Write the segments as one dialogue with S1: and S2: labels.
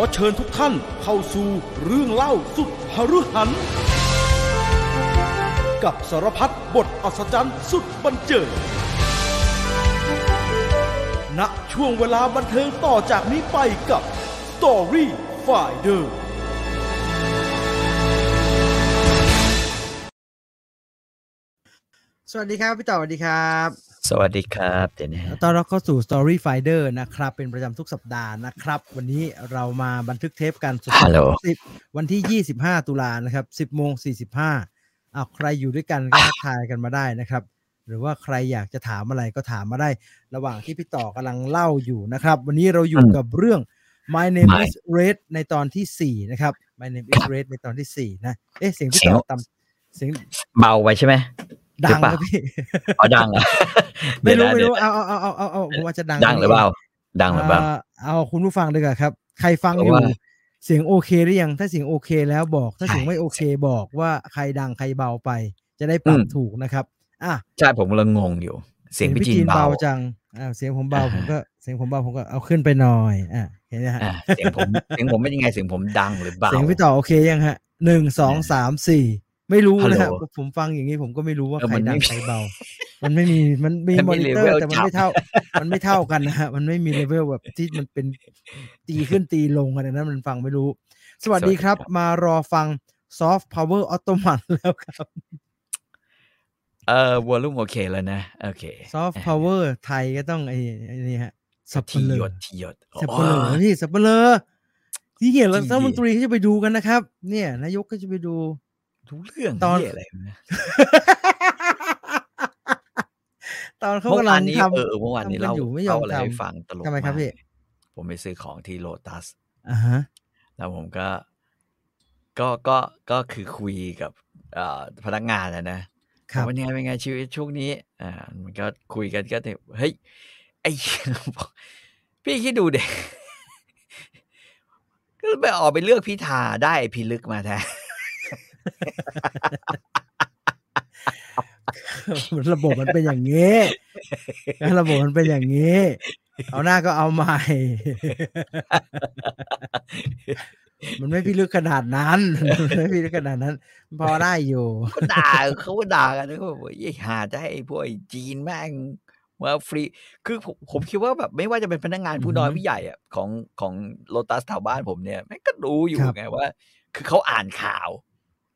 S1: อเชิญทุกท่านเข้าสู่เรื่องเล่าสุดหฤหัน กับสารพัดบทอัศจรรย์สุดบันเจิดณช่วงเวลาบันเทิงต่อจากนี้ไปกับ Story f i n d e r
S2: สวัสดีครับ พี่ต่อสวัสดีครับ
S3: สวัสดีครับเดี๋ยวนะฮะ
S2: ตอนเราเข้าสู่ Story Finder นะครับ เป็นประจำทุกสัปดาห์นะครับ วันนี้เรามาบันทึกเทปกันสุด
S3: ฮัลโหล
S2: สิบวันที่ 25 ตุลานะครับ 10โมง45เอาวใครอยู่ด้วยกันก็ทักทายกันมาได้นะครับ หรือว่าใครอยากจะถามอะไรก็ถามมาได้ ระหว่างที่พี่ต่อกำลังเล่าอยู่นะครับ วันนี้เราอยู่กับเรื่อง My name
S3: My
S2: is Red ในตอนที่ 4 นะครับ My name is Red ในตอนทีสี่4 นะ เอ๊ะเสียงพี่ต่อ
S3: เสียง
S2: ต่ำเสียง
S3: เบาไปใช่ไหม
S2: ดั
S3: หรื
S2: ง
S3: อเปล่า
S2: นะพี่
S3: อ๋อดังเหรอ
S2: ไม่รู้ไม่
S3: เดี๋ยว
S2: รู้
S3: นะ
S2: เอาเอาเอาเอาเอาเอาผมอาจจะดัง
S3: ดังหรือเปล่า ดังหรือเปล่า
S2: อ่เอาคุณผู้ฟังด้วยกันครับ ใครฟังอ
S3: เพ
S2: ยู่
S3: ราะว่า
S2: เสียงโอเคหรือยังถ้าเสียงโอเคแล้วบอกถ้า
S3: ใช่
S2: เสียงไม่โอเคบอกว่าใครดังใครเบาไป จะได้ปรับ
S3: อืม
S2: ถูกนะครับอ่ะ
S3: ใช่ผมกำลังงงอยู่ เสียงพี่จีนเบา
S2: จังอ่าเสียงผมเบา
S3: อ่าฮะ
S2: ผมก็เสียงผมเบาผมก็เอาขึ้นไปหน่อยอ่ะเห็นไหมฮะ
S3: อ่ะเสียง ผมเสียงผมเป็นยังไงเสียงผมดังหรือเบา
S2: เสียงพี่ต่อโอเคยังฮะหนึ่งสองสามสี่ไม่รู้นะฮะ
S3: ฮัลโหล
S2: ผมฟังอย่างนี้ผมก็ไม่รู้ว่า
S3: เออ
S2: ใคร
S3: มัน
S2: ดัง
S3: ไม่มี
S2: ใครเบา มันไม่มีมันมี
S3: มัน
S2: ม
S3: ไม่
S2: อนิเตอร์
S3: level
S2: แต่มัน
S3: จับ
S2: ไม่เท่า มันไม่เท่ากันนะฮะ มันไม่มีเลเวลแบบที่มันเป็นตีขึ้นตีลงกันนะมันฟังไม่รู้ สวัสดีครับ
S3: สวัสดีครับ
S2: มารอฟังซอฟต์พาวเวอร์ออตโตมันแล้วครับ
S3: เออวอลลุ่มโอเคแล้วนะ โอเค
S2: ซอฟต์พาวเวอร์ไทยก็ต้องไอ้ไอ้นี่ฮะสับ
S3: ที
S2: เปะเล
S3: หย
S2: อ
S3: ดทีหยด
S2: สับ
S3: โอ้
S2: เปะเลอนี่สับเปะเลอที่เหี้ยแล้ว
S3: ที่เหี้ย
S2: รัฐมนตรีเขาจะไปดูกันนะครับ เนี่ย นายกก็จะไปดู
S3: ทุกเรื่อง
S2: ตอน
S3: เหี้ยอะไรนะ
S2: ตอน
S3: เมื่อก
S2: เขาำลั
S3: วาน
S2: ง
S3: นี้
S2: ท
S3: เออเมื่อวานนี้
S2: ทำกัน
S3: เรา
S2: อยู่ไม่ยอม
S3: เล่าอะไรให้
S2: ทำ
S3: ฟังตลก
S2: ทำไมครับ
S3: าก
S2: พี่
S3: ผมไปซื้อของที่โลตัส
S2: ำอ่าฮะ
S3: แล้วผมก็ ก็ ก็ ก็คือคุยกับเอ่อพนักงานนะนะ
S2: ครั
S3: ว่า
S2: บ
S3: เป็นยังไงเป็นไงชีวิตช่วงนี้ อ่า มันก็คุยกันก็เนี่ยเฮ้ย ไอ้เหี้ย บอกพี่คิด ดูเด็กก็ไปออกไปเลือกพิธาได้ไอ้พิลึกมาแทน
S2: ระบบมันเป็นอย่าง นี้ระบบมันเป็นอย่างนี้ เอาหน้าก็เอาใหม่ มันไม่พิลึกขนาดนั้น มันไม่พิลึกขนาดนั้น พอได้อยู่
S3: ก็ด่าเขาก็ด่ากันเขาบอกว่าไอ้หาได้ไอ้พวกไอ้จีนแม่งว่าฟรีคือผมผมคิดว่าแบบไม่ว่าจะเป็นพนักงานผู้น้อย
S2: อือฮึ
S3: ผู้ใหญ่อะของของโลตัสแถวบ้านผมเนี่ยแม่งก็รู้อยู่
S2: ครับ
S3: ไงว่า คือเขาอ่านข่าว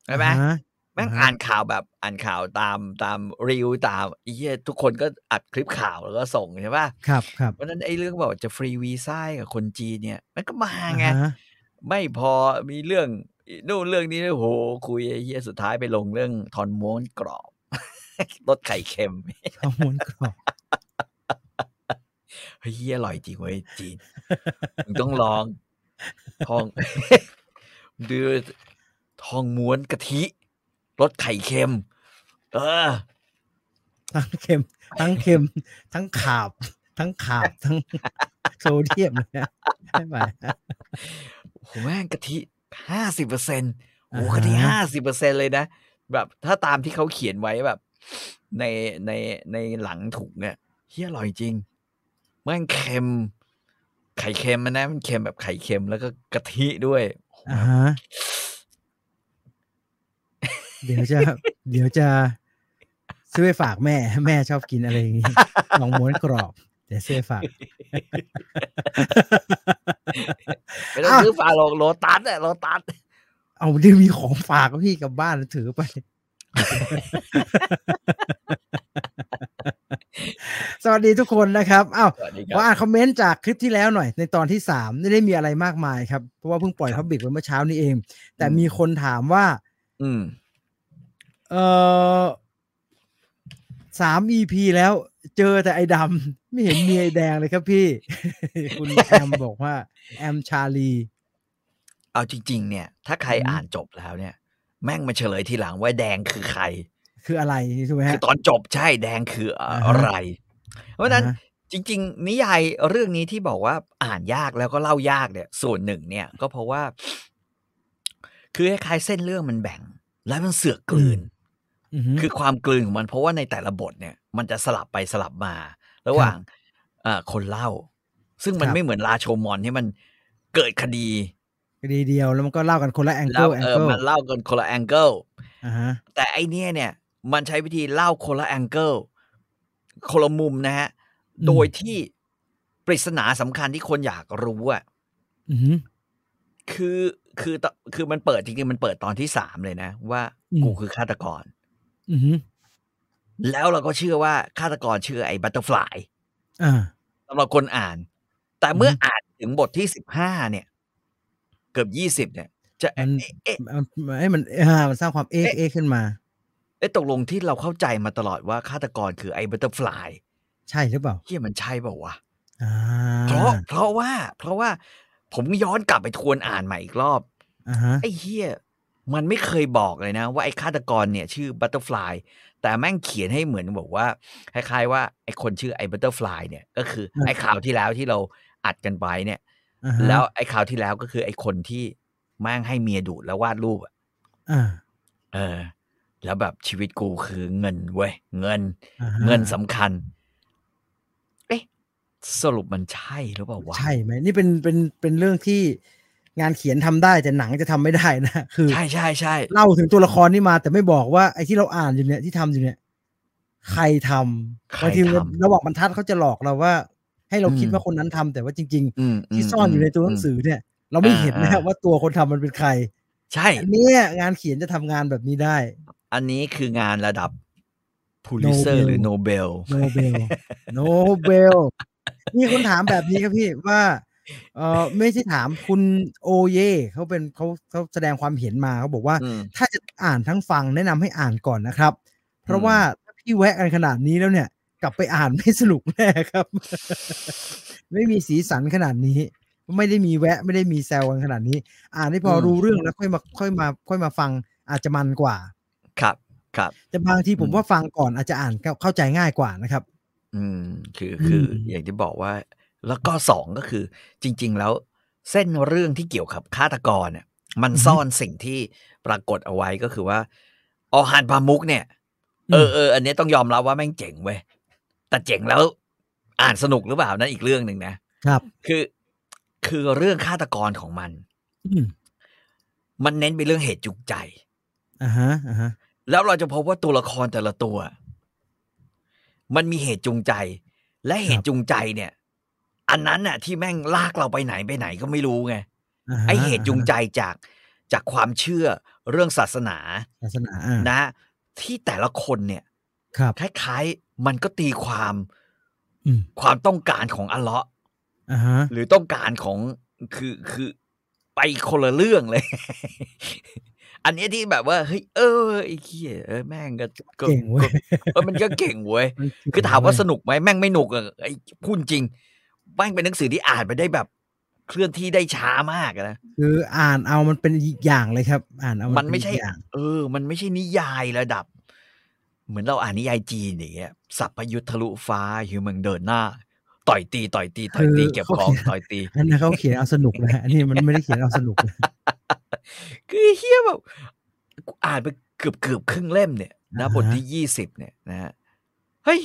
S3: ใช่ไหม
S2: อ่าฮะ
S3: แม่ง
S2: อ่าฮะ
S3: อ่านข่าวแบบอ่านข่าวตามตามรีวตามไอ้เหี้ยทุกคนก็อัดคลิปข่าวแล้วก็ส่งใช่ป่ะ
S2: ครับครับ
S3: เพราะฉะนั้นไอ้เรื่องแบบจะฟรีวีซ่าให้กับคนจีนเนี่ยมันก็มา
S2: อ่า
S3: ไง
S2: ฮะ
S3: ไม่พอมีเรื่องนู่นเรื่องนี้โอ้โหคุยไอ้เฮียสุดท้ายไปลงเรื่องทอนม้วนกรอบ รสไข่เค็ม
S2: ข้อมูลกรอบ
S3: เฮยเหียอร่อยจริงเว้ยจีนมึงต้องลอง ทอง ดูทองม้วนกะทิรสไข่เค็ม เออ
S2: ทั้งเค็ม ทั้งเค็ม ทั้งขาบ ทั้งขาบ ทั้ง โซเดียมนะใช่ไหม
S3: โอ้โหแม่งกะทิห้าสิบเปอร์เซ็นต์โอ้โห
S2: อ่าฮะ
S3: กะทิห้าสิบเปอร์เซ็นต์เลยนะ แบบถ้าตามที่เขาเขียนไว้แบบ ในในในหลังถุงเนี่ยเฮียอร่อยจริง แม่งเค็ม ไข่เค็มมันนะมันเค็มแบบไข่เค็มแล้วก็กะทิด้วยโอ้
S2: อ่า
S3: โห
S2: ฮะ เดี๋ยว จะ เดี๋ยวจะซื้อไปฝากแม่ แม่ชอบกินอะไรอย่างงี้ ลองม้วนกรอบ เดี๋ยวซื้อไปฝาก
S3: ไม่ต้องซื้อฝาโลงโลตัสอะโลตัส
S2: เอาเดี๋ยวมีของฝากพี่กลับบ้านถือไป สวัสดีทุกคนนะครับอ้าว
S3: สวัสดีค
S2: มา
S3: รับ
S2: อ่านคอมเมนต์จากคลิปที่แล้วหน่อย ในตอนที่สามไม่ได้มีอะไรมากมายครับ เพราะว่าเพิ่งปล่อย
S3: ครับ
S2: พับบิกไปเมื่อเช้านี้เอง แต่
S3: อืม
S2: มีคนถามว่า
S3: อืม
S2: เออสาม EP แล้วเจอแต่ไอ้ดำไม่เห็นมีไอ้แดงเลยครับพี่ คุณแอมบอกว่า แอมชาลี
S3: เอาจริง ๆ เนี่ย ถ้าใคร
S2: อืม
S3: อ่านจบแล้วเนี่ย แม่งมาเฉลยทีหลังว่าแดงคือใคร
S2: คืออะไรถูกไหม
S3: คื
S2: ฮะ
S3: อตอนจบใช่แดงคืออะไร เพราะฉะนั้น
S2: อ่าฮะ
S3: จริง ๆ นิยายเรื่องนี้ที่บอกว่าอ่านยากแล้วก็เล่ายากเนี่ย ส่วนหนึ่งเนี่ย ก็เพราะว่า คือคล้ายๆเส้นเรื่องมันแบ่ง แล้วมันเสือกกลืน
S2: อฮึ
S3: คือความกลืนของมันเพราะว่าในแต่ละบทเนี่ย มันจะสลับไปสลับมา ระหว่างเอ่อคนเล่า ซึ่งมันไม่เหมือนราโชมอนที่มัน เกิดคดี
S2: คดีเดียวแล้วมันก็เล่ากันคนละแอง
S3: แล้
S2: เกิ
S3: ว
S2: ลแอง
S3: เออ
S2: เกิล
S3: มันเล่ากันคนละแองเกิล
S2: อ่าฮะ
S3: แต่ไอเนี้ยเนี่ย มันใช้วิธีเล่าคนละแองเกิลคนละมุมนะฮะ โดยที่ปริศนาสำคัญที่คนอยากรู้อะ
S2: อือหือ
S3: คือคือตคือมันเปิดจริงๆมันเปิดตอนที่สามเลยนะ ว่า
S2: อืม
S3: กูคือฆาตกร
S2: อือหือ
S3: แล้วเราก็เชื่อว่าฆาตกรชื่อไอ้บัตเตอร์ฟลาย
S2: อ่า
S3: สำหรับคนอ่าน แต่เมื่อ
S2: ม
S3: อ่านถึงบทที่สิบห้าเนี่ย เกือบยี่สิบเนี่ย จะ
S2: มั
S3: เอ๊ะ
S2: น
S3: เอ๊ะ
S2: มันให้มันอ่ามันสร้างความเอ๊ะเอ๊ะขึ้นมา
S3: เอ๊ะตกลงที่เราเข้าใจมาตลอดว่าฆาตกรคือไอ้บัตเตอร์ฟลาย
S2: ใช่หรือเปล่า
S3: ที่มันใช่เปล่าวะ
S2: อ่า
S3: เพราะเพราะว่า เพราะว่าผมย้อนกลับไปทวนอ่านใหม่อีกรอบ
S2: อ่าฮะ
S3: ไอ้เฮียมันไม่เคยบอกเลยนะ ว่าไอ้ฆาตกรเนี่ย ชื่อบัตเตอร์ฟลายแต่แม่งเขียนให้เหมือนบอกว่าคล้ายๆว่าไอ้คนชื่อไอ้บัตเตอร์ฟลายเนี่ยก็คือไอ้ข่าวที่แล้วที่เราอัดกันไปเนี่ย
S2: อ่าฮะ
S3: แล้วไอ้ข่าวที่แล้วก็คือไอ้คนที่แม่งให้เมียดูดแล้ววาดรูปอะ
S2: อ่า
S3: เออ แล้วแบบชีวิตกูคือเงินเว้ยเงิน
S2: อ่าฮะ
S3: เงินสำคัญ เอ๊ะสรุปมันใช่หรือเปล่าวะ
S2: ใช่ไหมนี่เป็นเป็นเป็นเรื่องที่งานเขียนทำได้แต่หนังจะทำไม่ได้นะ คือ
S3: ใช่ใช่ใช่
S2: เล่าถึงตัวละครนี่มาแต่ไม่บอกว่าไอ้ที่เราอ่านอยู่เนี่ยที่ทำอยู่เนี่ย ใครท
S3: ใค
S2: ำ
S3: ร
S2: บางที
S3: ท
S2: ระหว่างบรรทัดเขาจะหลอกเราว่า ให้เราคิด
S3: อืม
S2: ว่าคนนั้นทำแต่ว่าจริง
S3: ำอืม
S2: ๆ ที่ซ่อนอยู่ในตัวหนังสือเนี่ย เราไม่เห็นนะฮะว่าตัวคนทำมันเป็นใคร
S3: ใช่
S2: อันเนี้ยงานเขียนจะทำงานแบบนี้ได้
S3: อันนี้คืองานระดับพูลิเซอร์
S2: Nobel
S3: หรือโนเบล
S2: โนเบ ล โนเบล มีคนถามแบบนี้ครับพี่ว่า เออไม่ใช่ถามคุณโอเยเขาเป็นเขาเขาแสดงความเห็นมาเขาบอกว่า ถ้าจะอ่านทั้งฟังแนะนำให้อ่านก่อนนะครับ เพราะ
S3: อืม
S2: ว่าถ้าพี่แวะกันขนาดนี้แล้วเนี่ย กลับไปอ่านไม่สนุกแน่ครับ ไม่มีสีสันขนาดนี้ ไม่ได้มีแวะ ไม่ได้มีแซวกันขนาดนี้ อ่านให้พอรู้เรื่องแล้วค่อยมาค่อยมา ค่อยมาฟังอาจจะมันกว่า
S3: ครับ ครับ
S2: แต่บางทีผม
S3: อืม
S2: ว่าฟังก่อนอาจจะอ่านเข้าเข้าใจง่ายกว่านะครับ
S3: อืม คือ
S2: อืม
S3: คืออย่างที่บอกว่า แล้วก็สองก็คือ จริง ๆ แล้ว เส้นเรื่องที่เกี่ยวกับฆาตกรเนี่ยมันซ่อนสิ่งที่ปรากฏเอาไว้ก็คือว่า ออหันปามุกเนี่ย เออเอออันนี้ต้องยอมรับว่าแม่งเจ๋งเว้ยแต่เจ๋งแล้ว อ่านสนุกหรือเปล่านั่นอีกเรื่องหนึ่งนะครับ คือ คือเรื่องฆาตกรของมัน
S2: อืม
S3: มันเน้นไปเรื่องเหตุจูงใจ
S2: อ่าฮะอ่าฮะ
S3: แล้วเราจะพบว่าตัวละครแต่ละตัว มันมีเหตุจูงใจ และเหตุจูงใจเนี่ย อันนั้นน่ะ ที่แม่งลากเราไปไหนไปไหนก็ไม่รู้ไง
S2: าฮะ
S3: ไอเหตุจูงใจจากจากความเชื่อเรื่องศาสนา
S2: ศาสนาอ่า
S3: นะ ที่แต่ละคนเนี่ย
S2: ครับ
S3: คล้ายๆ มันก็ตีความ
S2: อืม
S3: ความต้องการของอัลเลาะห์
S2: อ่าฮะ
S3: หรือต้องการของคือคือไปคนละเรื่องเลย อันเนี้ยที่แบบว่าเฮ้ยเออไอ้เหี้ยเออแม่งก็ก็
S2: เก่งเว้ย
S3: เออมันก็เก่งเว้ย
S2: มันเก่ง
S3: คือถามว่า
S2: เย
S3: สนุกไหมแม่งไม่หนุกอะไอ้พูดจริงแม่งเป็นหนังสือที่อ่านไปได้แบบเคลื่อนที่ได้ช้ามากอะนะ
S2: คืออ่านเอามันเป็นอีกอย่างเลยครับ อ่านเอา
S3: มั
S2: มัน น
S3: ไม่ใช่
S2: เป็นอีกอย่าง
S3: เออ มันไม่ใช่นิยายระดับ เหมือนเราอ่านนิยายจีนอย่างเงี้ยสัพพยุทธทะลุฟ้าฮิวแมังเดินหน้า ต่อยตี ต่อยตี ต่อยตีเก็บของต่อยตี
S2: อันนั้นเขาเขียนเอาสนุกนะฮะอันนี้มันไม่ได้เขียนเอาสนุกนะ
S3: คือเฮียแบบกูอ่านไปเกือบเกือบครึ่งเล่มเนี่ยนะบทที่ยี่สิบเนี่ยนะฮะเฮ้ย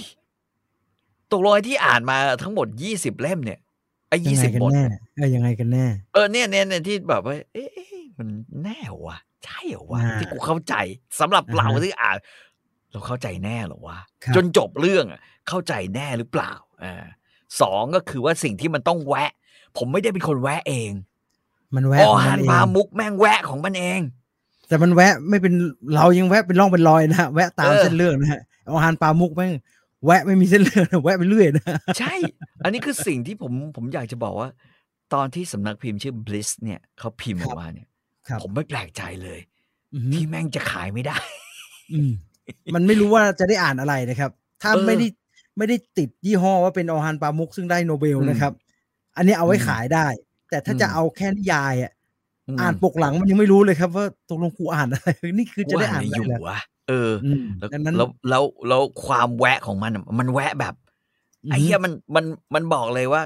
S3: ตกลงไอ้ที่อ่านมาทั้งหมดยี่สิบเล่มเนี่ยไอ้
S2: ยั
S3: ยี่
S2: งไง
S3: สิบ
S2: กัน
S3: บท
S2: แน่
S3: เนี่ย
S2: เออยังไงกันแน่
S3: เออเนี่ยเนี่ยเนี่ยที่แบบว่าเอ๊ะเอ๊ะมันแน่เหรอวะใช่เหรอวะ
S2: อ่า
S3: ที่กูเข้าใจสำหรับ
S2: อ่าฮะ
S3: เราที่อ่านเราเข้าใจแน่เหรอวะ
S2: ครับ
S3: จนจบเรื่องอะเข้าใจแน่หรือเปล่าอ่าสองก็คือว่าสิ่งที่มันต้องแวะ ผมไม่ได้เป็นคนแวะเอง
S2: มัน
S3: อ
S2: แวะ
S3: อ
S2: ของ
S3: หั
S2: มัน นเอง
S3: มามุกแม่งแวะของมันเอง
S2: แต่มันแวะไม่เป็นเรายังแวะเป็นร่องเป็นรอยนะฮะแวะตาม
S3: เออ
S2: เส้นเรื่องนะฮะเอาหานปลามุกแม่งแวะไม่มีเส้นเรื่องนะแวะไปเรื่อยนะ
S3: ใช่ อันนี้คือสิ่งที่ผมผมอยากจะบอกว่า ตอนที่สำนักพิมพ์ชื่อ Bliss เนี่ยเขาพิมพ์ออกมาเนี่ย
S2: ครับ
S3: ผมไม่แปลกใจเลย
S2: อือหือ
S3: ที่แม่งจะขายไม่ได้
S2: อืมมันไม่รู้ว่าจะได้อ่านอะไรนะครับ ถ้า
S3: เออ
S2: ไม่ได้ไม่ได้ติดยี่ห้อว่าเป็นออฮันปามุกซึ่งได้โนเบล
S3: อืม
S2: นะครับ อันนี้เอาไว้
S3: อืม
S2: ขายได้ แต่ถ้า
S3: อืม
S2: จะเอาแค่นิยายอ่ะ
S3: ม
S2: อ่านปกหลังมันยังไม่รู้เลยครับว่าตกลงกูอ่านอะไร นี่คือจะได้อ่าน
S3: ว่
S2: อะไร
S3: อยู่
S2: แล้ว
S3: วะเออ
S2: อืม
S3: แล้ว
S2: ดังนั้น
S3: แล้วแล้วแล้วความแวะของมันอะมันแวะแบบไอ้
S2: อือฮึ
S3: เหี้ยมันมันมันบอกเลยว่า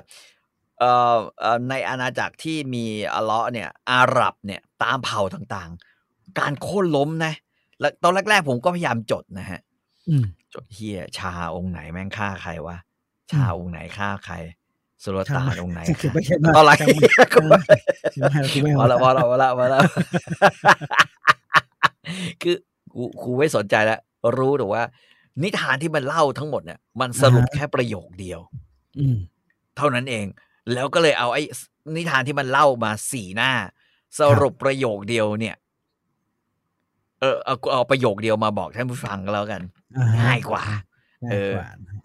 S3: เอ่อเอ่อในอาณาจักรที่มีอัลเลาะห์เนี่ย อาหรับเนี่ย ตามเผ่าต่างๆ การโค่นล้มนะ แล้วตอนแรกๆ ผมก็พยายามจดนะฮะ
S2: อืม
S3: จดเฮียชาองค์ไหนแม่งฆ่าใครวะชาองค์ไหนฆ่าใคร สุรตาตรงไหน
S2: จะเก็บไว้แค่หน้า
S3: อะไร
S2: จำไม่จำไม่จำไม่กูไม่
S3: พ
S2: เอา
S3: อละพอละพอละพอละคือกูกูไม่สนใจแล้ว รู้แต่ว่า นิทานที่มันเล่าทั้งหมดเนี่ยมันสรุปแค่ประโยคเดียว
S2: อืม
S3: เท่านั้นเอง แล้วก็เลยเอาไอ้นิทานที่มันเล่ามาสี่หน้า สรุปประโยคเดียวเนี่ย เออเอาเอาประโยคเดียวมาบอกท่านผู้ฟังก็แล้วกัน
S2: อ่ฮะ
S3: ง่ายกว่า เอ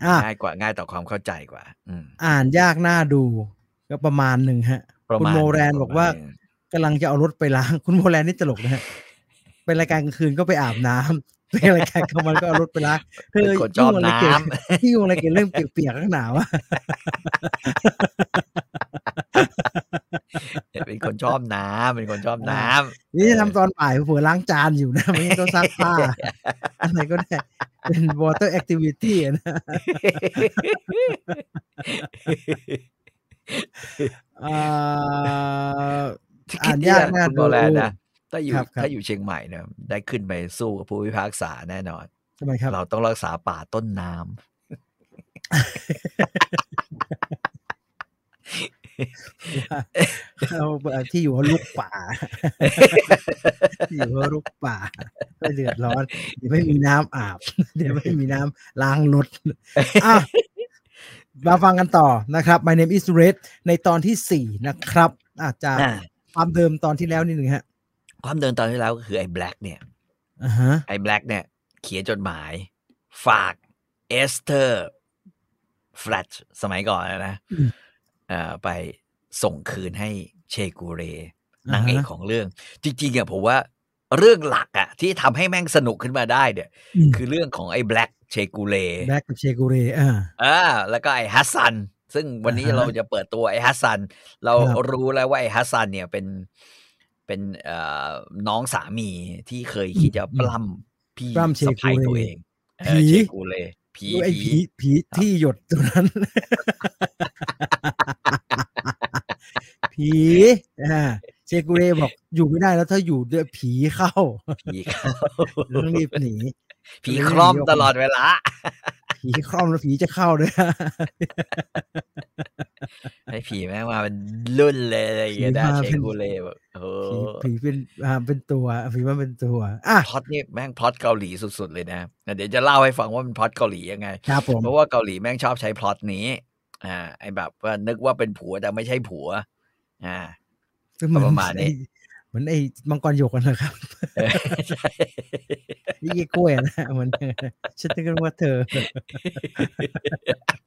S2: ง่ายกว่าอ่ะ
S3: อง่ายกว่าง่ายต่อความเข้าใจกว่า อืม
S2: อ่านยากน่าดูก็ประมาณหนึ่งฮะ
S3: ประ
S2: คุณ
S3: มาณ
S2: โมแรน
S3: ป
S2: บ
S3: ระ
S2: อกว่า
S3: ณนี้
S2: กำลังจะเอารถไปล้าง คุณโมแลนนี่ตลกนะฮะ เป็นรายการกลางคืนก็ไปอาบน้ำ เป็นรายการกลางวันก็เอารถไปล้างเธ
S3: เป็
S2: อน
S3: คนชอบ
S2: ยุ่งะไร
S3: น้
S2: เกี่ยวที่วงอะไรเกี่ยวเรื่องเปียกๆข้างหนาวอะ
S3: ำ เป็นคนชอบน้ำเป็นคนชอบน้
S2: นี่จะทำตอนบ่ายเผื่อล้างจานอยู่นะ ไม่งั้นก็ซักผ้าอะไรก็ได้ เป็น water activity อะนะ
S3: ำ
S2: เอ่อ
S3: ที่
S2: อ่า
S3: คิด
S2: น
S3: เนี่ย
S2: ยากมาก
S3: คุณโมแรนนะถ้าอยู่
S2: ครับครับ
S3: ถ้าอยู่เชียงใหม่เนี่ยได้ขึ้นไปสู้กับผู้พิพากษาแน่นอน
S2: ทำไมครับ
S3: เราต้องรักษาป่าต้นน้ำ
S2: เราที่อยู่เขาลุกป่า ที่อยู่เขาลุกป่าไม่เดือดร้อนเดี๋ยวไม่มีน้ำอาบ เดี๋ยวไม่มีน้ำล้างรถ อ่ะมาฟังกันต่อนะครับ My name is Red ในตอนที่สี่นะครับอาจจะ
S3: อ่า
S2: ความเดิมตอนที่แล้วนิดหนึ่งฮะ
S3: ความเดินตอนที่แล้วก็คือไอ้แบล็กเนี่ย
S2: อ่าฮะ
S3: ไอ้แบล็กเนี่ย เขียนจดหมาย ฝากเอสเตอร์แฟลชสมัยก่อนนะนะเอ่อไปส่งคืนให้เชกูเรนางเอกของเรื่อง จริงๆอ่ะผมว่าเรื่องหลักอ่ะที่ทำให้แม่งสนุกขึ้นมาได้เนี่ยคือเรื่องของไอ้แบล็กเชกูเร
S2: แบ็กกับเชกูเรอ่า
S3: อ่าแล้วก็ไอ้ฮัสซัน ซึ่งวันนี้
S2: อ่าฮะ
S3: เราจะเปิดตัวไอ้ฮัสซัน เรา
S2: ครับ
S3: รู้แล้วว่าไอ้ฮัสซันเนี่ยเป็นเป็นเอ่อน้องสามีที่เคยคิดจะปล้ำพี่
S2: ปล้ำเช
S3: สะ
S2: กูเร
S3: ใภ้ตัวเองเออ
S2: ผี
S3: เชกูเลผี
S2: ไอ้
S3: ผี
S2: ผีผีที่หยดตัวนั้น ผีอ่าเชกูเรบอกอยู่ไม่ได้แล้วถ้าอยู่ด้วยผีเข้า
S3: ผีเข้า
S2: ต้องรีบหนี
S3: ผีคล่อม
S2: เรื่องเดียว
S3: ตลอดเวลา
S2: ผีคล่อมแล้วผีจะเข้าด้วย
S3: ไอ้ผีแม่งมาเป็นรุ่นเลยอะไรอย่างเงี้ยนะเชกูเลแบบโอ้โห
S2: ผีผีเป็นอ่าเป็นตัวผีมันเป็นตัว อ่ะ
S3: พล็อตนี่แม่งพล็อตเกาหลีสุด ๆ เลยนะเดี๋ยวจะเล่าให้ฟังว่ามันพล็อตเกาหลียังไง
S2: ครับผม
S3: เพราะว่าเกาหลีแม่งชอบใช้พล็อตนี้ อ่า ไอแบบว่านึกว่าเป็นผัวแต่ไม่ใช่ผัว อ่า
S2: เหอ
S3: ประมาณนี้
S2: ไอ้เหมือนไอ้มังกรหยกกันนะครับ
S3: เออใช่
S2: นี่เยกล้วยนะ เหมือนฉันนึกว่าเธอ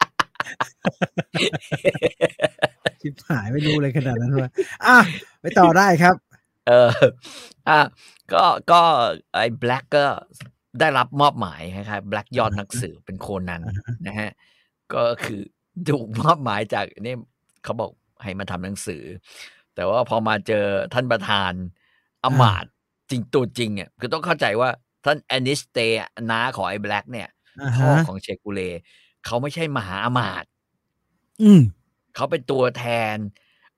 S2: ชิบหายไม่รู้เลยขนาดนั้นว่าอ่ะไปต่อได้ครับ
S3: เออ อ่ะก็ก็ไอ้แบล็กก็ได้รับมอบหมายนะครับแบล็กยอดนักสืบเป็นโคนั นนะฮะ ก็คือถูกมอบหมายจากนี่เขาบอกให้มาทำหนังสือ แต่ว่าพอมาเจอท่านประธานอำมาตย์จริงตัวจริงเนี่ยคือต้องเข้าใจว่าท่านแอนิสเตย์น้าของไอ้แบล็กเนี่ย
S2: อ่า
S3: พ่อ
S2: ฮะ
S3: ของเชกูเลเขาไม่ใช่มหาอมาตย์
S2: อืม
S3: เขาเป็นตัวแทน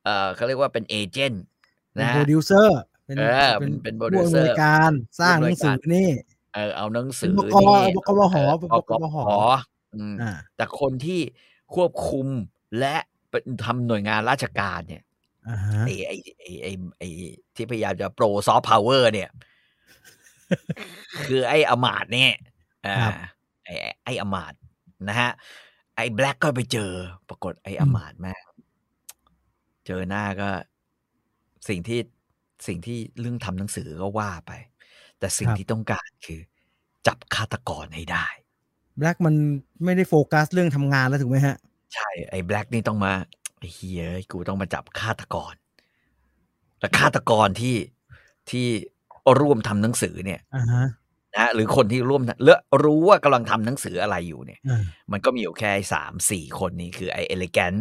S3: เออเขาเรียกว่าเป็นเอเจนต์
S2: เป็น
S3: นะ
S2: โปร
S3: ฮะ
S2: ดิวเซอร์เป็น
S3: เออเป็นเป็น
S2: ผู้
S3: producer
S2: ำนวยการสร้างหนังสือนี่
S3: เออเอาหนังสือ
S2: เป็นบก
S3: นี่
S2: บกวห
S3: เอ่อ
S2: เป็น
S3: บบ ก
S2: ก
S3: ว
S2: ว
S3: ห
S2: ห
S3: ออืม
S2: อ่า
S3: แต่คนที่ควบคุมและเป็นทำหน่วยงานราชการเนี่ย
S2: อ่าฮะ
S3: ไอไอไอไอไอที่พยายามจะโปรซอฟต์พาวเวอร์เนี่ย คือไออมาตย์เนี่ยอ่า
S2: ครับ
S3: ไอไออมาตย์นะฮะ ไอแบล็กก็ไปเจอ ปรากฏไออมาตย์แม่งเจอหน้าก็ สิ่งที่สิ่งที่เรื่องทำหนังสือก็ว่าไป แต่สิ่ง
S2: ครับ
S3: ที่ต้องการคือ จับฆาตกรให้ได้
S2: แบล็กมันไม่ได้โฟกัสเรื่องทำงานแล้วถูกไหมฮะ
S3: ใช่ ไอ้แบล็กนี่ต้องมาไอ้เฮียเอ้ยกูต้องมาจับฆาตกร และฆาตกรที่ที่ร่วมทำหนังสือเนี่ย
S2: อ่าฮะ
S3: นะหรือคนที่ร่วมเลือรู้ว่ากำลังทำหนังสืออะไรอยู่เนี่ย
S2: อ่า
S3: มันก็มีอยู่แค่สามสี่คนนี้คือไอ้เอลิแกน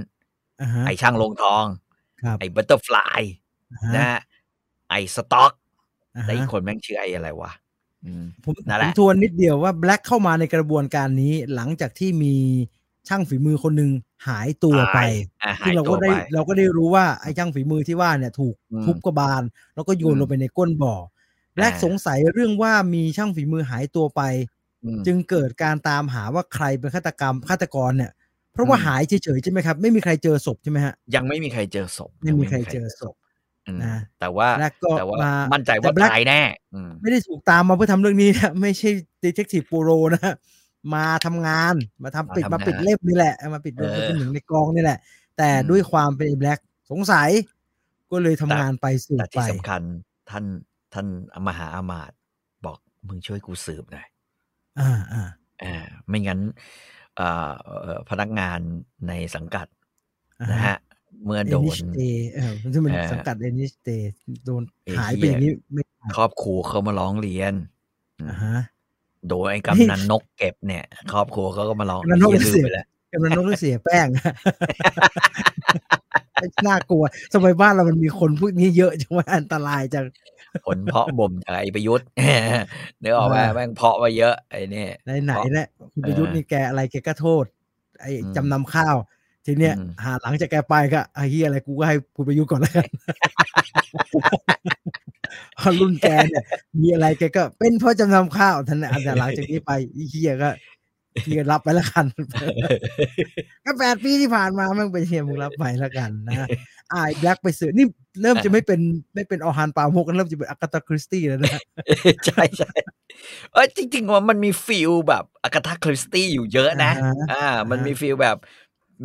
S2: อ่าฮะ
S3: ไอ้ช่างลงทอง
S2: ครับ
S3: ไอ้บัตเตอร์ฟลาย
S2: อ่าฮะ
S3: นะฮะไอ้สต็อก
S2: อ่า
S3: แต่อีก
S2: ฮะ
S3: คนแม่งชื่อไอ้อะไรวะอืม
S2: ผม
S3: นั่
S2: ผ
S3: นแหละ
S2: มทวนนิดเดียวว่าแบล็กเข้ามาในกระบวนการนี้หลังจากที่มีช่างฝีมือคนหนึ่งหายตัวไป
S3: ตายอ่ะหา
S2: ซึ่
S3: ย
S2: งเรา
S3: ตั
S2: ก็
S3: ว
S2: ได้
S3: ไป
S2: เราก็ได้รู้ว่าไอ้ช่างฝีมือที่ว่าเนี่ยถูก
S3: อืม
S2: ทุบกระบาล แล้วก็โยน
S3: อืม
S2: ลงไปในก้นบ่อแบล็ก
S3: อ่า
S2: สงสัยเรื่องว่ามีช่างฝีมือหายตัวไป
S3: อืม
S2: จึงเกิดการตามหาว่าใครเป็นฆาตกรรมฆาตกรเนี่ย เพราะว่า
S3: อืม
S2: หายเฉยๆใช่ไหมครับ ไม่มีใครเจอศพใช่ไหมฮะ
S3: ยังไม่มีใครเจอศพ
S2: ไม่มีใครเจอศพ
S3: อืม
S2: นะ
S3: แต่ว่า
S2: แล้วก็
S3: แต่ว่า
S2: มา
S3: มั่นใจ
S2: แต่
S3: ว่า
S2: Black
S3: ตายแน่อืม
S2: ไม่ได้ถูกตามมาเพื่อทำเรื่องนี้ นะไม่ใช่ดีเทคทีฟปูโรนะฮะมาทำงานมาทำปิด
S3: มา
S2: มา
S3: ทำงาน
S2: ปิดเล่มนี่แหละเอามาปิด
S3: เออ
S2: เป็นหนึ่งในกองนี่แหละ แต่
S3: อืม
S2: ด้วยความเป็นแบล็กสงสัย ก็เลยทำงานไปสืบ
S3: แต่
S2: ไป
S3: ที่สำคัญท่านท่านมหาอามาตย์บอกมึงช่วยกูสืบหน่อย
S2: อ่าอ่า
S3: อ่าไม่งั้นอ่าเอ่อพนักงานในสังกัด
S2: อ่า
S3: นะฮะเมื่อ
S2: เอ
S3: โด
S2: นิ
S3: น
S2: สเตเออมันที่มัน
S3: เออ
S2: สังกัดเอนิสเตโดน
S3: ไอ้เหี้ย
S2: หายไปอย่างนี้ไม่
S3: ครอบครัวเขามาร้องเรียน
S2: อ่าฮะ
S3: โดยไอ้กำนันนกเก็บเนี่ย ครอบครัวเขาก็มาร้อง
S2: กำนันนก
S3: เรียน
S2: เสีย
S3: ไปแล้ว
S2: กำลังนึกเสียแป้ง น่ากลัวสมัยบ้านเรามันมีคนพวกนี้เยอะ จังว่าอันตรายจัง
S3: ผลเพาะบ่มจากไอ้ประยุทธ์ เนื้อออกมา
S2: อ่า
S3: แม่งเพาะมาเยอะไอ้เนี่ย
S2: ไหนไหนๆแหละคุณประยุทธ์
S3: เออ
S2: นี่แกอะไรแกก็โทษ ไอ้
S3: อืม
S2: จำนำข้าว ทีเนี้ย
S3: อืม
S2: หาหลังจากแกไปก็ไอ้เฮียอะไรกูก็ให้คุณประยุทธ์ก่อนแล้วกัน เพอรุ่นแกเนี่ย มีอะไรแกก็เป็นเพราะจำนำข้าวท่านนแหละแต่หลังจากนี้ไปไอ้เฮียก็เฮียรับไปแล้วกัน ก็แปดปีที่ผ่านมามันเป็นเฮียมึงรับไปแล้วกันนะอ่าแบล็กไปเสือนี่เริ่มจะไม่เป็นไม่เป็นออฮันปาโมกกันเริ่มจะเป็นอากาตาคริสตี้แล้วนะ
S3: ใช่ใช่เออจริงๆว่ามันมีฟิลแบบอากาธาคริสตี้อยู่เยอะนะ
S2: อ่าฮะ
S3: อ่า มัน
S2: อ่าฮะ
S3: มีฟิลแบบ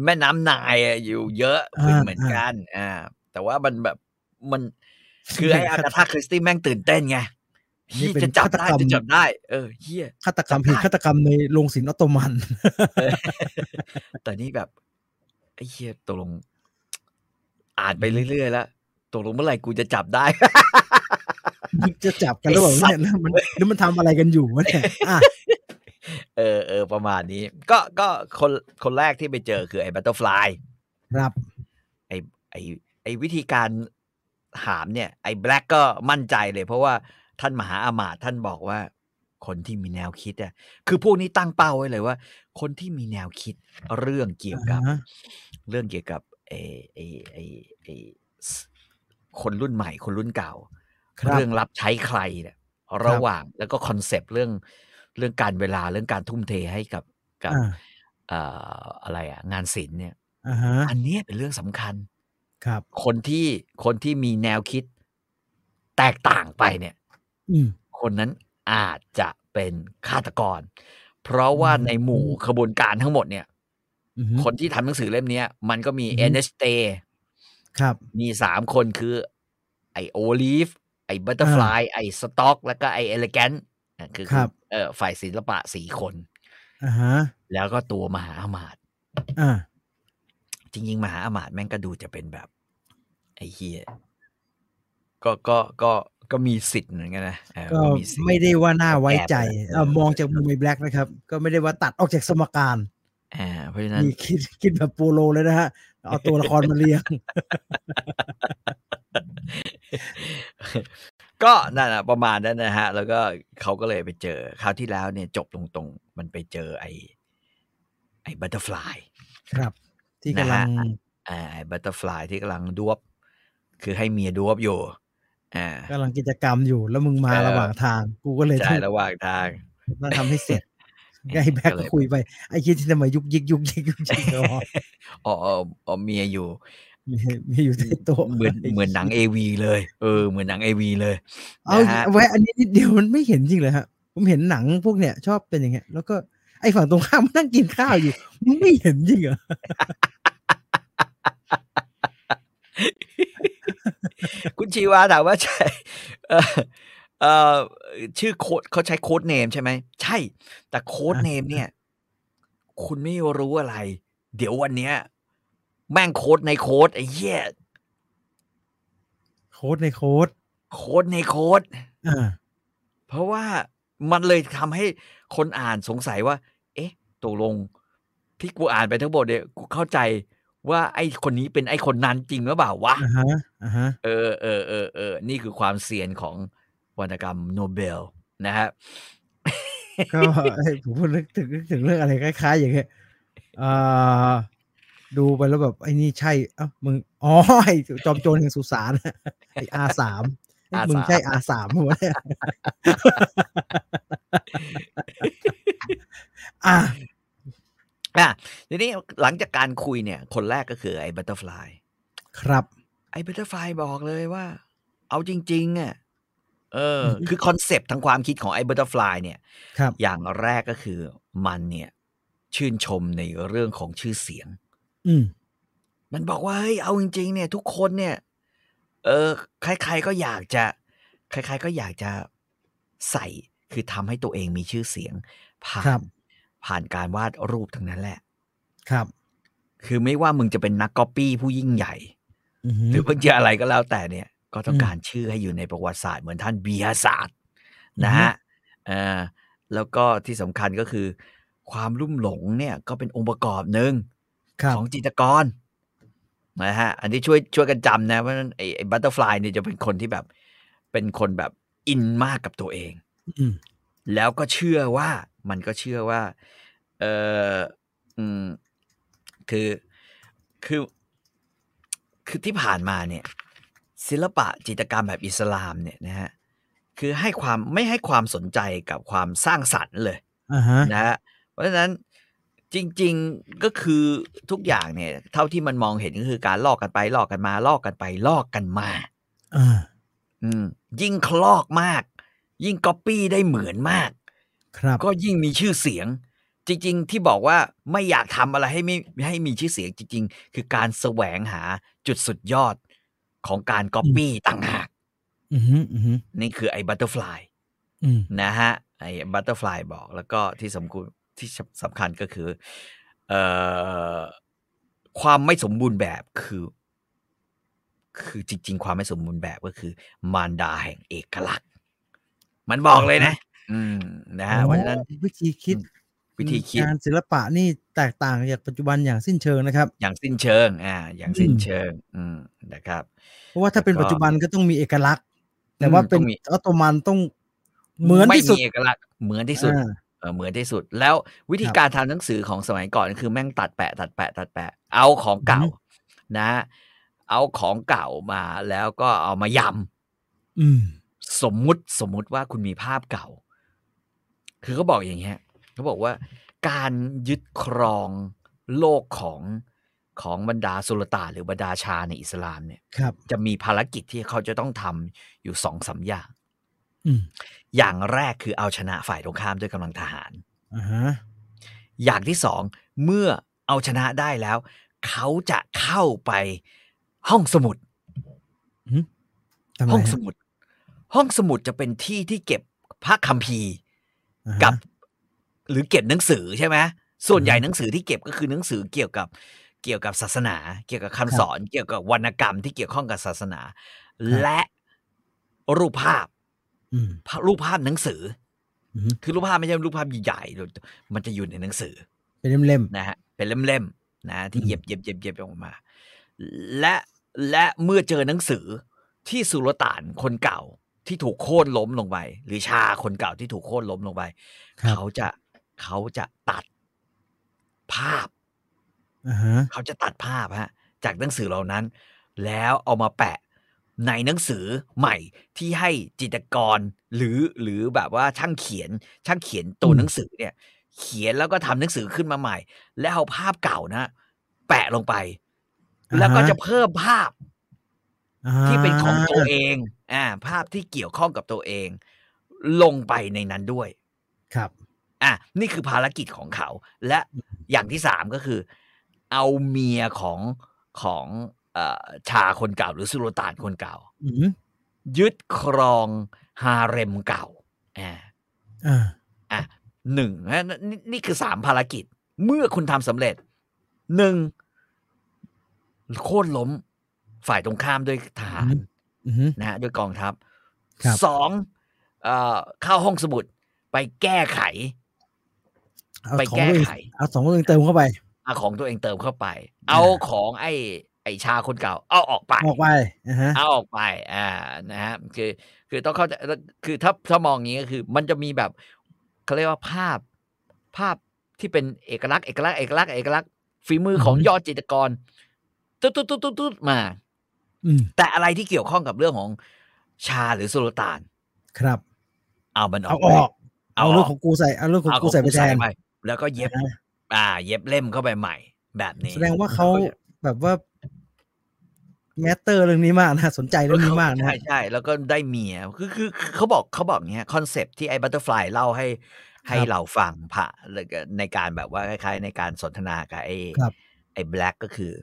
S3: แม่น้ำนายอะอยู่เยอะ
S2: อ่า
S3: เหมือนกัน อ่า แต่ว่ามันแบบมันคือไอ้
S2: เป็นฆาต
S3: อากาธาคริสตี้แม่งตื่นเต้นไง
S2: นี่
S3: เฮีย
S2: เป็น
S3: จะจับได้
S2: ฆาตกรรม
S3: จะจับได้ เออเฮีย
S2: ฆาตกรรมผิดฆาตกรรมในโรงศิลป์ออตโต มัน
S3: แต่นี่แบบไอ้เฮียตกลง อ่านไปเรื่อยๆแล้วตกลงเมื่อไหร่กูจะจับได้
S2: มันจะจับกันหรือเปล่าเนี่ยแล้วมันหรือมันทำอะไรกันอยู่วะเนี่ยอ่ะ
S3: เออเออประมาณนี้ ก็ก็คนคนแรกที่ไปเจอคือไอ้บัตเตอร์ฟลาย
S2: ครับ
S3: ไอ้ไอ้ไอ้วิธีการหามเนี่ย ไอ้แบล็กก็มั่นใจเลย เพราะว่าท่านมหาอามาตย์ท่านบอกว่า คนที่มีแนวคิดอะคือพวกนี้ตั้งเป้าไว้เลยว่า คนที่มีแนวคิดเรื่องเกี่ยวกับ
S2: อ่าฮะ
S3: เรื่องเกี่ยวกับไอ้ไอ้ไอ้ไอ้สคนรุ่นใหม่ คนรุ่นเก่า
S2: ครับ
S3: เรื่องรับใช้ใครเนี่ยระหว่างแล้วก็คอนเซปต์เรื่องเรื่องการเวลาเรื่องการทุ่มเทให้กับกับ
S2: อ่า
S3: เอ่ออะไรอะงานศิลป์เนี่ย
S2: อ่าฮะ
S3: อันเนี้ยเป็นเรื่องสำคัญ
S2: ครับ
S3: คนที่คนที่มีแนวคิดแตกต่างไปเนี่ย
S2: อืม
S3: คนนั้นอาจจะเป็นฆาตกร เพราะว่าในหมู่
S2: อืม
S3: ขบวนการทั้งหมดเนี่ย
S2: อือฮึ
S3: คนที่ทำหนังสือเล่มเนี้ย มันก็มี
S2: อือฮึ
S3: เอเนสเต
S2: ครับ
S3: มีสามคนคือ ไอโอลีฟ ไอบัตเตอร์ฟลายไอสต็อกแล้วก็ไอเอเลแกนคือ
S2: ครับ
S3: เออฝ่ายศิลปะสี่คน
S2: อ่าฮะ
S3: แล้วก็ตัวมหาอมาตย์
S2: อ่า
S3: จริง ๆ มหาอมาตย์แม่งก็ดูจะเป็นแบบ ไอเฮียก็ก็ก็ก็มีสิทธิ์เหมือนกันนะเออ
S2: ก็
S3: มีสิทธิ์
S2: ไม่ได้ว่าน่าไว้ใจ
S3: แอบไปแล้ว
S2: เอ่อมองจากมุมไอ้แบล็กนะครับ ก็ไม่ได้ว่าตัดออกจากสมการ
S3: อ่าเพราะฉะนั้น
S2: นี่ คิดคิดแบบปูโรเลยนะฮะ เอาตัวละครมาเรียง
S3: ก็นั่นนะประมาณนั้นนะฮะ แล้วก็เขาก็เลยไปเจอ คราวที่แล้วเนี่ยจบตรงๆ มันไปเจอไอ้ไอ้บัตเตอร์ฟลาย
S2: ครับ ที่
S3: นะ
S2: กำลั
S3: ฮะ
S2: ง
S3: อ่าไอ้บัตเตอร์ฟลายที่กำลังดวบ คือให้เมียดวบอยู่ อ่าก
S2: ำลังกิจกรรมอยู่แล้วมึงมาระหว่างทาง กูก็เลยต้
S3: ใช่
S2: อง
S3: ระหว่างทาง
S2: ต้องทำให้เสร็จไอ้แบล็ก
S3: ก็เล
S2: ก็
S3: ย
S2: คุยไปไอ้คิดที่ทำไมยุกยิกยุกยิกยุก ยิกอ๋อ
S3: อ๋ออ๋ออ๋อเมียอยู่
S2: มีมีอยู่ ที่โต๊ะ
S3: เหมือนเหมือนหนังเอวีเลย เออ เหมือนหนังเอวีเลย
S2: เอา
S3: นะฮะ
S2: ไว้อันนี้นิดเดียวมันไม่เห็นจริงเลยฮะ ผมเห็นหนังพวกเนี้ยชอบเป็นอย่างเงี้ย แล้วก็ไอ้ฝั่งตรงข้ามมันนั่งกินข้าวอยู่ มึงไม่เห็นจริงเหรอ
S3: คุณชีวาถามว่าใช่ เอ่อเอ่อชื่อโค้ดเขาใช้โค้ดเนมใช่ไหม ใช่ แต่โค้ดเนมเนี่ย คุณไม่รู้อะไร เดี๋ยววันเนี้ย แม่งโค้ดในโค้ดไอ้เหี้ย
S2: โค้ดในโค้ด
S3: โค้ดในโค้ด
S2: อ่า
S3: เพราะว่ามันเลยทำให้คนอ่านสงสัยว่า เอ๊ะตกลง ที่กูอ่านไปทั้งหมดเนี่ยกูเข้าใจว่าไอ้คนนี้เป็นไอ้คนนั้นจริงหรือเปล่าวะ
S2: อ่าฮะอ่าฮะ
S3: เออเออเออเออ นี่คือความเสียนของวรรณกรรมโนเบลนะครับ
S2: ก็ ไอ้ผมนึกถึงนึกถึงเรื่องอะไรคล้าย ๆ อย่างเงี้ยอ่าดูไปแล้วแบบไอ้นี่ใช่เอ้ามึงอ๋อไอ้จอมโจรแห่งสุสานไอ้อาสามมึงใช่อา สามหัวะเนี่ยอ่ะ
S3: อ่ะทีนี้หลังจากการคุยเนี่ย คนแรกก็คือไอ้บัตเตอร์ฟลาย
S2: ครับ
S3: ไอ้บัตเตอร์ฟลายบอกเลยว่า เอาจริง ๆอ่ะเอ อ คือคอนเซปต์ทางความคิดของไอ้บัตเตอร์ฟลายเนี่ย
S2: ครับ
S3: อย่างแรกก็คือมันเนี่ย ชื่นชมในเรื่องของชื่อเสียง
S2: อืม
S3: มันบอกว่าเฮ้ยเอาจริง ๆ เนี่ย ทุกคนเนี่ย เออใครๆก็อยากจะ ใครๆก็อยากจะใส่คือทำให้ตัวเองมีชื่อเสียง ผ่า
S2: ครั
S3: น
S2: บ
S3: ผ่านการวาดรูปทั้งนั้นแหละ
S2: ครับ
S3: คือไม่ว่ามึงจะเป็นนักก๊อปปี้ผู้ยิ่งใหญ่
S2: อือหือ
S3: หรือเพิ่งจะอะไรก็แล้วแต่เนี่ย ก็ต้อง
S2: อืม
S3: การชื่อให้อยู่ในประวัติศาสตร์เหมือนท่านวิทยาศาสตร์นะฮะเอ่อแล้วก็ที่สำคัญก็คือ ความลุ่มหลงเนี่ยก็เป็นองค์ประกอบหนึ่ง
S2: ครับ
S3: ของจิตรกรนะฮะอันนี้ช่วยช่วยกันจำนะเพราะฉะนั้นไอ้บัตเตอร์ฟลายเนี่ยจะเป็นคนที่แบบ เป็นคนแบบอินมากกับตัวเอง
S2: อืม
S3: แล้วก็เชื่อว่ามันก็เชื่อว่า เอออืม คือ คือ คือที่ผ่านมาเนี่ย ศิลปะจิตรกรรมแบบอิสลามเนี่ยนะฮะ คือให้ความไม่ให้ความสนใจกับความสร้างสรรค์เลย
S2: อ่าฮะ
S3: นะฮะเพราะฉะนั้นจริง ๆก็คือทุกอย่างเนี่ย เท่าที่มันมองเห็นก็คือการลอกกันไปลอกกันมาลอกกันไปลอกกันมา
S2: อ่า
S3: อืม ยิ่งคลอกมาก ยิ่งก๊อปปี้ได้เหมือนมาก
S2: ครับ
S3: ก็ยิ่งมีชื่อเสียง จริง ๆ ที่บอกว่าไม่อยากทำอะไรให้ไม่ให้มีชื่อเสียงจริง ๆ คือการแสวงหาจุดสุดยอดของการก๊อปปี้ต่างหาก
S2: อือหืออือหือ
S3: นี่คือไอ้บัตเตอร์ฟลาย
S2: อืม
S3: นะฮะไอ้บัตเตอร์ฟลายบอกแล้วก็ที่สำคัญที่สำคัญก็คือเอ่อความไม่สมบูรณ์แบบคือ คือจริง ๆ ความไม่สมบูรณ์แบบก็คือ มารดาแห่งเอกลักษณ์ มันบอกเลยนะ อืมนะฮะเพราะฉะนั้น
S2: โอ้วิธีคิด
S3: วิธีคิด
S2: งานศิลปะนี่แตกต่างจากปัจจุบันอย่างสิ้นเชิงนะครับ
S3: อย่างสิ้นเชิง อ่า อย่างสิ้นเชิง อืม นะครับ
S2: เพราะว่าถ้าเป็น
S3: แล้วก็
S2: ปัจจุบันก็ต้องมีเอกลักษณ์ แต่ว่าเป็น
S3: ต้องมี
S2: ออตโตมันต้องเหมือนที่สุด
S3: ไเอกลักษณ์เหมือนที่สุด
S2: อ่า
S3: เออ เหมือนที่สุด แล้ววิธี
S2: ครับ
S3: การทำหนังสือของสมัยก่อนคือแม่งตัดแปะ ตัดแปะ ตัดแปะ เอาของเก่า
S2: อือฮึ
S3: นะ เอาของเก่ามา แล้วก็เอามาย
S2: อืม
S3: ำ สมมุติ สมมุติว่าคุณมีภาพเก่า คือเขาบอกอย่างเงี้ยเขาบอกว่า การยึดครองโลกของของบรรดาสุลต่านหรือบรรดาชาในอิสลามเนี่ย
S2: ครับ
S3: จะมีภารกิจที่เขาจะต้องทำอยู่สองสามอย่าง
S2: อืม
S3: อย่างแรกคือเอาชนะฝ่ายตรงข้ามด้วยกำลังทหาร
S2: อ่าฮะ
S3: อย่างที่สองเมื่อเอาชนะได้แล้ว เขาจะเข้าไปห้องสมุด
S2: ทำไม
S3: ห้องส
S2: ฮะ
S3: มุด ห้องสมุดจะเป็นที่ที่เก็บพระคัมภีร์
S2: อ่าฮะ
S3: กับ หรือเก็บหนังสือใช่ไหมส่วนใหญ่
S2: อ่าฮะ
S3: หนังสือที่เก็บก็คือหนังสือเกี่ยวกับเกี่ยวกับศาสนา เกี่ยวกับคำ
S2: ครับ
S3: สอน เกี่ยวกับวรรณกรรมที่เกี่ยวข้องกับศาสนา และรูปภาพ
S2: อืม
S3: ภาพรูปภาพหนังสืออ
S2: อฮึ
S3: คือรูปภาพไม่ใช่รูปภาพใหญ่ๆหรอกมันจะอยู่ในหนังสือ
S2: เป็นเล่ม
S3: นะฮะ เป็นเล่มๆนะที่
S2: อืม
S3: เย็บเย็บเย็บเย็บออกมา และและเมื่อเจอหนังสือที่สุลต่านคนเก่าที่ถูกโค่นล้มลงไป หรือชาคนเก่าที่ถูกโค่นล้มลงไป
S2: ๆครับ
S3: เขาจะเขาจะตัดภาพ
S2: อ่าฮะ
S3: เขาจะตัดภาพฮะจากหนังสือเหล่านั้น แล้วเอามาแปะในหนังสือใหม่ที่ให้จิตรกรหรือหรือแบบว่าช่างเขียนช่างเขียนตัว
S2: อืม
S3: หนังสือเนี่ย เขียนแล้วก็ทำหนังสือขึ้นมาใหม่ แล้วเอาภาพเก่านะ แปะลงไป แล้วก็จะเพิ่มภาพ
S2: อ่า
S3: ที่เป็นของตัวเองอ่าภาพที่เกี่ยวข้องกับตัวเอง ลงไปในนั้นด้วย
S2: ครับ
S3: อ่ะนี่คือภารกิจของเขา และอย่างที่สามก็คือ เอาเมียของของเออชาคนเก่าหรือสุลต่านคนเก่า
S2: อืม
S3: ยึดครองฮาเร็มเก่าอ่า
S2: อ่า
S3: อ่ะหนึ่งนะนนี่คือสามภารกิจ เมื่อคุณทำสำเร็จหนึ่งโค่นล้มฝ่ายตรงข้ามด้วยทหาร
S2: อืม อืม
S3: นะฮะด้วยกองทัพ
S2: ครับ
S3: สองเอ่อเข้าห้องสมุดไปแก้ไข
S2: เอา
S3: ไป
S2: ของ
S3: แก้
S2: ตัวเอง
S3: ไข
S2: เอาของตัวเองเติมเข้าไป
S3: เอาของตัวเองเติมเข้าไป เอาของไอ้ไอ้ชาคนเก่า เอาออกไป
S2: ออกไปอ่าฮะ
S3: เอาออกไป อ่า นะฮะ คือ คือต้องเข้าใจแล้วคือถ้าถ้ามองอย่างนี้ก็คือ มันจะมีแบบเขาเรียกว่าภาพ ภาพที่เป็นเอกลักษณ์ เอกลักษณ์ เอกลักษณ์ เอกลักษณ์ ฝีมือของ
S2: อือฮึ
S3: ยอดจิตรกร ตุ๊ดตุ๊ดตุ๊ดตุ๊ดตุ๊ดมา
S2: อืม
S3: แต่อะไรที่เกี่ยวข้องกับเรื่องของชาหรือสุลต่าน
S2: ครับ
S3: เอามันอ
S2: เอาอ
S3: อกไป
S2: อก เอาเรื่องของกูใส่ เอาเรื่องของ
S3: เอา
S2: กูใส่ไปแทน
S3: แล้วก็เย็บ อ่า เย็บเล่มเข้าไปใหม่ แบบนี้
S2: แสดงว่าเขาแบบว่าแมตเตอร์เรื่องนี้มากนะสนใจเรื่องนี้มากนะ
S3: ใช่ใช่แล้วก็ได้เมียคือคือคือเขาบอกเขาบอกเนี้ยคอนเซปที่ไอ้บัตเตอร์ฟลายเล่าให้ให้เราฟังผ่าแล้วก็ในการแบบว่าคล้ายๆ ในการสนทนากับไอ้
S2: ครับ
S3: ไอ้แบล็กก็คือ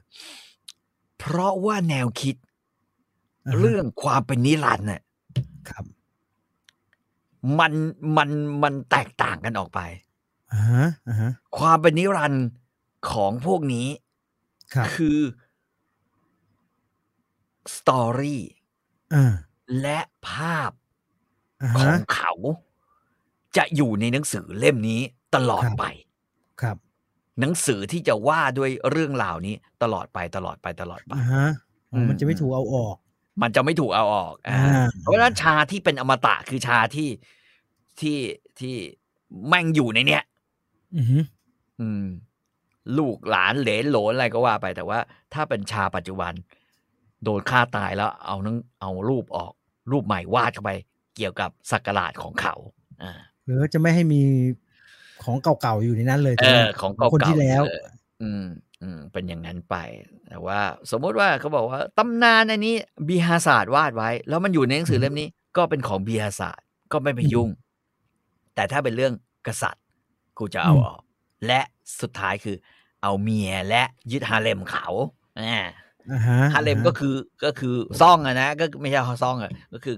S3: เพราะว่าแนวคิด
S2: าฮะ
S3: เรื่องความเป็นนิรันดร์เนี่ย
S2: ครับ
S3: มันมันมันแตกต่างกันออกไป
S2: อ่าฮะอ่าฮะ
S3: ความเป็นนิรันดร์ของพวกนี้
S2: ครับ
S3: คือสตอรี่
S2: อ่า
S3: และภาพ
S2: อ่า
S3: ขอ
S2: ฮะ
S3: งเขาจะอยู่ในหนังสือเล่มนี้ตลอด
S2: ครับ
S3: ไป
S2: ครับ
S3: หนังสือที่จะว่าด้วยเรื่องราวนี้ตลอดไปตลอดไปตลอดไป
S2: อ่าฮะอ๋อ
S3: ม
S2: มันจะไม่ถูกเอาออก
S3: มันจะไม่ถูกเอาออกอ่า
S2: อ่า
S3: เพราะฉะนั้นชาที่เป็นอมตะคือชาที่ที่ที่แม่งอยู่ในเนี้ย
S2: อือฮึ
S3: อืม ลูกหลานเหลนโหลนอะไรก็ว่าไป แต่ว่า ถ้าเป็นชาปัจจุบัน โดนฆ่าตายแล้ว เอาหนังเอารูปออก รูปใหม่วาดเข้าไป เกี่ยวกับสักราชของเขา อ่า
S2: หรือว่าจะไม่ให้มีของเก่าๆอยู่ในนั้นเลย
S3: เอ
S2: ถูกไหม
S3: อของเก่าๆ
S2: คนที่แล้ว
S3: เอออืมอืมเป็นอย่างนั้นไป แต่ว่า สมมติว่าเขาบอกว่าตำนานอันนี้บีฮาศาสตร์วาดไว้ แล้วมันอยู่ในหนังสือเล่มนี้ ก็เป็นของบีฮาศาสตร์ก็ไม่ไปยุ่ง แต่ถ้าเป็นเรื่องกษัตริย์ กูจะเอาออก และสุดท้ายคือ เอาเมียและยึดฮาเลมเขาอ่า
S2: อ่าฮะ
S3: ฮาเลมก็คือก็คือซ่องอะนะก็ไม่ใช่ซ่องอะก็คือ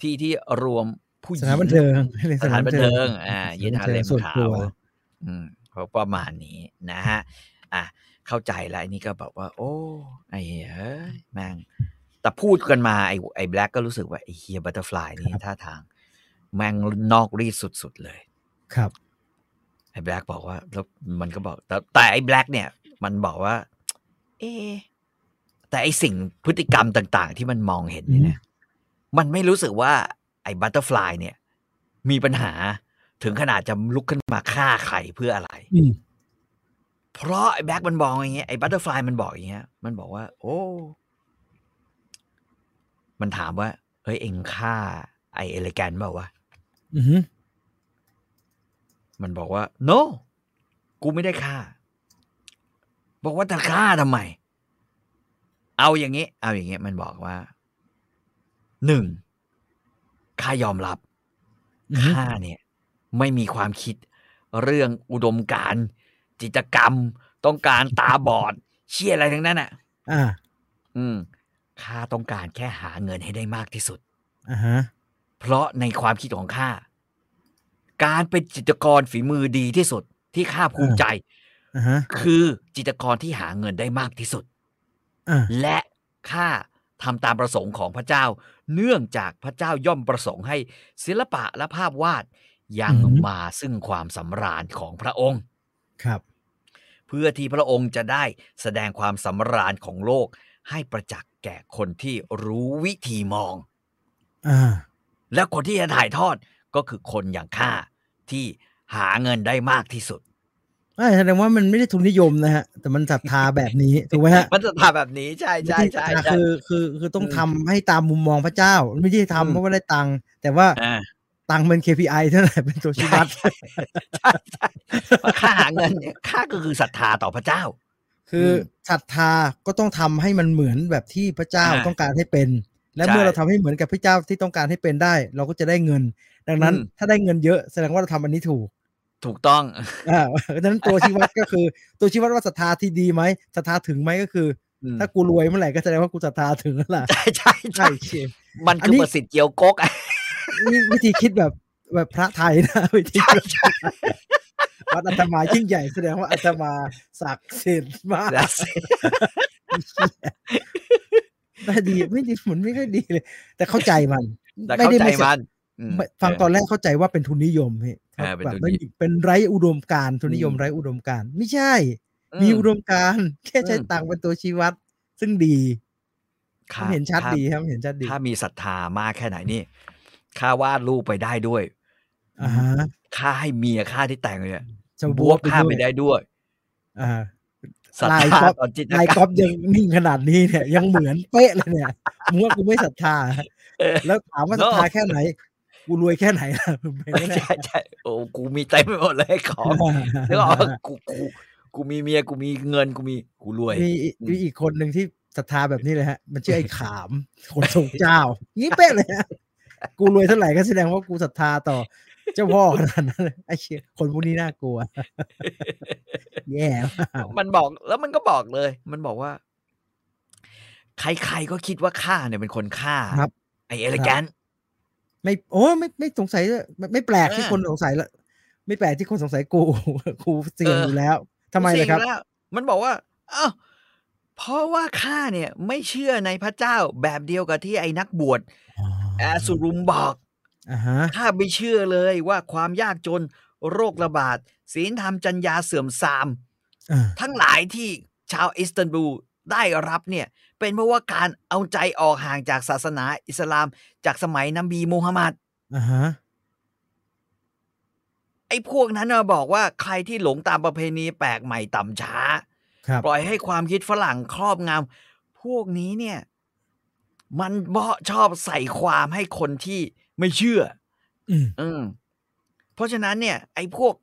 S3: ที่ที่รวมผู้หญิ
S2: ส
S3: ง
S2: ถานบันเทิงรียก
S3: สถานบันเทิง อ่า
S2: สถ
S3: ยึด
S2: บั
S3: ฮา
S2: ทิ
S3: เล
S2: ง
S3: ม
S2: ส่วน
S3: ขา
S2: ตัว
S3: วอืมเขาประมาณนี้นะฮะ อ่ะ เข้าใจแล้วอันนี้ก็แบบว่า โอ้ ไอ้เหี้ยเอ้ยแม่ง แต่พูดกันมาไอ้ไอ้แบล็กก็รู้สึกว่า ไอ้เฮียบัตเตอร์ฟลายนี่ท่าทาง แม่งนอกรีดสุด ๆ เลย
S2: ครับ
S3: ไอ้แบล็กบอกว่า แล้วมันก็บอก แต่แต่ไอ้แบล็กเนี่ย มันบอกว่า เอะแต่ไอ้สิ่งพฤติกรรมต่าง ๆ ที่มันมองเห็นเนี่ยนะมันไม่รู้สึกว่าไอ้บัตเตอร์ฟลายเนี่ย มีปัญหาถึงขนาดจะลุกขึ้นมาฆ่าใครเพื่ออะไร
S2: อืม
S3: เพราะไอ้แบล็กมันบอกอย่างเงี้ยไอ้บัตเตอร์ฟลายมันบอกอย่างเงี้ย มันบอกว่า โอ้ มันถามว่า เฮ้ย เอ็งฆ่า ไอ้เอเลแกนเปล่าวะ
S2: อือฮึ
S3: มันบอกว่า no กูไม่ได้ฆ่า บอกว่าจะฆ่าทำไม เอาอย่างนี้ เอาอย่างนี้ มันบอกว่า หนึ่งข้ายอมรับ
S2: อือฮึ
S3: ข้าเนี่ย ไม่มีความคิดเรื่องอุดมการณ์จิตรกรรม ต้องการตาบอด เชี่ยอะไรทั้งนั้นอ่ะ
S2: อ่า
S3: อืมข้าต้องการแค่หาเงินให้ได้มากที่สุด
S2: อ่าฮะ
S3: เพราะในความคิดของข้า การเป็นจิตรกรฝีมือดีที่สุด ที่ข้าภูมิใจ
S2: อ่าฮะ
S3: คือจิตรกรที่หาเงินได้มากที่สุด
S2: อ่า
S3: และข้าทำตามประสงค์ของพระเจ้า เนื่องจากพระเจ้าย่อมประสงค์ให้ศิลปะและภาพวาดยังมาซึ่งความสำราญของพระองค์
S2: ครับ
S3: เพื่อที่พระองค์จะได้แสดงความสำราญของโลก ให้ประจักษ์แก่คนที่รู้วิธีมอง
S2: อ่า
S3: และคนที่จะถ่ายทอดก็คือคนอย่างข้าที่หาเงินได้มากที่สุด
S2: ไม่แสดงว่ามันไม่ได้ทุนนิยมนะฮะ แต่มันศรัทธาแบบ นี้ถูกไหมฮะ
S3: มันจะทำแบบนี้ใช่ใช่ใช่
S2: ศรัทธา
S3: ใช่
S2: คือคือคือต้อง
S3: อืม
S2: ทำให้ตามมุมมองพระเจ้า ไม่ได้
S3: อื
S2: ทำ
S3: ม
S2: เพราะว่าได้ตังค์แต่ว่า
S3: อ่า
S2: ตังค์เป็น KPI เท่าไหร่เป็นตัวชี้วัด
S3: ใช่ใช่ ใช่ว่าค่าหาเงินเนี่ยค่าก็คือศรัทธาต่อพระเจ้า
S2: คืออ
S3: ม
S2: ศรัทธาก็ต้องทำให้มันเหมือนแบบที่พระเจ้า
S3: อ่า
S2: ต้องการให้เป็น และ
S3: ใช่
S2: เมื่อเราทำให้เหมือนกับพระเจ้าที่ต้องการให้เป็นได้ เราก็จะได้เงิน ดังนั้น
S3: อืม
S2: ถ้าได้เงินเยอะแสดงว่าเราทำอันนี้ถูก
S3: ถูกต้อง
S2: อ่า ดังนั้นตัวชี้วัดก็คือ ตัวชี้วัดว่าศรัทธาที่ดีไหมศรัทธาถึงไหมก็คืออถ้ากูรวยเมื่อไหร่ก็แสดงว่ากูศรัทธาถึงแล้วล่ะ
S3: ใช่ ใช่ใช่
S2: ใช่เชีย
S3: มัน
S2: อัน
S3: คือ
S2: นี้
S3: ประสิทธิ์เจียวกก อ่ะ
S2: นี่วิธีคิดแบบแบบพระไทยนะวิธี
S3: ใช่
S2: คิด
S3: ใช่
S2: วัดอาตมายิ่งใหญ่แสดงว่าอาตมาศักดิ์สิทธิ์ มาก
S3: แล้ว
S2: ได้ดีไม่ดีเหมือนไม่ค่อยดีเลย แต่เข้าใจมัน
S3: แต่
S2: ไม่ได้
S3: เข้าใจ
S2: ไม่
S3: มันอืม
S2: ไม่ฟังตอนแรกเข้าใจว่าเป็นทุนนิยมพี่
S3: อ่าเป็น
S2: แบบ
S3: ทุนนิ
S2: ไม่
S3: ยม
S2: มีเป็นไร้อุดมการณ์ทุนนิยม
S3: อืม
S2: ไร้อุดมการณ์ไม่ใช่
S3: เออ
S2: มี
S3: ม
S2: อุดมการณ์แค่ใช้
S3: อืม
S2: ตังค์เป็นตัวชี้วัด ซึ่งดี
S3: ข้า
S2: มันเห็นชัด
S3: ข้า
S2: ดีครับมันเห็นชัดดี
S3: ข้ามีศรัทธามากแค่ไหนนี่ข้าวาดรูปไปได้ด้วย
S2: อ่าฮะ
S3: ข้าให้เมียข้าที่แต่งเลยเนี่ย
S2: จะ
S3: บวบข้าไปได้ด้วย
S2: อ่า
S3: ศรัท
S2: ลาย
S3: ธา
S2: ก๊อป
S3: ต่อจิต
S2: นาย
S3: กร
S2: ก๊
S3: ร
S2: อ
S3: ม
S2: ฟยังนิ่งขนาดนี้เนี่ย ยังเหมือนเป๊ะเลยเนี่ยมึงว่ากูไม่ศรัทธา
S3: เออ
S2: แล้วถามว่าศรัทธาแค่ไหน กูรวยแค่ไห นล่ะมึงไปไม่ได้
S3: ใช่ใช่โอ้กูมีเต็มไปหมดเลยของ แล้วก็กูกู กูมีเมียกูมีเงินกูมีกูรวย
S2: มีอีกมีอีกคนหนึ่งที่ศรัทธาแบบนี้เลยฮะ มันชื่อไอ้ขาม คนทรงเจ้างี้เป๊ะเลยฮะกูรวยเท่าไหร่ก็แสดงว่ากูศรัทธาต่อ เจ้าพ่อขนาดนั้นเลยไอ้เชี่ยคนพวกนี้น่ากลัว แย่มาก
S3: มันบอกแล้วมันก็บอกเลย มันบอกว่า ใครๆก็คิดว่าข้าเนี่ยเป็นคนฆ่า
S2: ครับ
S3: ไอเอลแกน
S2: ไม่โอ้ไม่ไม่สงสัยเลยไม่ไม่แปลกที่
S3: อ่า
S2: คนสงสัยละไม่แปลกที่คนสงสัยกู กูเสี่ยงอยู่แล้วทำไมเลยครับ
S3: กูสี่งแล้วมันบอกว่าเอ้าเพราะว่าข้าเนี่ย ไม่เชื่อในพระเจ้าแบบเดียวกับที่ไอ้นักบวชอาสุรุมบอก
S2: อ่าฮะ
S3: ข้าไม่เชื่อเลยว่าความยากจนโรคระบาดศีลธรรมจัญญาเสื่อมทราม
S2: อ่า
S3: ทั้งหลายที่ชาวอิสตันบูลได้รับเนี่ย เป็นเพราะว่าการเอาใจออกห่างจากศาสนาอิสลามจากสมัยนบีมูฮัมหมัด
S2: อ่าฮะ
S3: ไอ้พวกนั้นมาบอกว่าใครที่หลงตามประเพณีแปลกใหม่ต่ำช้า
S2: ครับ
S3: ปล่อยให้ความคิดฝรั่งครอบงำพวกนี้เนี่ย มันเบาะชอบใส่ความให้คนที่ไม่เชื่อ
S2: อืม
S3: อืมเพราะฉะนั้นเนี่ย ไอ้พวก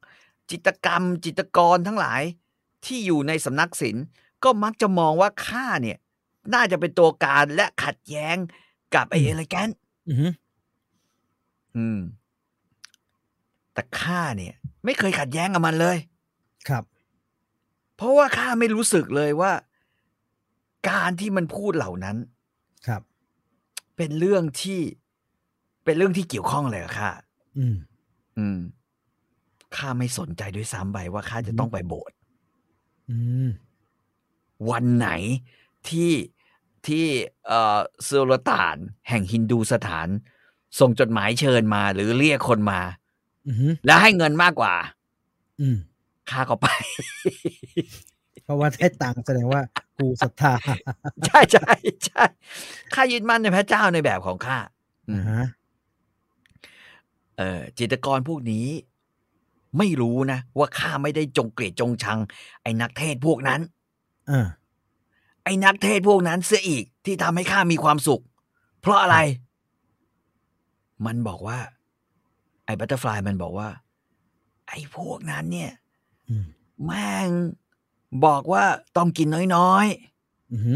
S3: จิตรกรรม จิตรกรทั้งหลายที่อยู่ในสำนักศิลป์ก็มักจะมองว่าข้าเนี่ย น่าจะเป็นตัวการและขัดแย้งกับไอ้เอลแกน
S2: อือฮึ
S3: อืม แต่ข้าเนี่ย ไม่เคยขัดแย้งกับมันเลย
S2: ครับ
S3: เพราะว่าข้าไม่รู้สึกเลยว่า การที่มันพูดเหล่านั้น
S2: ครับ
S3: เป็นเรื่องที่เป็นเรื่องที่เกี่ยวข้องอะไรกับข้า
S2: อืม
S3: อืมข้าไม่สนใจด้วยซ้ำไปว่าข้าจะ
S2: อืม
S3: ต้องไปโบสถ์
S2: อืม
S3: วันไหนที่ที่เอ่อสุลต่าน แห่งฮินดูสถาน ส่งจดหมายเชิญมา หรือเรียกคนมา
S2: อือฮึ
S3: แล้วให้เงินมากกว่า
S2: อืม
S3: ข้าก็ไป
S2: เพราะว่าได้ตังค์แสดงว่ากูศรัทธา
S3: ใช่ใช่ใช่ข้ายึดมั่นในพระเจ้าในแบบของข้าอื
S2: อ่าม ฮะ
S3: เออจิตรกรพวกนี้ ไม่รู้นะ ว่าข้าไม่ได้จงเกลียดจงชัง ไอ้นักเทศพวกนั้น
S2: อ่า
S3: ไอ้นักเทศพวกนั้นเสียอีกที่ทำให้ข้ามีความสุข เพราะอะไร มันบอกว่า ไอ้บัตเตอร์ฟลายมันบอกว่า ไอ้พวกนั้นเนี่ย
S2: อืม
S3: แม่งบอกว่าต้องกินน้อย
S2: อือฮึ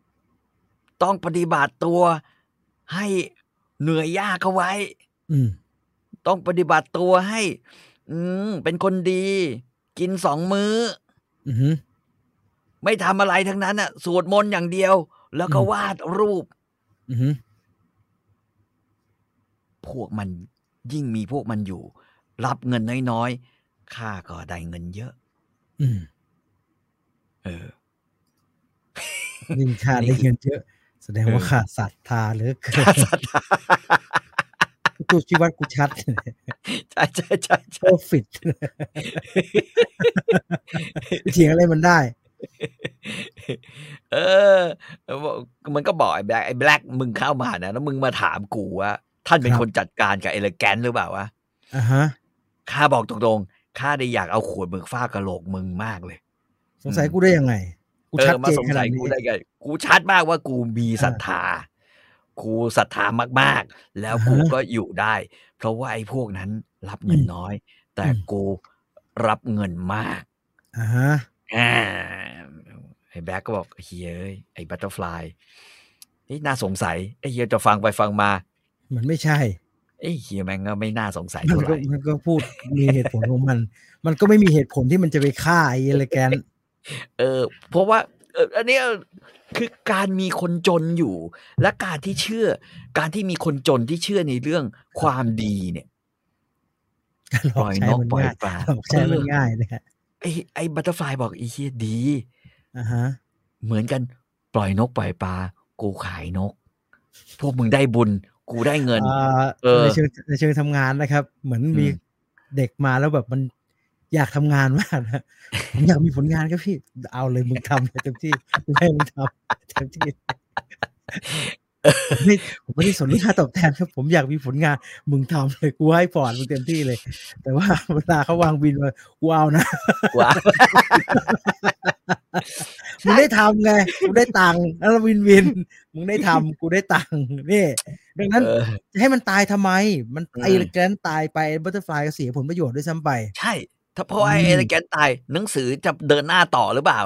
S3: ๆ ต้องปฏิบัติตัว ให้เหนื่อยยากเข้าไว้
S2: อืม
S3: ต้องปฏิบัติตัวให้ อืมเป็นคนดี กินสองมื้อ
S2: อือฮึ
S3: ไม่ทำอะไรทั้งนั้นอ่ะสวดมนต์อย่างเดียว แล้วก็วาดรูป
S2: อือฮึ
S3: พวกมันยิ่งมีพวกมันอยู่ รับเงินน้อยๆข้าก็ได้เงินเยอะ
S2: อืม
S3: เออ
S2: ยิ่งชาติได้เงินเยอะ แสดงว่า
S3: เออ
S2: ขาดศรัทธาเหลือเกิ
S3: ข้าน ศรัทธา
S2: ตัวชีวัดกูชัด
S3: ใช่ใช่ใช่ใช่
S2: profit เถียงอะไรมันได้
S3: เออมันก็บอกไอ้แบล็กไอ้แบล็กมึงเข้ามานะแล้วมึงมาถามกูว่าท่านเป็น
S2: ครับ
S3: คนจัดการกับเอเลแกนหรือเปล่าวะ
S2: อ่าฮะ
S3: ข้าบอกตรงๆข้าได้อยากเอาขวดเบิกฟ้ากระโหลกมึงมากเลย
S2: สงสัยกูได้ยังไง กู
S3: เอ
S2: ชัด
S3: อมา
S2: เจน
S3: สง
S2: ขนา
S3: สั
S2: ด
S3: ย
S2: นี้
S3: กูได้ไงกูชัดมากว่ากูมีศรัทธา กูศรัทธามากๆ แล้วกู
S2: อ่าฮะ
S3: ก็อยู่ได้ เพราะว่าไอ้พวกนั้นรับเงินน้อย แต่
S2: อืม
S3: กูรับเงินมาก
S2: อ่าฮะ
S3: อ่าไอ้แบ็กก็บอกเฮียเอ้ยไอ้บัตเตอร์ฟลายนี่น่าสงสัยไอ้เฮียจะฟังไปฟังมา
S2: มันไม่ใช่
S3: ไอ้เฮียแม่งก็ไม่น่าสงสัย
S2: มัน
S3: เท่าไห
S2: ก็
S3: ร่
S2: มันก็พูดมีเหตุผลของมัน มันก็ไม่มีเหตุผลที่มันจะไปฆ่าไอ้เอลแกน
S3: เออ เพราะว่าเอออันเนี้ยคือการมีคนจนอยู่ และการที่เชื่อ การที่มีคนจนที่เชื่อในเรื่องความดีเนี่ย
S2: หลอกใช้มันง่าย
S3: ปล่อยนกปล่อยปลา
S2: หลอกใช้มันง่ายนะฮะ
S3: ไอ้ไอ้บัตเตอร์ฟลายบอกไอ้เฮียดี
S2: อ่าฮะ
S3: เหมือนกันปล่อยนกปล่อยปลากูขายนก พวกมึงได้บุญ กูได้เงิน
S2: อ่า
S3: เออ
S2: ในเชิงในเชิงทำงานนะครับ เหมือนมี
S3: อืม
S2: เด็กมาแล้วแบบมันอยากทำงานมากนะ ผมอยากมีผลงานครับพี่ เอาเลยมึงทำเลยเต็มที่กูให้มึงทำเต็มที่ผมไม่ผมไม่ได้สนค่าตอบแทนครับ ผมอยากมีผลงาน มึงทำเลยกูให้พอร์ตมึงเต็มที่เลย แต่ว่าเวลาเขาวางบินมากูเอานะ
S3: กว่า
S2: มึงได้ทำไงกูได้ตังค์แล้ววินวินมึงได้ทำกูได้ตังค์นี่ ดังนั้น
S3: เออ
S2: จะให้มันตายทำไม มัน
S3: อืม
S2: ไอ้แกรนตายไปบัตเตอร์ฟลายก็เสียผลประโยชน์ด้วยซ้ำไป
S3: ใช่ ถ้าเพราะไอ้
S2: อืม
S3: เอเลแกนตายหนังสือจะเดินหน้าต่อหรือเปล่า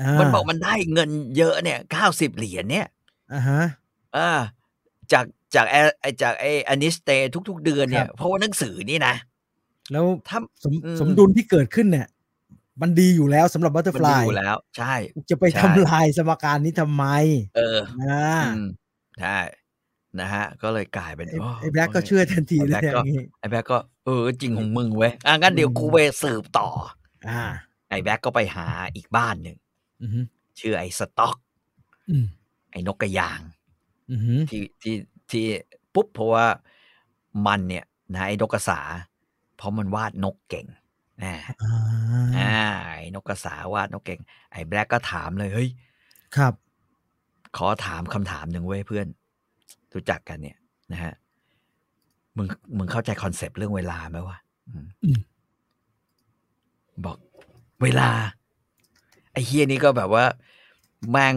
S2: อ่า
S3: มันบอกมันได้เงินเยอะเนี่ยเก้าสิบเหรียญเนี่ย
S2: อ่าฮะ
S3: เออจากจากไอไอ้จากไออนิสเตทุก ๆ เดือน
S2: ค
S3: เนี่ย
S2: รับ
S3: เพราะว่าหนังสือนี่นะ
S2: แล้ว
S3: ถ้า
S2: สม
S3: อืม
S2: สมดุลที่เกิดขึ้นเนี่ย มันดีอยู่แล้วสำหรับบัตเตอร์
S3: มั
S2: ฟ
S3: นดี
S2: ลาย
S3: อยู่แล้ว ใช่
S2: จะไป
S3: ใช่
S2: ทำลายสมการนี้ทำไม
S3: เออ
S2: อ่า
S3: อืมใช่นะฮะ ก็เลยกลายเป็น
S2: ไอ้
S3: โ
S2: ไอ้แบล็กก็เชื่อทันทีเลย
S3: ไอ้แบล็ก
S2: อ
S3: ก็
S2: ย่างนี้
S3: ไอ้แบ็กก็เออจริงของมึงเว้ยอ่ะงั้นเดี๋ยวกูไปสืบต่อ
S2: อ่า
S3: ไอ้แบ็กก็ไปหาอีกบ้านหนึ่ง
S2: อือฮึ
S3: ชื่อไอ้สต็อก
S2: อืม
S3: ไอ้นกกระยาง
S2: อือฮึ
S3: ที่ที่ที่ปุ๊บเพราะว่ามันเนี่ยนะไอ้นกกระสา เพราะมันวาดนกเก่งนะ
S2: อ่า
S3: อ่าไอ้นกกระสาวาดนกเก่ง ไอ้แบล็กก็ถามเลยเฮ้ย
S2: ครับ
S3: ขอถามคำถามหนึ่งเว้ยเพื่อนรู้จักกันเนี่ยนะฮะมึงมึงเข้าใจคอนเซปต์เรื่องเวลาไหมวะอืม
S2: อืม
S3: บอกเวลา ไอ้เฮียนี่ก็แบบว่าแม่ง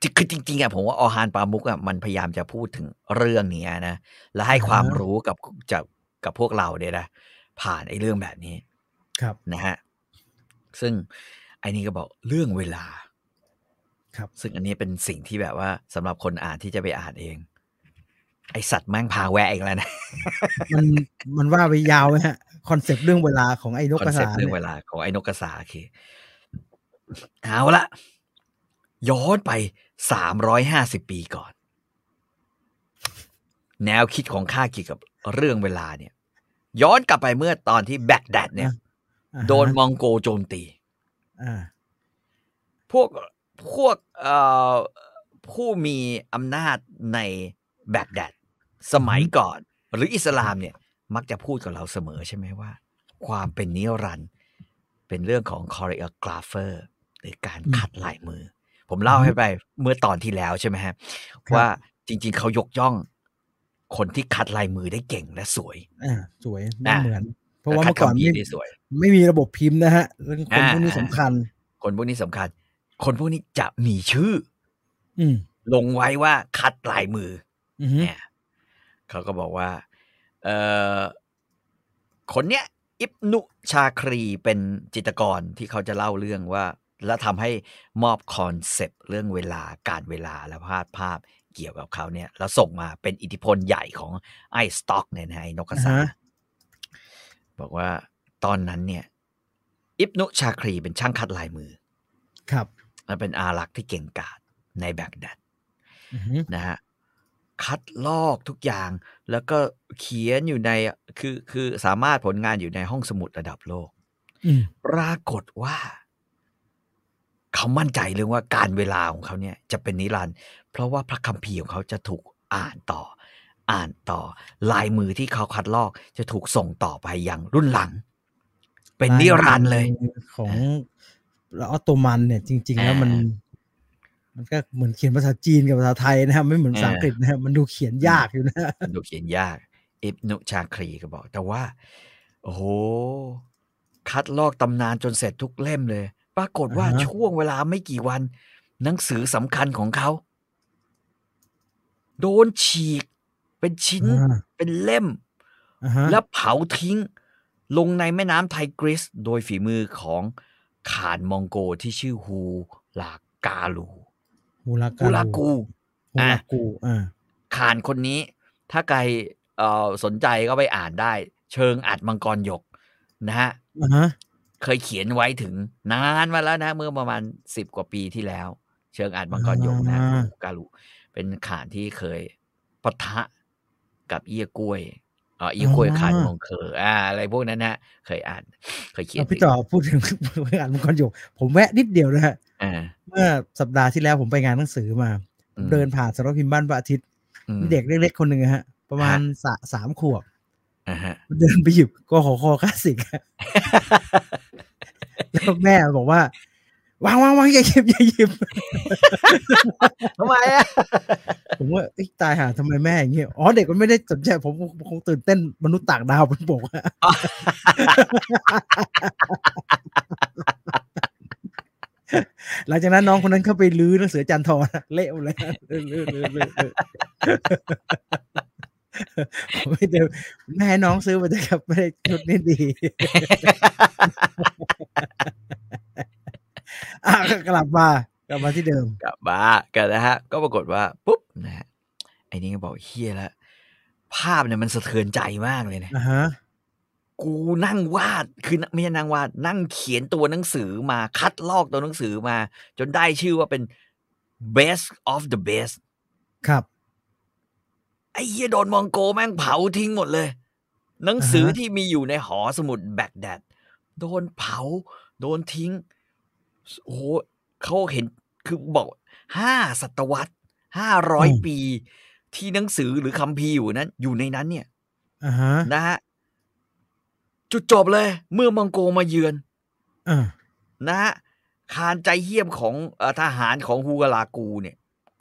S3: จริงคือจริงๆอ่ะผมว่าออฮานปามุกอ่ะมันพยายามจะพูดถึงเรื่องเนี้ยนะ และให้ความรู้กับจากกับพวกเราเนี่ยนะผ่านไอ้เรื่องแบบนี้
S2: ครับ
S3: นะฮะซึ่งไอ้นี่ก็บอกเรื่องเวลา
S2: ครับ
S3: ซึ่งอันนี้เป็นสิ่งที่แบบว่าสำหรับคนอ่านที่จะไปอ่านเอง ไอสัตว์แม่งพาแวะเองแล้วนะ
S2: มัน มันว่าไปยาวไหมฮะคอนเซปต์เรื่องเวลาของไอ้นก
S3: คอก น
S2: ระ
S3: เซ็ป
S2: สา
S3: ต์เรื่อง
S2: เนี่
S3: เวย ลาของไอ้นกกระสาคือเอาละย้อนไปสามร้อยห้าสิบปีก่อน แนวคิดของข้าเกี่ยวกับเรื่องเวลาเนี่ย ย้อนกลับไปเมื่อตอนที่แบกแดดเนี่ย
S2: อ่าฮะ
S3: โดนมองโกโจมตี
S2: อ่า
S3: พวกพวกเอ่อผู้มีอำนาจในแบกแดดสมัยก่อน หรืออิสลามเนี่ย มักจะพูดกับเราเสมอใช่ไหมว่า ความเป็นนิรันดร์เป็นเรื่องของคอ r ร o g กราฟเฟอร์หรือการ
S2: อืม
S3: ขัดลายมือ ผมเล่าให้ไปเมื่อตอนที่แล้วใช่ไหมฮะ
S2: ครับ
S3: ว่าจริง ๆ เขายกย่อง คนที่คัดลายมือได้เก่งและสวย
S2: อ่าสวยไม่
S3: อ่า
S2: เหมือน เพราะว่าเมื่อก่อน
S3: และคัด
S2: ไม่
S3: คำพีร์ได้สวย
S2: ไม่มีระบบพิมพ์นะฮะเรื่องคน
S3: อ่า
S2: พวกนี้สำคัญ
S3: คนพวกนี้สำคัญ คนพวกนี้จะมีชื่อ
S2: อืม
S3: ลงไว้ว่าคัดลายมือ
S2: อือฮึ
S3: เนี่ยเขาก็บอกว่าเออคนเนี้ยอิบนุชาครีเป็นจิตรกรที่เขาจะเล่าเรื่องว่า และทำให้มอบคอนเซปต์เรื่องเวลาการเวลาและภาพภาพเกี่ยวกับเขาเนี่ย แล้วส่งมาเป็นอิทธิพลใหญ่ของไอ้สต็อกเนี่ยนะไอ้นกกระสา บอกว่าตอนนั้นเนี่ย อิบนุชาครีเป็นช่างคัดลายมือ
S2: ครับ
S3: และเป็นอารักษ์ที่เก่งกาจในแบกแดด
S2: อือฮึ
S3: นะฮะคัดลอกทุกอย่างแล้วก็เขียนอยู่ในคือคือสามารถผลงานอยู่ในห้องสมุดระดับโลก
S2: อืม
S3: ปรากฏว่า เขามั่นใจเรื่องว่าการเวลาของเขาเนี่ยจะเป็นนิรันดร์เพราะว่าพระคัมภีร์ของเขาจะถูกอ่านต่อ อ่านต่อ ลายมือที่เขาคัดลอกจะถูกส่งต่อไปอย่างรุ่นหลัง เป็นนิรันดร์เลย
S2: ของออตโตมันเนี่ย จริง ๆ แล้วมัน
S3: อ่า
S2: มันก็เหมือนเขียนภาษาจีนกับภาษาไทยนะครับไม่เหมือนภาษา
S3: อ่า
S2: อังกฤษนะครับมันดูเขียนยากอยู่นะ
S3: มันดูเขียนยากอิบนุชาครีก็บอก แต่ว่า โอ้โห คัดลอกตำนานจนเสร็จทุกเล่มเลย ปรากฏว่าช่วงเวลาไม่กี่วัน หนังสือสำคัญของเขา โดนฉีก เป็นชิ้น
S2: อ่า
S3: เป็นเล่ม
S2: อ่าฮะ
S3: แล้วเผาทิ้ง ลงในแม่น้ำไทกริส โดยฝีมือของขานมองโกที่ชื่อฮูลากาลู
S2: ฮูลา
S3: ฮู
S2: กู
S3: ลากู
S2: ฮูลากูอ่า
S3: ขานคนนี้ถ้าใครเอ่อสนใจก็ไปอ่านได้ เชิงอัดมังกรหยกนะฮะ
S2: อ่าฮะ
S3: เคยเขียนไว้ถึงนานมาแล้วนะเมื่อประมาณสิบกว่าปีที่แล้ว เชิงอัดมังกรหยกนะกาลุเป็นขานที่เคยปะทะกับเอี้ยกล้วยเอ่อเอี้ยกล้วยขานมองเคออ่าอะไรพวกนั้นนะเคยอ่าน เคยเขียน
S2: เอาพี่ต่อพูดถึง อ่านมังกรหยกผมแวะนิดเดียวนะฮะ
S3: อ่า
S2: เมื่อสัปดาห์ที่แล้วผมไปงานหนังสือมา
S3: อืม
S2: เดินผ่านสำนักพิมพ์บ้านพระอาทิตย์
S3: อืม
S2: มีเด็กเล็กๆคนหนึ่งอะฮะ ประมาณสะสามขวบ
S3: อ่าฮะ
S2: เดินไปหยิบกขคคลาสสิกอะ แล้วแม่บอกว่า วางวางวางอย่าหยิบอย่าหยิบ
S3: ทำไมอ่ะ
S2: ผมว่าเอ้ยตายหาทำไมแม่อย่างเงี้ยอ๋อเด็กมันไม่ได้สนใจผมผมคงตื่นเต้นมนุษย์ต่างดาวบนบกอะหลังจากนั้นน้องคนนั้นเข้าไปลื้อหนังสืออาจันทรนะเละหมดเลยลื้อลื้อลื้อลื้อ ผมไม่เดิมแม่ให้น้องซื้อมาเลยครับไม่ได้ชุดนี้ดี อ่ะก็กลับมากลับมาที่เดิม
S3: กลับมากันนะฮะ ก็ปรากฏว่า ปุ๊บนะฮะไอ้นี่ก็บอกเฮียละภาพเนี่ยมันสะเทือนใจมากเลยนะ
S2: อ่ะฮะ
S3: กูนั่งวาดคือไม่ใช่นั่งวาด นั่งเขียนตัวหนังสือมาคัดลอกตัวหนังสือมา จนได้ชื่อว่าเป็น best of the best
S2: ครับ
S3: ไอ้เหี้ยโดนมองโกแม่งเผาทิ้งหมดเลย หนังสือ
S2: อ่าฮะ
S3: ที่มีอยู่ในหอสมุดแบกแดดโดนเผา โดนทิ้งโอ้โหเขาเห็นคือบอกห้าศตวรรษห้าร้อยปี ที่หนังสือหรือคัมภีร์อยู่นั้น อยู่ในนั้นเนี่ย
S2: อ่ะฮะ
S3: นะฮะ จุดจบเลย เมื่อมองโกมาเยือน
S2: อ่ะ
S3: นะฮะคานใจเยี่ยมของเอ่อทหารของฮูกาลากูเนี่ย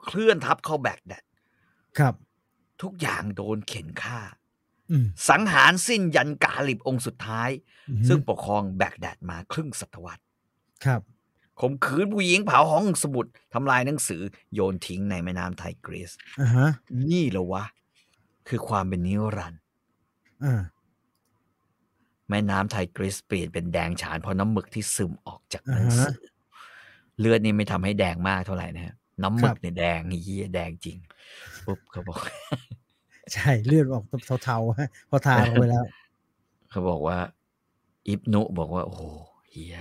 S3: เคลื่อนทัพเข้าแบกแดด
S2: ครับ
S3: ทุกอย่างโดนเข็นฆ่า
S2: อืม
S3: สังหารสิ้นยันกาลิบองค์สุดท้าย
S2: อือฮึ
S3: ซึ่งปกครองแบกแดดมาครึ่งศตวรรษ
S2: ครับ
S3: ข่มขืนผู้หญิงเผาห้องสมุดทำลายหนังสือโยนทิ้งในแม่น้ำไทกรีส
S2: อ่ะฮะ
S3: นี่เหรอวะ คือความเป็นนิรันดร์
S2: อ่า
S3: แม่น้ำไทกรีสเปลี่ยนเป็นแดงฉานเพราะน้ำหมึกที่ซึมออกจากหนัง
S2: อ่าฮะ
S3: สือ เลือดนี่ไม่ทำให้แดงมากเท่าไหร่นะฮะน้ำหมึ
S2: ครั
S3: ก
S2: บ
S3: เนี่ยแดงเยียแดงจริงปุ๊บเขาบอก
S2: ใช่เลือดออกเทาๆฮะ พอทาลงไปแล้ว
S3: เขาบอกว่า อิบนุบอกว่าโอ้โหเฮีย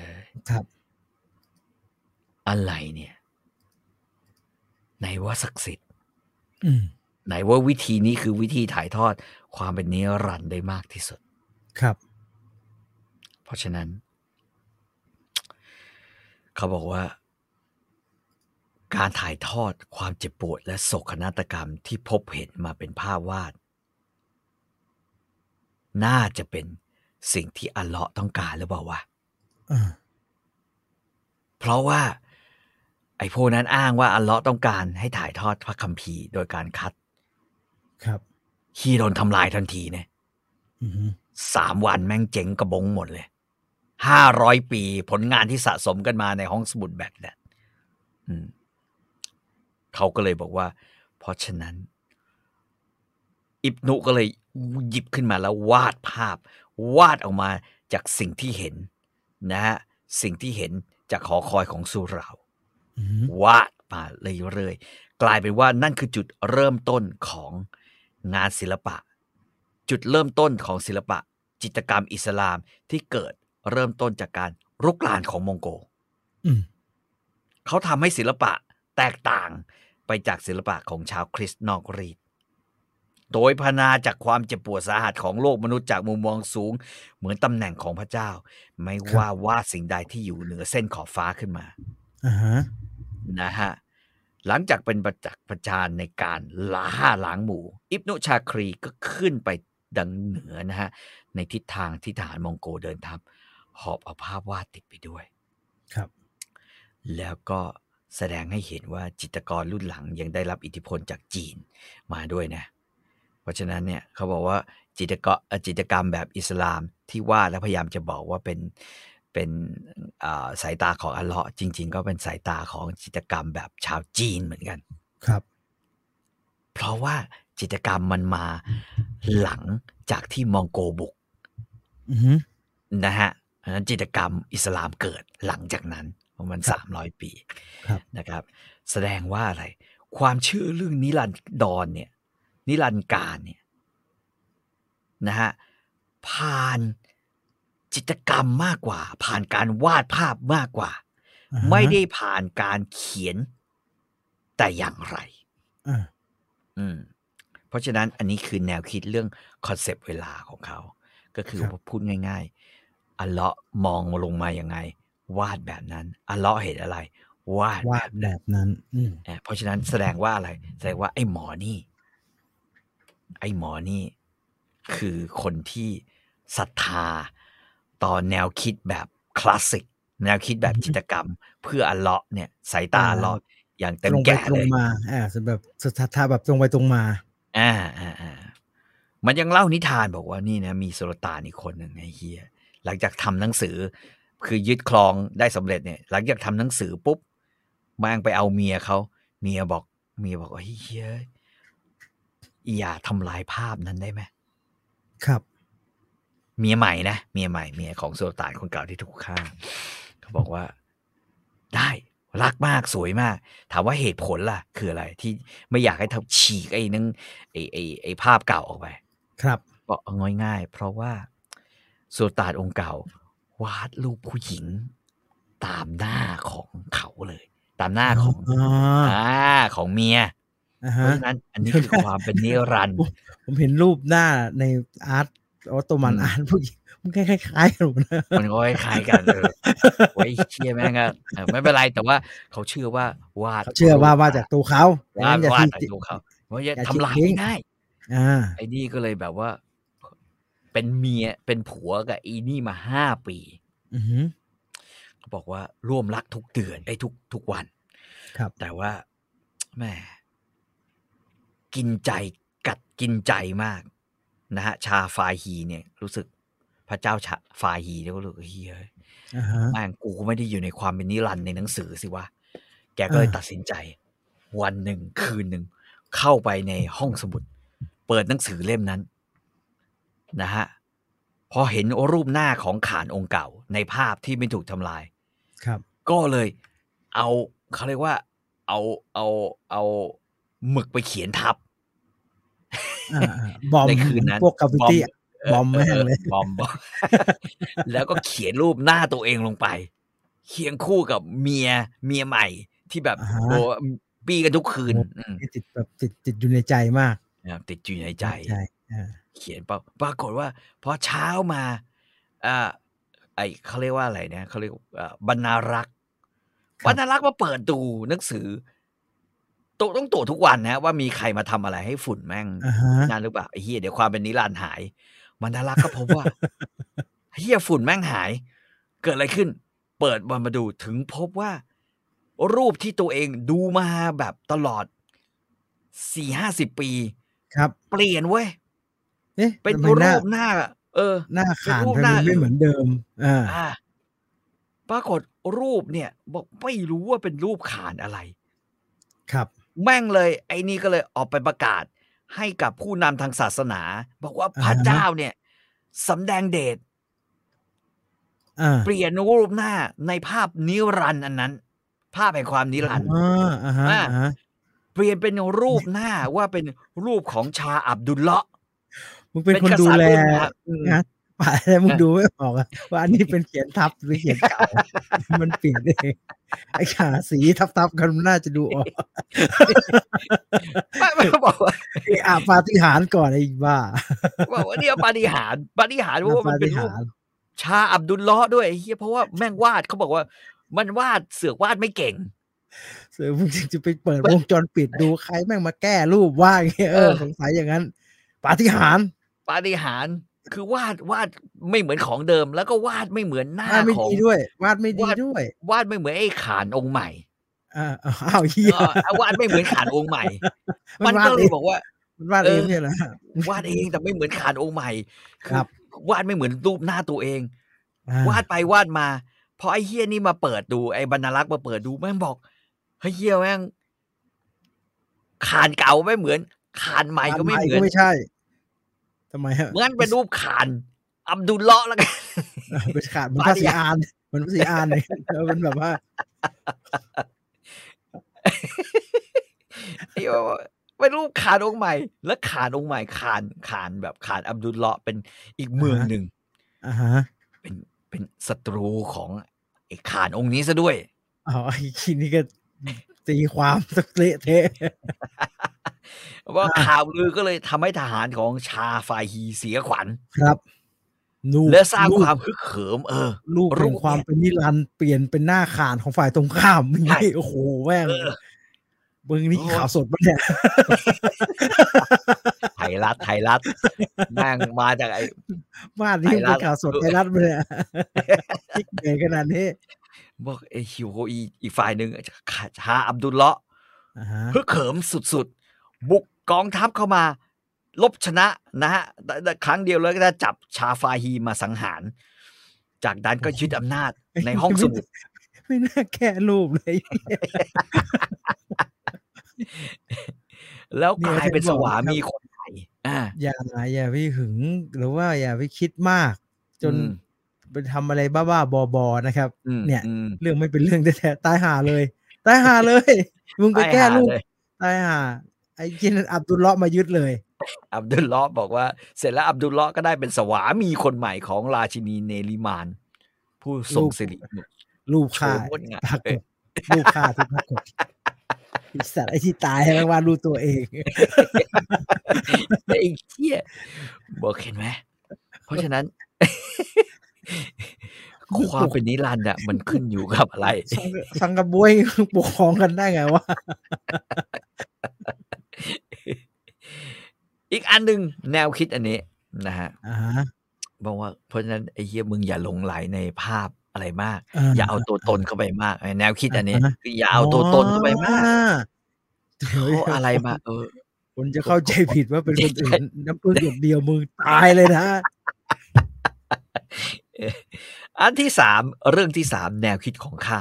S2: ครับ
S3: อะไรเนี่ย ไหนว่าศักดิ์สิทธิ์
S2: อืม
S3: ไหนว่าวิธีนี้คือวิธีถ่ายทอดความเป็นนิรันดร์ได้มากที่สุด
S2: ครับ
S3: เพราะฉะนั้น เขาบอกว่า การถ่ายทอดความเจ็บปวดและโศกนาฏกรรมที่พบเห็นมาเป็นภาพวาด น่าจะเป็นสิ่งที่อัลเลาะห์ต้องการหรือเปล่าวะ
S2: อ่า
S3: เพราะว่า ไอ้พวกนั้นอ้างว่าอัลเลาะห์ต้องการให้ถ่ายทอดพระคัมภีร์โดยการคัด
S2: ครับ
S3: ฮีโดนทำลายทันทีเนี่ย
S2: อือฮึ
S3: สามวันแม่งเจ๊งกระบงหมดเลยห้าร้อยปีผลงานที่สะสมกันมาในห้องสมุดแบกแดดอืมเขาก็เลยบอกว่า เพราะฉะนั้น อิบนุก็เลยหยิบขึ้นมาแล้ววาดภาพ วาดออกมาจากสิ่งที่เห็น นะฮะสิ่งที่เห็นจากหอคอยของซูเรา
S2: อือฮึ
S3: วาดมาเรื่อยๆ กลายเป็นว่านั่นคือจุดเริ่มต้นของงานศิลปะ จุดเริ่มต้นของศิลปะ จิตรกรรมอิสลามที่เกิดเริ่มต้นจากการรุกรานของมองโก
S2: อืม
S3: เขาทำให้ศิลปะแตกต่างไปจากศิลปะของชาวคริสต์นอกรีด โดยพนาจากความเจ็บปวดสาหัสของโลกมนุษย์จากมุมมองสูง เหมือนตำแหน่งของพระเจ้า ไม่ว่าวาดสิ่งใดที่อยู่เหนือเส้นขอบฟ้าขึ้นมา
S2: อ่าฮะ
S3: นะฮะ หลังจากเป็นประจักษ์ประจานในการล่าล้างหมู่ อิบนุชาครีก็ขึ้นไปดังเหนือนะฮะ ในทิศทางที่ทหารมองโกเดินทัพหอบเอาภาพวาดติดไปด้วย
S2: ครับ
S3: แล้วก็แสดงให้เห็นว่าจิตรกรรุ่นหลังยังได้รับอิทธิพลจากจีนมาด้วยนะ เพราะฉะนั้นเนี่ยเขาบอกว่าจิตรกรเอ่อจิตรกรรมแบบอิสลามที่ว่าแล้วพยายามจะบอกว่าเป็นเป็นอ่าสายตาของอัลเลาะห์จริง ๆ ก็เป็นสายตาของจิตรกรรมแบบชาวจีนเหมือนกัน
S2: ครับ
S3: เพราะว่าจิตรกรรมมันมาหลังจากที่มองโกบุก
S2: อือฮึ
S3: นะฮะเพราะฉะนั้นจิตรกรรมอิสลามเกิดหลังจากนั้นประมาณสามร้อยปี
S2: ครับ
S3: นะครับ แสดงว่าอะไร ความเชื่อเรื่องนิรันดรเนี่ย นิรันดร์การเนี่ยนะฮะผ่านจิตรกรรมมากกว่า ผ่านการวาดภาพมากกว่า
S2: อ่าฮะ
S3: ไม่ได้ผ่านการเขียนแต่อย่างไร
S2: อ่า
S3: อืมเพราะฉะนั้นอันนี้คือแนวคิดเรื่องคอนเซปต์เวลาของเขา ก็คือ
S2: ครับ
S3: ว่าพูดง่าย ๆ อัลเลาะห์มองลงมาอย่างไง วาดแบบนั้น อัลเลาะห์เห็นอะไร วาด
S2: วา
S3: แบ
S2: ด
S3: บ
S2: แบ
S3: นั้น
S2: บนั้น อืม
S3: อ่ะเพราะฉะนั้นแสดงว่าอะไร แสดงว่าไอ้หมอนี่ ไอ้หมอนี่ คือคนที่ศรัทธาต่อแนวคิดแบบคลาสสิก แนวคิดแบบ
S2: อือฮึ
S3: จิตรกรรม เพื่ออัลเลาะห์เนี่ยสายตาอัลเลาะห์อย่างเต็ม
S2: ตรงไป
S3: แก่
S2: ตร
S3: เล
S2: ง
S3: ย
S2: มา อ่าแบบสถาธาแบบตรงไปตรงมา
S3: อ่าอ่าอ่ามันยังเล่านิทานบอกว่านี่นะ มีสุลต่านอีกคนหนึ่งไอ้เฮียหลังจากทำหนังสือ คือยึดครองได้สำเร็จเนี่ย หลังจากทำหนังสือปุ๊บแม่งไปเอาเมียเขาเมียบอก เมียบอกว่าเฮีย อีอย่าทำลายภาพนั้นได้ไหม
S2: ครับ
S3: เมียใหม่นะเมียใหม่เมียของโซตานคนเก่าที่ถูกฆ่าเขาบอกว่า ได้รักมากสวยมาก ถามว่าเหตุผลล่ะ คืออะไร ที่ไม่อยากให้ทำฉีกไอ้นึงไอ้ไอ้ไอ้ภาพเก่าออกไป
S2: ครับ
S3: ก็เอาง่ายๆ เพราะว่าโซตานองค์เก่าวาดรูปผู้หญิง ตามหน้าของเขาเลย ตามหน้าของ
S2: อ๋ออ่
S3: ่าของเมีย
S2: อ่า
S3: เพ
S2: ฮะ
S3: ราะฉะนั้นอันนี้คือความเป็นนิรันดร์
S2: ผมเห็นรูปหน้าในอาร์ตออตโตมัน
S3: อืม
S2: อาร์ตผู้หญิงมันคล้ายๆกันหมดนะ
S3: มันก็คล้ายๆกันเออไว้เชียแม่งก็เออไม่เป็นไรแต่ว่าเขาเชื่อว่าวาด
S2: เชื่อว่าว่าจากตัวเขา
S3: วาด
S2: อย่าว
S3: าด
S2: ที่
S3: จากตัวเขาเพราะ
S2: อ
S3: จะ
S2: ย่า
S3: ทำลาย
S2: ทิ้ง
S3: ไม่ได้
S2: อ่า
S3: ไอ้นี่ก็เลยแบบว่า เป็นเมียเป็นผัวกับไอ้นี่มาห้าปี
S2: อือหือ
S3: เขาบอกว่าร่วมรักทุกเดือนไอ้ยทุกทุกวัน
S2: ครับ
S3: แต่ว่าแหม่กินใจกัดกินใจมาก นะฮะ ชาฟาฮีเนี่ย รู้สึกพระเจ้าชาฟาฮีเนี่ยก็รู้สึกเฮ้ย
S2: อ่าฮะ
S3: แม่งกูก็ไม่ได้อยู่ในความเป็นนิรันดร์ในหนังสือสิวะ แกก็เลย
S2: อ่า
S3: ตัดสินใจ วันหนึ่งคืนหนึ่ง เข้าไปในห้องสมุด เปิดหนังสือเล่มนั้น นะฮะ พอเห็นรูปหน้าของขานองค์เก่า ในภาพที่ไม่ถูกทำลาย
S2: ครับ
S3: ก็เลยเอาเขาเรียกว่า เอาเอาเอาหมึกไปเขียนทับ
S2: อ่าอ่าบอม
S3: ในคืนนั้น
S2: พวกกาฟิตี้ บอม
S3: เ
S2: แม่งเลย
S3: บอมบอม แล้วก็เขียนรูปหน้าตัวเองลงไป เคียงคู่กับเมียเมียใหม่ที่แบบ
S2: อ่าฮะ
S3: โอ้ปีกันทุกคืนอืม
S2: ติดแบบติดติดอยู่ในใจมาก
S3: นะครับติดอยู่ในใจ
S2: ใช่อ่า
S3: เขียนปะปรากฏว่าพอเช้ามาอ่าไอเขาเรียกว่าอะไรเนี่ยเขาเรียกอ่าบรรณารักษ์บรรณารักษ์มาเปิดดูหนังสือตต้องตรวจทุกวันนะ ว่ามีใครมาทำอะไรให้ฝุ่นแม่ง
S2: อ่าฮะ
S3: นานหรือเปล่าไอ้เฮียเดี๋ยวความเป็นนิรันดร์หาย มันดารักษ์ก็พบว่า เฮียฝุ่นแม่งหาย เกิดอะไรขึ้น เปิดมันมาดูถึงพบว่า รูปที่ตัวเองดูมาแบบตลอดสี่ห้าสิบปี
S2: ครับ
S3: เปลี่ยนเว้ย
S2: เอ๊ะ
S3: เป็น
S2: ทำไม
S3: รู
S2: หน้า
S3: ปหน้า เออ
S2: หน้าขาน
S3: เป็นรูป
S2: ทำ
S3: ห
S2: ไม
S3: น้า
S2: ไม่เหมือนเดิม อ่า
S3: อ่าปรากฏรูปเนี่ย บอกไม่รู้ว่าเป็นรูปขานอะไร
S2: ครับ
S3: แม่งเลย ไอ้นี่ก็เลยออกไปประกาศให้กับผู้นำทางศาสนา บอกว่าพระ
S2: อ่าฮะ
S3: เจ้าเนี่ยสำแดงเดช
S2: อ่า
S3: เปลี่ยนรูปหน้าในภาพนิรันดร์อันนั้น ภาพแห่งความนิรันดร์
S2: อ่าอ่าฮะ
S3: อ่า
S2: อ่าฮะ
S3: เปลี่ยนเป็นรูปหน้าว่าเป็นรูปของชาอับดุลเลาะห์
S2: มึงเป็นคน
S3: ก
S2: ดู
S3: ษัตริย์
S2: แล
S3: รูปหน้าอืม
S2: งานป่าอะไรมึงดูไม่ออกอะว่าอันนี้เป็นเขียนทับหรือเขียนเก่า มันเปลี่ยนเองไอ้ขาสีทับๆกันมันน่าจะดูออก
S3: ไม่ไม่บอกว่า
S2: ไอ้อาปาฏิหาริย์ก่อนไอ้บ้า
S3: บอกว่าเนี่ยปาฏิหาริย์ปาฏิหาริย์เพราะว่ามั
S2: ปาน
S3: เป็
S2: ฏิ
S3: นรู
S2: หา
S3: ป
S2: ริย์
S3: ชาอับดุลเลาะห์ด้วยไอ้เฮียเพราะว่าแม่งวาดเขาบอกว่า มันวาดเสือกวาดไม่เก่ง
S2: เสือมึงจะไปเปิดวงจรปิดดูใครแม่งมาแก้รูปว่าอย่างเงี้ยเออ
S3: เออ
S2: สงสัยอย่างนั้นปาฏิหาริย์
S3: ปาฏิหาริย์คือวาดวาดไม่เหมือนของเดิม แล้วก็วาดไม่เหมือนหน้าว
S2: าดไม่
S3: ของ
S2: ดีด้วย วาดไม่ดี
S3: วาด
S2: ด้วย
S3: วาดไม่เหมือนไอ้ขานองค์ ใหม่
S2: อ่าอ้าวเฮีย
S3: เออวาดไม่เหมือนขานองค์ใหม่
S2: มั
S3: มัน น
S2: วาด
S3: ก็เล
S2: เอย ง
S3: บอกว่า
S2: มันวาด
S3: เอ
S2: เอ
S3: อ
S2: งเนี่ยนะ
S3: วาดเองแต่ไม่เหมือนขานองค์ใหม่อ
S2: ครับ
S3: วาดไม่เหมือนรูปหน้าตัวเอง วาดไปวาดมาพอไอ้เฮียนี่มาเปิดดูไอ้บรรณลักษ์มาเปิดดูแม่งบอกเฮ้ยเฮียแม่งขานเก่าไม่เหมือนขานใหม่ก็ไม่เหมือน
S2: ไม่ใช่ทำไมฮะ
S3: งั้นเป็นรูปขานอับดุลเลาะห์แล้วกัน
S2: เออเป็นขาดเหมัน
S3: ปา
S2: ภา
S3: ฏิ
S2: ษี
S3: หาริย์
S2: อานเหมันภาษีอานเลยเออมันแบบว่า
S3: ไอ้ว่าเป็นรูปขานองค์ใหม่ แล้วขานองค์ใหม่ขานขานแบบขานอับดุลเลาะห์เป็นอีกเมือง
S2: อ่าฮะ
S3: หนึ่ง
S2: อ่าฮะ
S3: เป็นเป็นศัตรูของไอ้ขานองค์นี้ซะด้วย
S2: อ๋อไอ้คีนี่ก็ตีความสักเละเทะ
S3: ว่า
S2: อ่า
S3: ข่าวลือก็เลยทำให้ทหารของชาฟาฮีเสียขวัญ
S2: ครับรูป
S3: และสร้าง
S2: ป
S3: ความฮึกเหิม เออ
S2: รูปเป็
S3: รูป
S2: นความเป็นนิรันดร์เปลี่ยนเป็นหน้าขานของฝ่ายตรงข้าม มึง
S3: ใช่
S2: นี่โอ้โหแม่ง
S3: เออ
S2: มึงนี่
S3: โอ้
S2: ข่าวสดปะเนี่ย
S3: ไทยรัฐไทยรัฐ แม่งมาจากไอ้
S2: บ้านนี้
S3: ไทยรั
S2: เป็
S3: ฐ
S2: นข่าวสดไทยรัฐปะเนี่ยที่เหนื่อยขนาดนี้
S3: บอกไอ้ฮิวโฮอีอีกฝ่ายหนึ่งชาอับดุลเลาะห์
S2: อ่าฮะ
S3: ฮึกเหิมสุดๆ บุกกองทัพเข้ามา ลบชนะนะฮะแต่แต่ครั้งเดียวแล้วก็ได้จับชาฟาฮีมาสังหาร จากนั้นก็ยึดอำนาจในห้องสมุด
S2: ไม่น่าแค่รูปเลย
S3: แล้วกลายเป็น
S2: เนี่ยที่บอ
S3: ส
S2: ก
S3: วา
S2: นะครับ
S3: มีคนไท
S2: อย่าอย่าไปหึงหรือว่าอย่าไปคิดมาก จน
S3: อืม
S2: ไปทำอะไรบ้าๆบอๆนะครับ
S3: อืม
S2: เนี่ย
S3: อืม
S2: เรื่องไม่เป็นเรื่องแท้ๆตายห่าเลย ตายห่าเลย มึงไปแก้
S3: หา
S2: ลูก
S3: เย
S2: ตายห่าไอ้เจนอับดุลเลาะห์มายึดเลย
S3: อับดุลเลาะห์บอกว่า เสร็จแล้วอับดุลเลาะห์ก็ได้เป็นสวามีคนใหม่ของราชินีเนริมาน ผู้ทรงสิริ
S2: รูป
S3: โฉ
S2: ฆ่าม
S3: งดงาม
S2: ปราก
S3: เอ้
S2: ฏ
S3: ย
S2: รูปฆ่าที่ปรากฏไอ้สัตว์ไอ้ที่ตายแล้ววาดรูปตัวเอง
S3: ไอ้เหี้ยบอกเห็นไหมเพราะฉะนั้น ความเป็นนิรันดร์อะมันขึ้นอยู่กับอะไร
S2: สังก สังกะบวย ปกครองกันได้ไงวะ
S3: อีกอันหนึ่งแนวคิดอันนี้นะฮะ
S2: อ่าฮะ
S3: บอกว่าเพราะฉะนั้นไอ้เฮียมึงอย่าหลงไหลในภาพอะไรมาก
S2: อ่า
S3: อย่าเอาตัวตนเข้าไปมากไอ้แนวคิดอันนี้
S2: อ่าฮะ
S3: คืออย่าเอาตัวตนเข้าไปมาก
S2: เดี๋ยว
S3: เขาอะไรมาเออ
S2: คนจะเข้าใจผิดว่าเป็นคนอื่นน้ำพึ่งหยดเดียวมือตายเลยนะ
S3: อันที่สามเรื่องที่สามแนวคิดของข้า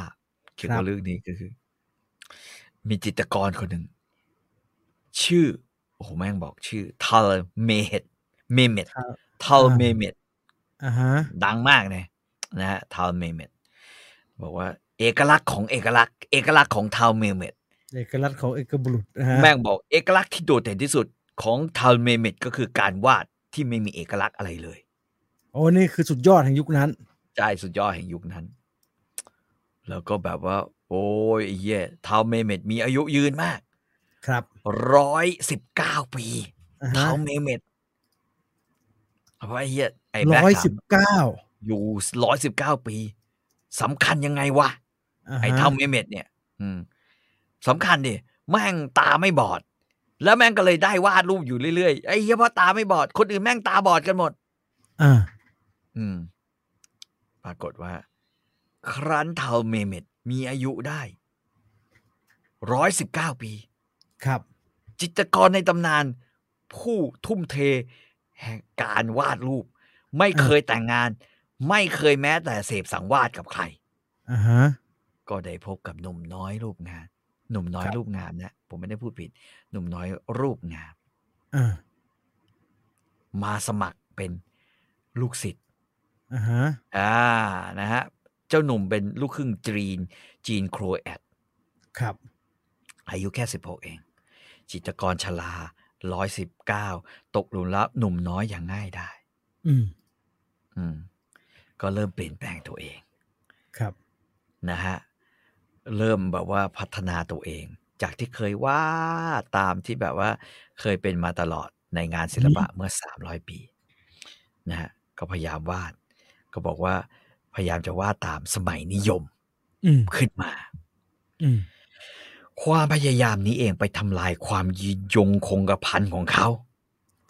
S3: เกี่ยวกับเรื่องนี้ก็คือ มีจิตรกรคนหนึ่ง ชื่อ โอ้โหแม่งบอกชื่อทัลเมเฮตเมเมตทัลเมเมต
S2: อ่าฮะ
S3: ดังมากเนี่ยนะฮะทาวเมเมดบอกว่า เอกลักษณ์ของเอกลักษณ์ เอกลักษณ์ของทาวเมเมด
S2: เอกลักษณ์ของเอกบุรุษนะฮะ
S3: แม่งบอกเอกลักษณ์ที่โดดเด่นที่สุดของทาวเมเมดก็คือการวาดที่ไม่มีเอกลักษณ์อะไรเลย
S2: โอ้นี่คือสุดยอดแห่งยุคนั้น
S3: ใช่สุดยอดแห่งยุคนั้น แล้วก็แบบว่า โอ้ยไอ้เหี้ยทาวเมเมดมีอายุยืนมาก
S2: ครับ
S3: ร้อยสิบเก้าปี
S2: อ่า
S3: ทา
S2: ฮะ
S3: วเมเมดเพราะไอ้เหี้ยไอ้แบ็ค
S2: ร้อยสิบ
S3: ถาม
S2: เก้า
S3: อยู่ร้อยสิบเก้าปีสำคัญยังไงวะ
S2: อ่าฮะ
S3: ไอ้เท่าเมเมดเนี่ย อืมสำคัญดิแม่งตาไม่บอด แล้วแม่งก็เลยได้วาดรูปอยู่เรื่อยๆไอ้เหี้ยเพราะตาไม่บอด คนอื่นแม่งตาบอดกันหมด
S2: อ่า
S3: อืม ปรากฏว่า ครั้นเท่าเมเมดมีอายุได้ร้อยสิบเก้าปี
S2: ครับ
S3: จิตรกรในตำนาน ผู้ทุ่มเท แห่งการวาดรูป ไม่เคยแต่งงาน ไม่เคยแม้แต่เสพสังวาสกับใคร
S2: อ่าฮะ
S3: ก็ได้พบกับหนุ่มน้อยรูปงามหนุ่มน้อย
S2: ครับ
S3: รูปงามนะ ผมไม่ได้พูดผิด หนุ่มน้อยรูปงาม
S2: อ่า
S3: มาสมัครเป็นลูกศิษย์
S2: อ่าฮะ
S3: อ่านะฮะ เจ้าหนุ่มเป็นลูกครึ่งจีน จีนโครแอต
S2: ครับ
S3: อายุแค่ 16 เอง จิตรกรชลา 119 ตกหลุมรักหนุ่มน้อยอย่างง่ายได้
S2: อืม
S3: อืม ก็เริ่มเปลี่ยนแปลงตัวเอง
S2: ครับ
S3: นะฮะ เริ่มแบบว่าพัฒนาตัวเอง จากที่เคยวาดตามที่แบบว่าเคยเป็นมาตลอดในงานศิลปะเมื่อ 300 ปีนะฮะก็พยายามวาด ก็บอกว่าพยายามจะวาดตามสมัยนิยม
S2: อืม
S3: ขึ้นมา
S2: อืม
S3: ความพยายามนี้เองไปทำลายความยืนยงคงกระพันของเขา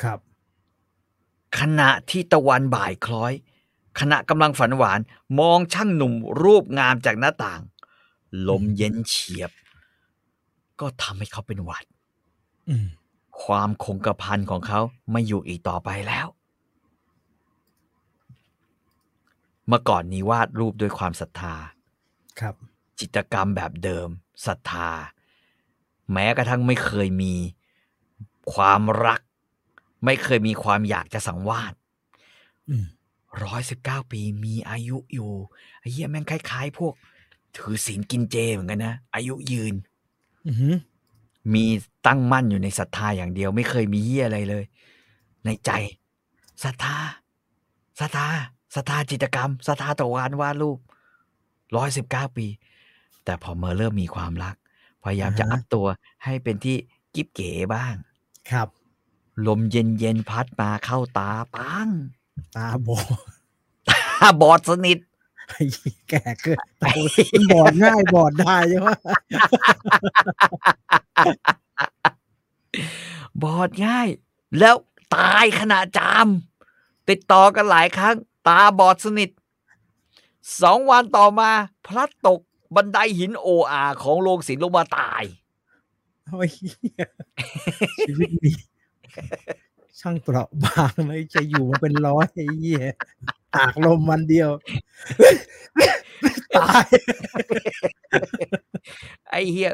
S2: ครับ
S3: ขณะที่ตะวันบ่ายคล้อย ขณะกำลังฝันหวานมองช่างหนุ่มรูปงามจากหน้าต่าง ลมเย็นเฉียบ ก็ทำให้เขาเป็นหวัด
S2: อืม
S3: ความคงกระพันของเขาไม่อยู่อีกต่อไปแล้ว เมื่อก่อนนี้วาดรูปด้วยความศรัทธา
S2: ครับ
S3: จิตรกรรมแบบเดิมศรัทธา แม้กระทั่งไม่เคยมีความรัก ไม่เคยมีความอยากจะสังวาส
S2: อืม
S3: ร้อยสิบเก้าปีมีอายุอยู่ไอ้เหี้ยแม่งคล้ายๆ พวก ถือศีลกินเจเหมือนกันนะ อายุยืน
S2: อือฮึ
S3: มีตั้งมั่นอยู่ในศรัทธาอย่างเดียว ไม่เคยมีเหี้ยอะไรเลย ในใจศรัทธาศรัทธาศรัทธาจิตรกรรมศรัทธาต่อวานวาดรูปร้อยสิบเก้าปี แต่พอเมอเริ่มมีความรัก พยายามจะ
S2: อ่าฮะ
S3: อัพตัวให้เป็นที่กิ๊บเก๋บ้าง
S2: ครับ
S3: ลมเย็นๆพัดมาเข้าตาปัง
S2: ตาบอด
S3: อ่ะบอดสนิท
S2: ไอ้แก่เกินไปมันบอดง่ายบอดได้ใช่ไหม
S3: บอดง่าย แล้วตายขณะจาม ติดต่อกันหลายครั้ง ตาบอดสนิทสองวันต่อมา พลัดตกบันไดหินโออาของโรงศิลป์ลงมาตาย
S2: โอ้ยชีวิตนี้ช่างเปราะบางไม่จะอยู่มาเป็นร้อยไอ้เหี้ยตากลมวันเดียว ตาย
S3: ไอ้เฮีย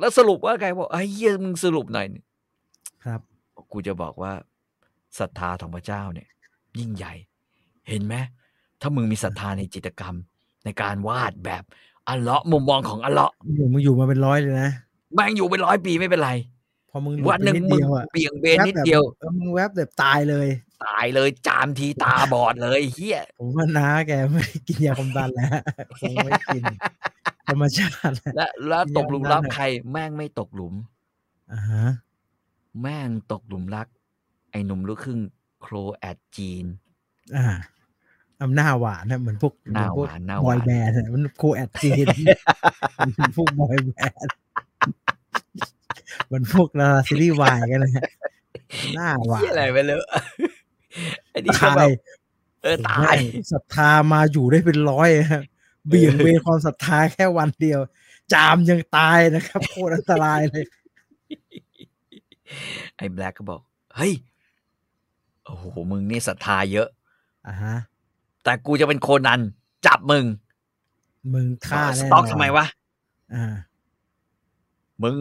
S3: แล้วสรุปว่าไงบอกไอ้เฮียมึงสรุปหน่อย
S2: ครับ
S3: กูจะบอกว่าศรัทธาของพระเจ้าเนี่ย ยิ่งใหญ่ เห็นไหมถ้ามึงมีศรัทธาในจิตรกรรม ในการวาดแบบอัลเลาะห์มุมมองของอัลเลาะห์
S2: อยู่มึงอยู่มาเป็นร้อยเลยนะ
S3: แม่งอยู่เป็นร้อยปีไม่เป็นไร
S2: พอมึงลุด
S3: วันหนึ่ง
S2: ไปด
S3: มึง
S2: เดียวอะ
S3: เบี่ยงเบนนิดเดียว
S2: เออมึงแวบแบบตายเลย
S3: ตายเลยจามทีตาบอดเลยเฮีย
S2: ผมว่าน้าแกไม่กินยาความดันแล้วคงไม่กินธรรมชาติแล้ว
S3: และแล้วตกหลุมรัก
S2: ยอมรับหน่อย
S3: ใคร แม่งไม่ตกหลุม
S2: อ่าฮะ
S3: แม่งตกหลุมรัก ไอ้หนุ่มลูกครึ่งโครแอตจีน
S2: อ่าอำหน้าหวานนะเหมือนพวก
S3: หน้าหวานหน้าหวาน
S2: บอยแบนด์อะมันโคแอดจีนมันพวกบอยแบนด์มันพวกลาซีรีส์วายกันนะฮะหน้าหวาน
S3: เหี้ยอะไรไปเลย ไอ้นี่ก็
S2: ตา
S3: แบ
S2: ย
S3: บเออตาย
S2: ศรัทธามาอยู่ได้เป็นร้อยครับเบี่ยงเบนความศรัทธาแค่วันเดียว จามยังตายนะครับโคตรอันตรายเลย
S3: ไอ้แบล็กก็บอก เฮ้ย โอ้โห มึงนี่ศรัทธาเยอะ
S2: อ่าฮะ
S3: แต่กูจะเป็นโคนัน จับมึง
S2: มึงฆ่า
S3: ส
S2: แน่นน
S3: ต็อกทำไมวะ
S2: อ่า
S3: มึง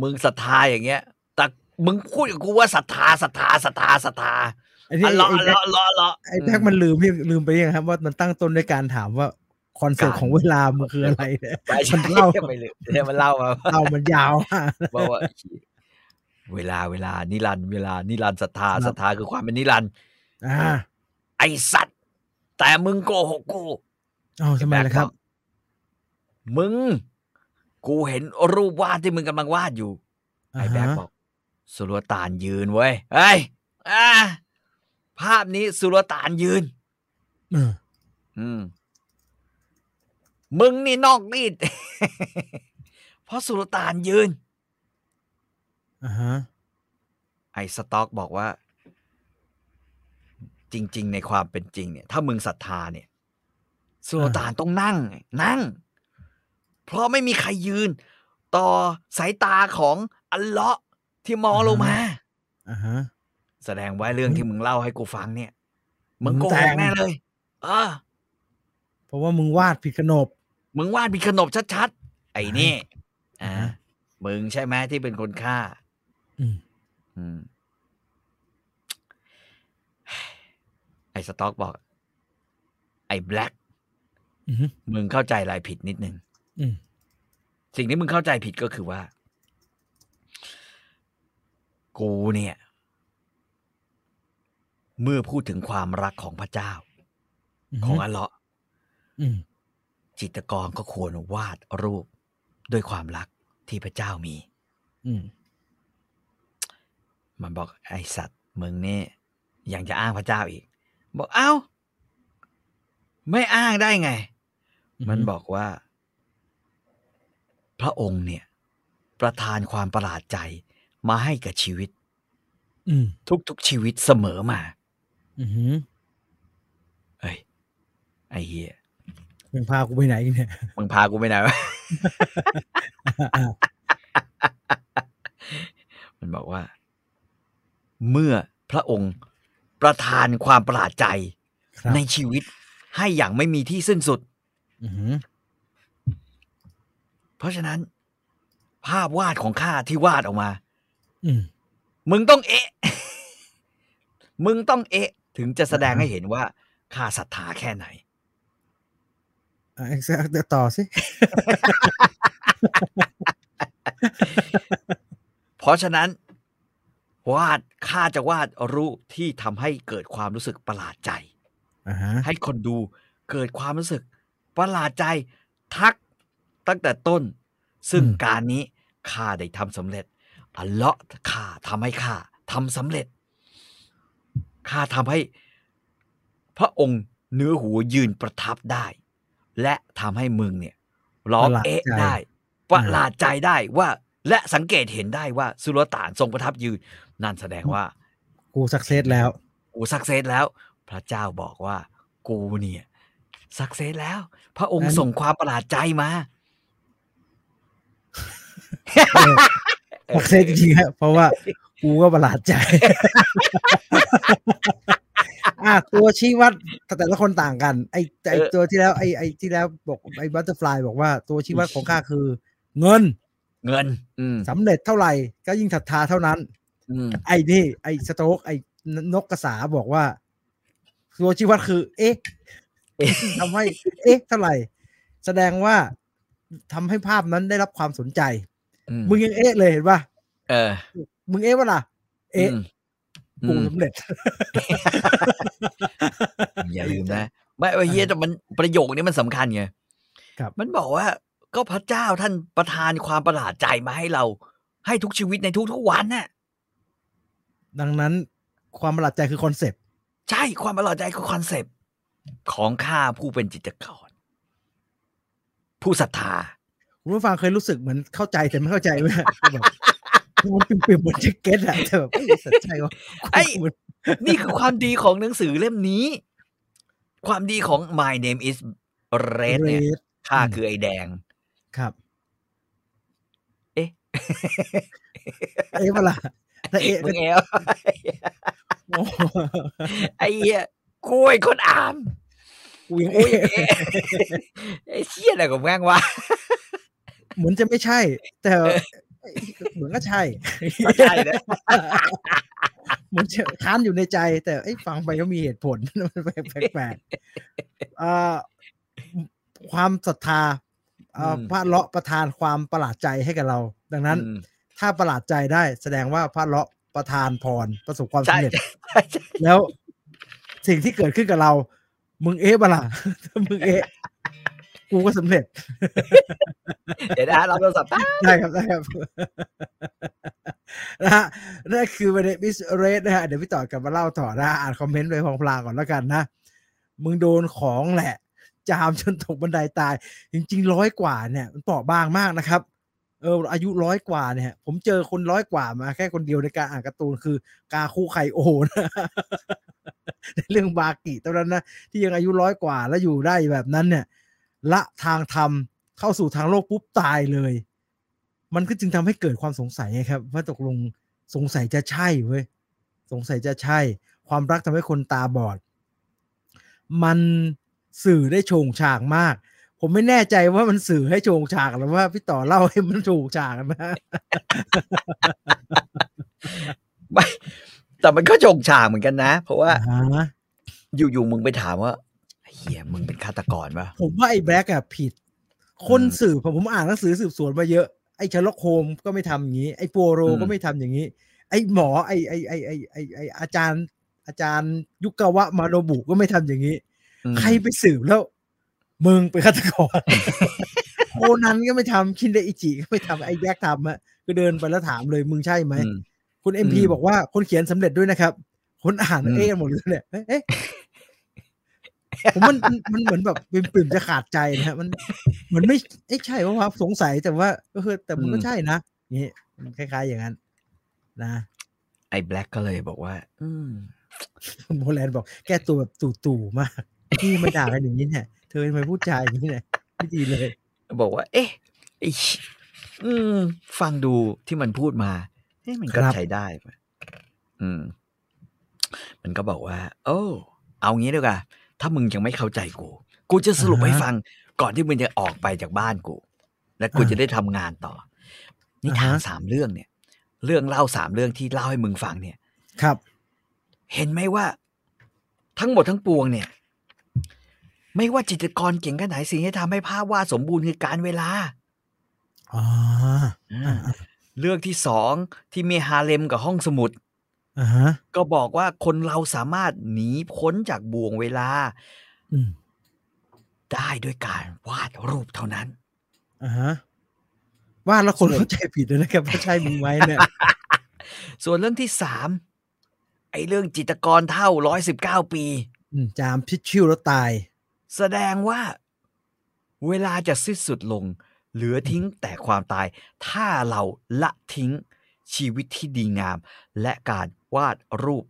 S3: มึงศรัทธาอย่างเงี้ย แต่มึงพูดกับกูว่าศรัทธาศรัทธาศรัทธาศรัทธา
S2: ไอ้นี่
S3: อัลเลาะห์อัล
S2: ไอ้แบ็ค
S3: เลาะห์อัลเลาะห์อัลเลาะห์
S2: ไอ้แบ็คมันลืมนี่ลืมไปยังครับ ว่ามันตั้งต้นด้วยการถามว่าคอนเซ็ปต์ของเวลามันคืออะไรเนี่ย
S3: ใช่
S2: มั
S3: ใช่
S2: นเล่า
S3: ไปเลยเนี่ยมันเล่ามา
S2: เรามันยาวมาก
S3: บอกว่า เวลาเวลานิรันดร์เวลานิรันดร์ศรัทธาศรัทธาคือความเป็นนิรันดร์
S2: อ่า
S3: ไอสัตว์ แต่มึงโกหกกู
S2: เอาทำไมล่ะครับ
S3: มึง กูเห็นรูปวาดที่มึงกำลังวาดอยู่ ไอ้แบ็ก
S2: อ่าฮะ
S3: บอก สุลต่านยืนเว้ยเฮ้ยอ่าภาพนี้สุลต่านยืน
S2: เออ
S3: อืม มึงนี่นอกรีด เพราะสุลต่านยืน
S2: อ่าฮะ
S3: ไอ้สต็อกบอกว่า จริง ๆ ในความเป็นจริงเนี่ย ถ้ามึงศรัทธาเนี่ย สุลต่านต้องนั่ง นั่ง เพราะไม่มีใครยืน ต่อสายตาของอัลเลาะห์ที่มองลงมา
S2: อ่าฮะ
S3: แสดงว่าเรื่องที่มึงเล่าให้กูฟังเนี่ย มึงโก
S2: มึง
S3: ห
S2: แต่
S3: ก
S2: ง
S3: แน่เลย เออ
S2: เพราะว่ามึงวาดผิดขนบ
S3: มึงวาดมีขนบชัดๆ ไอ้นี่อ่า
S2: อ่าฮะ
S3: มึงใช่ไหมที่เป็นคนฆ่า
S2: อืม
S3: อืม ไอ้สต็อกบอก ไอ้แบล็ก
S2: อืม
S3: มึงเข้าใจอะไรผิดนิดนึง
S2: อืม
S3: สิ่งที่มึงเข้าใจผิดก็คือว่า กูเนี่ย เมื่อพูดถึงความรักของพระเจ้า ของอัลเลาะห์
S2: อืม
S3: จิตรกรก็ควรวาดรูปด้วยความรักที่พระเจ้ามี
S2: อืม
S3: มันบอกไอสัตว์มึงนี่ยังจะอ้างพระเจ้าอีก บอกเอ้า ไม่อ้างได้ไง มันบอกว่า พระองค์เนี่ย ประทานความประหลาดใจมาให้กับชีวิต
S2: อืม
S3: ทุกๆชีวิตเสมอมา
S2: อืมอืม
S3: เอ้ยไอ้เหี้ย
S2: มึงพากูไปไหนกันเนี่ย
S3: มึงพากูไปไหน วะ
S2: อ่ะ
S3: มันบอกว่า เมื่อพระองค์ประทานความประหลาดใจ
S2: ครับ
S3: ในชีวิตให้อย่างไม่มีที่สิ้นสุด
S2: อืม
S3: เพราะฉะนั้น ภาพวาดของข้าที่วาดออกมา
S2: อืม
S3: มึงต้องเอะ มึงต้องเอะ ถึงจะแสดงให้เห็นว่าข้าศรัทธาแค่ไหน
S2: อ่ะเดี๋ยวต่อสิ
S3: เพราะฉะนั้น วาดข้าจะวาดรูปที่ทำให้เกิดความรู้สึกประหลาดใจ
S2: อ่าฮะ
S3: ให้คนดูเกิดความรู้สึกประหลาดใจทักตั้งแต่ต้น ซึ่งการนี้ข้าได้ทำสำเร็จ อัลเลาะห์ข้าทำให้ข้าทำสำเร็จข้าทำให้ พระองค์เนื้อหัวยืนประทับได้ และทำให้มึงเนี่ยร้องเอ๊ะได้ ประหลาดใจได้ว่า และสังเกตเห็นได้ว่าสุลต่านทรงประทับยืน นั่นแสดงว่า
S2: กูสักเซสแล้ว
S3: กูสักเซสแล้ว พระเจ้าบอกว่า กูเนี่ยสักเซสแล้ว พระองค์ส่งความประหลาดใจ มา
S2: สักเซสจริงๆฮะเพราะว่ากูก็ประหลา ดใจ อ่ะตัวชี้วัดแต่แต่ละคนต่างกัน ไอ้ไอ้ตัวที่แล้วไอ้ไอ้ที่แล้วบอกไอ้บัตเตอร์ฟลายบอกว่าตัวชี้วัดของข้าคือ เงิน
S3: เงิน อืม
S2: สำเร็จเท่าไหร่ ก็ยิ่งศรัทธาเท่านั้น
S3: อืม
S2: ไอ้นี่ไอ้สโต๊กไอ้นกกระสาบอกว่าตัวชี้วัดคือ เอ๊ะ
S3: เอ๊ะ
S2: ทำให้ เอ๊ะเท่าไหร่ แสดงว่าทำให้ภาพนั้นได้รับความสนใจ
S3: อื
S2: มึงยังเอ๊ะเลยเห็นป่ะ
S3: เออ
S2: มึงเอ๊ะวะล่ะ เอ๊ะ
S3: ม
S2: กู
S3: อืม
S2: สำเร็จ
S3: อย่าลืมนะไม่ไอ้เฮียแต่มันประโยคนี้มันสำคัญไง
S2: ครับ
S3: มันบอกว่า ก็พระเจ้าท่านประทานความประหลาดใจมาให้เรา ให้ทุกชีวิตในทุกๆวันน่ะ
S2: ดังนั้นความประหลาดใจคือคอนเซปต์
S3: ใช่ความประหลาดใจคือคอนเซปต์ของข้าผู้เป็นจิตรกร ผู้ศรัทธา
S2: คุณผู้ฟังเคยรู้สึกเหมือนเข้าใจแต่ไม่เข้าใจไหม คือแบบคือมันปิ่มๆเหมือนจะเก็ตอะแต่แบบเอ้ยสัจใจวะ
S3: ไอ้ นี่คือความดีของหนังสือเล่มนี้ ความดีของ My Name Is Red เนี่ย
S2: เรด
S3: ข้าคือไอ้แดง
S2: ครับ
S3: เอ๊ะ
S2: เอ๊ะวะล่ะถ้าเอ๊ะ
S3: มึ
S2: ก็
S3: งเอล
S2: โอ้โห
S3: ไอ้เหี้ยกล้วยคนอาม
S2: กูยังเอ๊ะ
S3: ไอ้เชี่ยอะไรของแม่งวะ
S2: เหมือนจะไม่ใช่ แต่เหมือนก็ใช่
S3: เข้าใจนะ
S2: เหมือนจะค้านอยู่ในใจ แต่ไอ้ยฟังไปก็มีเหตุผล มันแปลกๆอ่าความศรัทธาอ่าพระเลาะประทานความประหลาดใจให้กับเรา ดังนั้น
S3: อืม
S2: ถ้าประหลาดใจได้ แสดงว่าพระเลาะประทานพรประสบความ
S3: ใช่
S2: สำเร็จ
S3: ใช่ใช่ใช่
S2: แล้ว สิ่งที่เกิดขึ้นกับเรา มึงเอ๊ะบะ ล่ะ ถ้ามึงเอ๊ะกูก็สำเร็จ
S3: เดี๋ยวนะรับโทรศัพท์แป๊บ
S2: ได้ครับได้ครับ นะฮะนั่นคือประเด็นมิสเรสนะฮะเดี๋ยวพี่ต่อกลับมาเล่าต่อนะอ่านคอมเมนต์ไปพลางๆก่อนแล้วกันนะ มึงโดนของแหละ จามจนตกบันไดตาย จริงๆร้อยกว่าเนี่ยมันเปราะบางมากนะครับ เอออายุร้อยกว่าเนี่ย ผมเจอคนร้อยกว่ามาแค่คนเดียวในการอ่านการ์ตูนคือกาคู่ไคโอนะ ในเรื่องบากิเท่านั้นนะ ที่ยังอายุร้อยกว่าแล้วอยู่ได้แบบนั้นเนี่ย ละทางธรรมเข้าสู่ทางโลกปุ๊บตายเลย มันก็จึงทำให้เกิดความสงสัยไงครับ ว่าตกลงสงสัยจะใช่เว้ยสงสัยจะใช่ ความรักทำให้คนตาบอด มันสื่อได้โฉงฉากมาก ผมไม่แน่ใจว่ามันสื่อให้โฉงฉากหรือว่าพี่ต่อเล่าให้มันโฉงฉากนะ
S3: ไม่แต่มันก็จงฉากเหมือนกันนะ เพราะว่า
S2: อ่าฮะ
S3: อยู่ๆมึงไปถามว่าเฮียมึงเป็นฆาตกรป่ะ
S2: ผมว่าไอ้แบล็กอะผิด คน
S3: อืม
S2: สืบผมผมอ่านหนังสือสืบสวนมาเยอะ ไอ้ชล็อกโฮมก็ไม่ทำอย่างนี้ ไอ้ปัวโร
S3: อืม
S2: ก็ไม่ทำอย่างนี้ ไอ้หมอไอ้ไอ้ไอ้ไอ้ไอ้ไอ้อาจารย์ อาจารย์ยุกาวะมาโนบุก็ไม่ทำอย่างนี้
S3: อืม
S2: ใครไปสืบแล้ว มึงเป็นฆาตกร โคนันก็ไม่ทำคินเดอิจิก็ไม่ทำไอ้แยกทำอะก็เดินไปแล้วถามเลยมึงใช่ไหม
S3: อืม
S2: คุณเอ็มพี
S3: อืม
S2: บอกว่าคนเขียนสำเร็จด้วยนะครับ คนอ่าน
S3: อืม
S2: เอ๊ะกันหมดเลยเนี่ยเอ๊ะเอ๊ะผมมันมันมันเหมือนแบบปิ่มๆจะขาดใจนะฮะมันมันไม่เอ๊ะใช่เพราะว่าสงสัยแต่ว่าก็คือแต่มันก็ใช่นะนี่มันคล้าย ๆ อย่างนั้น นะ
S3: ไอ้แบล็กก็เลยบอกว่า อืม
S2: คุณโมแลนด์บอก แก้ตัวแบบตู่ๆมากพี่มาด่ากันอย่างนี้เนี่ยเธอทำไมพูดจาอย่างนี้เนี่ยไม่ดีเลย
S3: บอกว่า เอ๊ะไอ้ชิอืม ฟังดูที่มันพูดมาเอ๊ะมันก็
S2: ครับ
S3: ใช้ได้ปะอืม มันก็บอกว่า โอ้เอางี้ดีกว่าถ้ามึงยังไม่เข้าใจกู กูจะสรุปให้ฟัง ก่อนที่มึงจะออกไปจากบ้านกู และกู
S2: อ่า
S3: จะได้ทำงานต่อ นิทา
S2: อ่า
S3: น
S2: ฮะ
S3: สามเรื่องเนี่ย เรื่องเล่าสามเรื่องที่เล่าให้มึงฟังเนี่ย
S2: ครับ
S3: เห็นไหมว่า ทั้งหมดทั้งปวงเนี่ย ไม่ว่าจิตรกรเก่งแค่ไหนสิ่งที่ทำให้ภาพวาดสมบูรณ์คือการเวลา
S2: อ๋ออ่าอ่า
S3: เรื่องที่สองที่มีฮาเลมกับห้องสมุด
S2: อ่าฮะ
S3: ก็บอกว่าคนเราสามารถหนีพ้นจากบ่วงเวลา
S2: อืม
S3: ได้ด้วยการวาดรูปเท่านั้น
S2: อ่าฮะว่าแล้วคนเข้าใจผิดเลยนะครับว่าใช่มึงไหมเนี่ย
S3: ส่วนเรื่องที่สามไอ้เรื่องจิตรกรเท่าร้อยสิบเก้าปี
S2: อืมจามพิชชิวแล้วตาย
S3: แสดงว่า เวลาจะสิ้นสุดลง เหลือทิ้งแต่ความตาย ถ้าเราละทิ้งชีวิตที่ดีงาม และการวาดรูป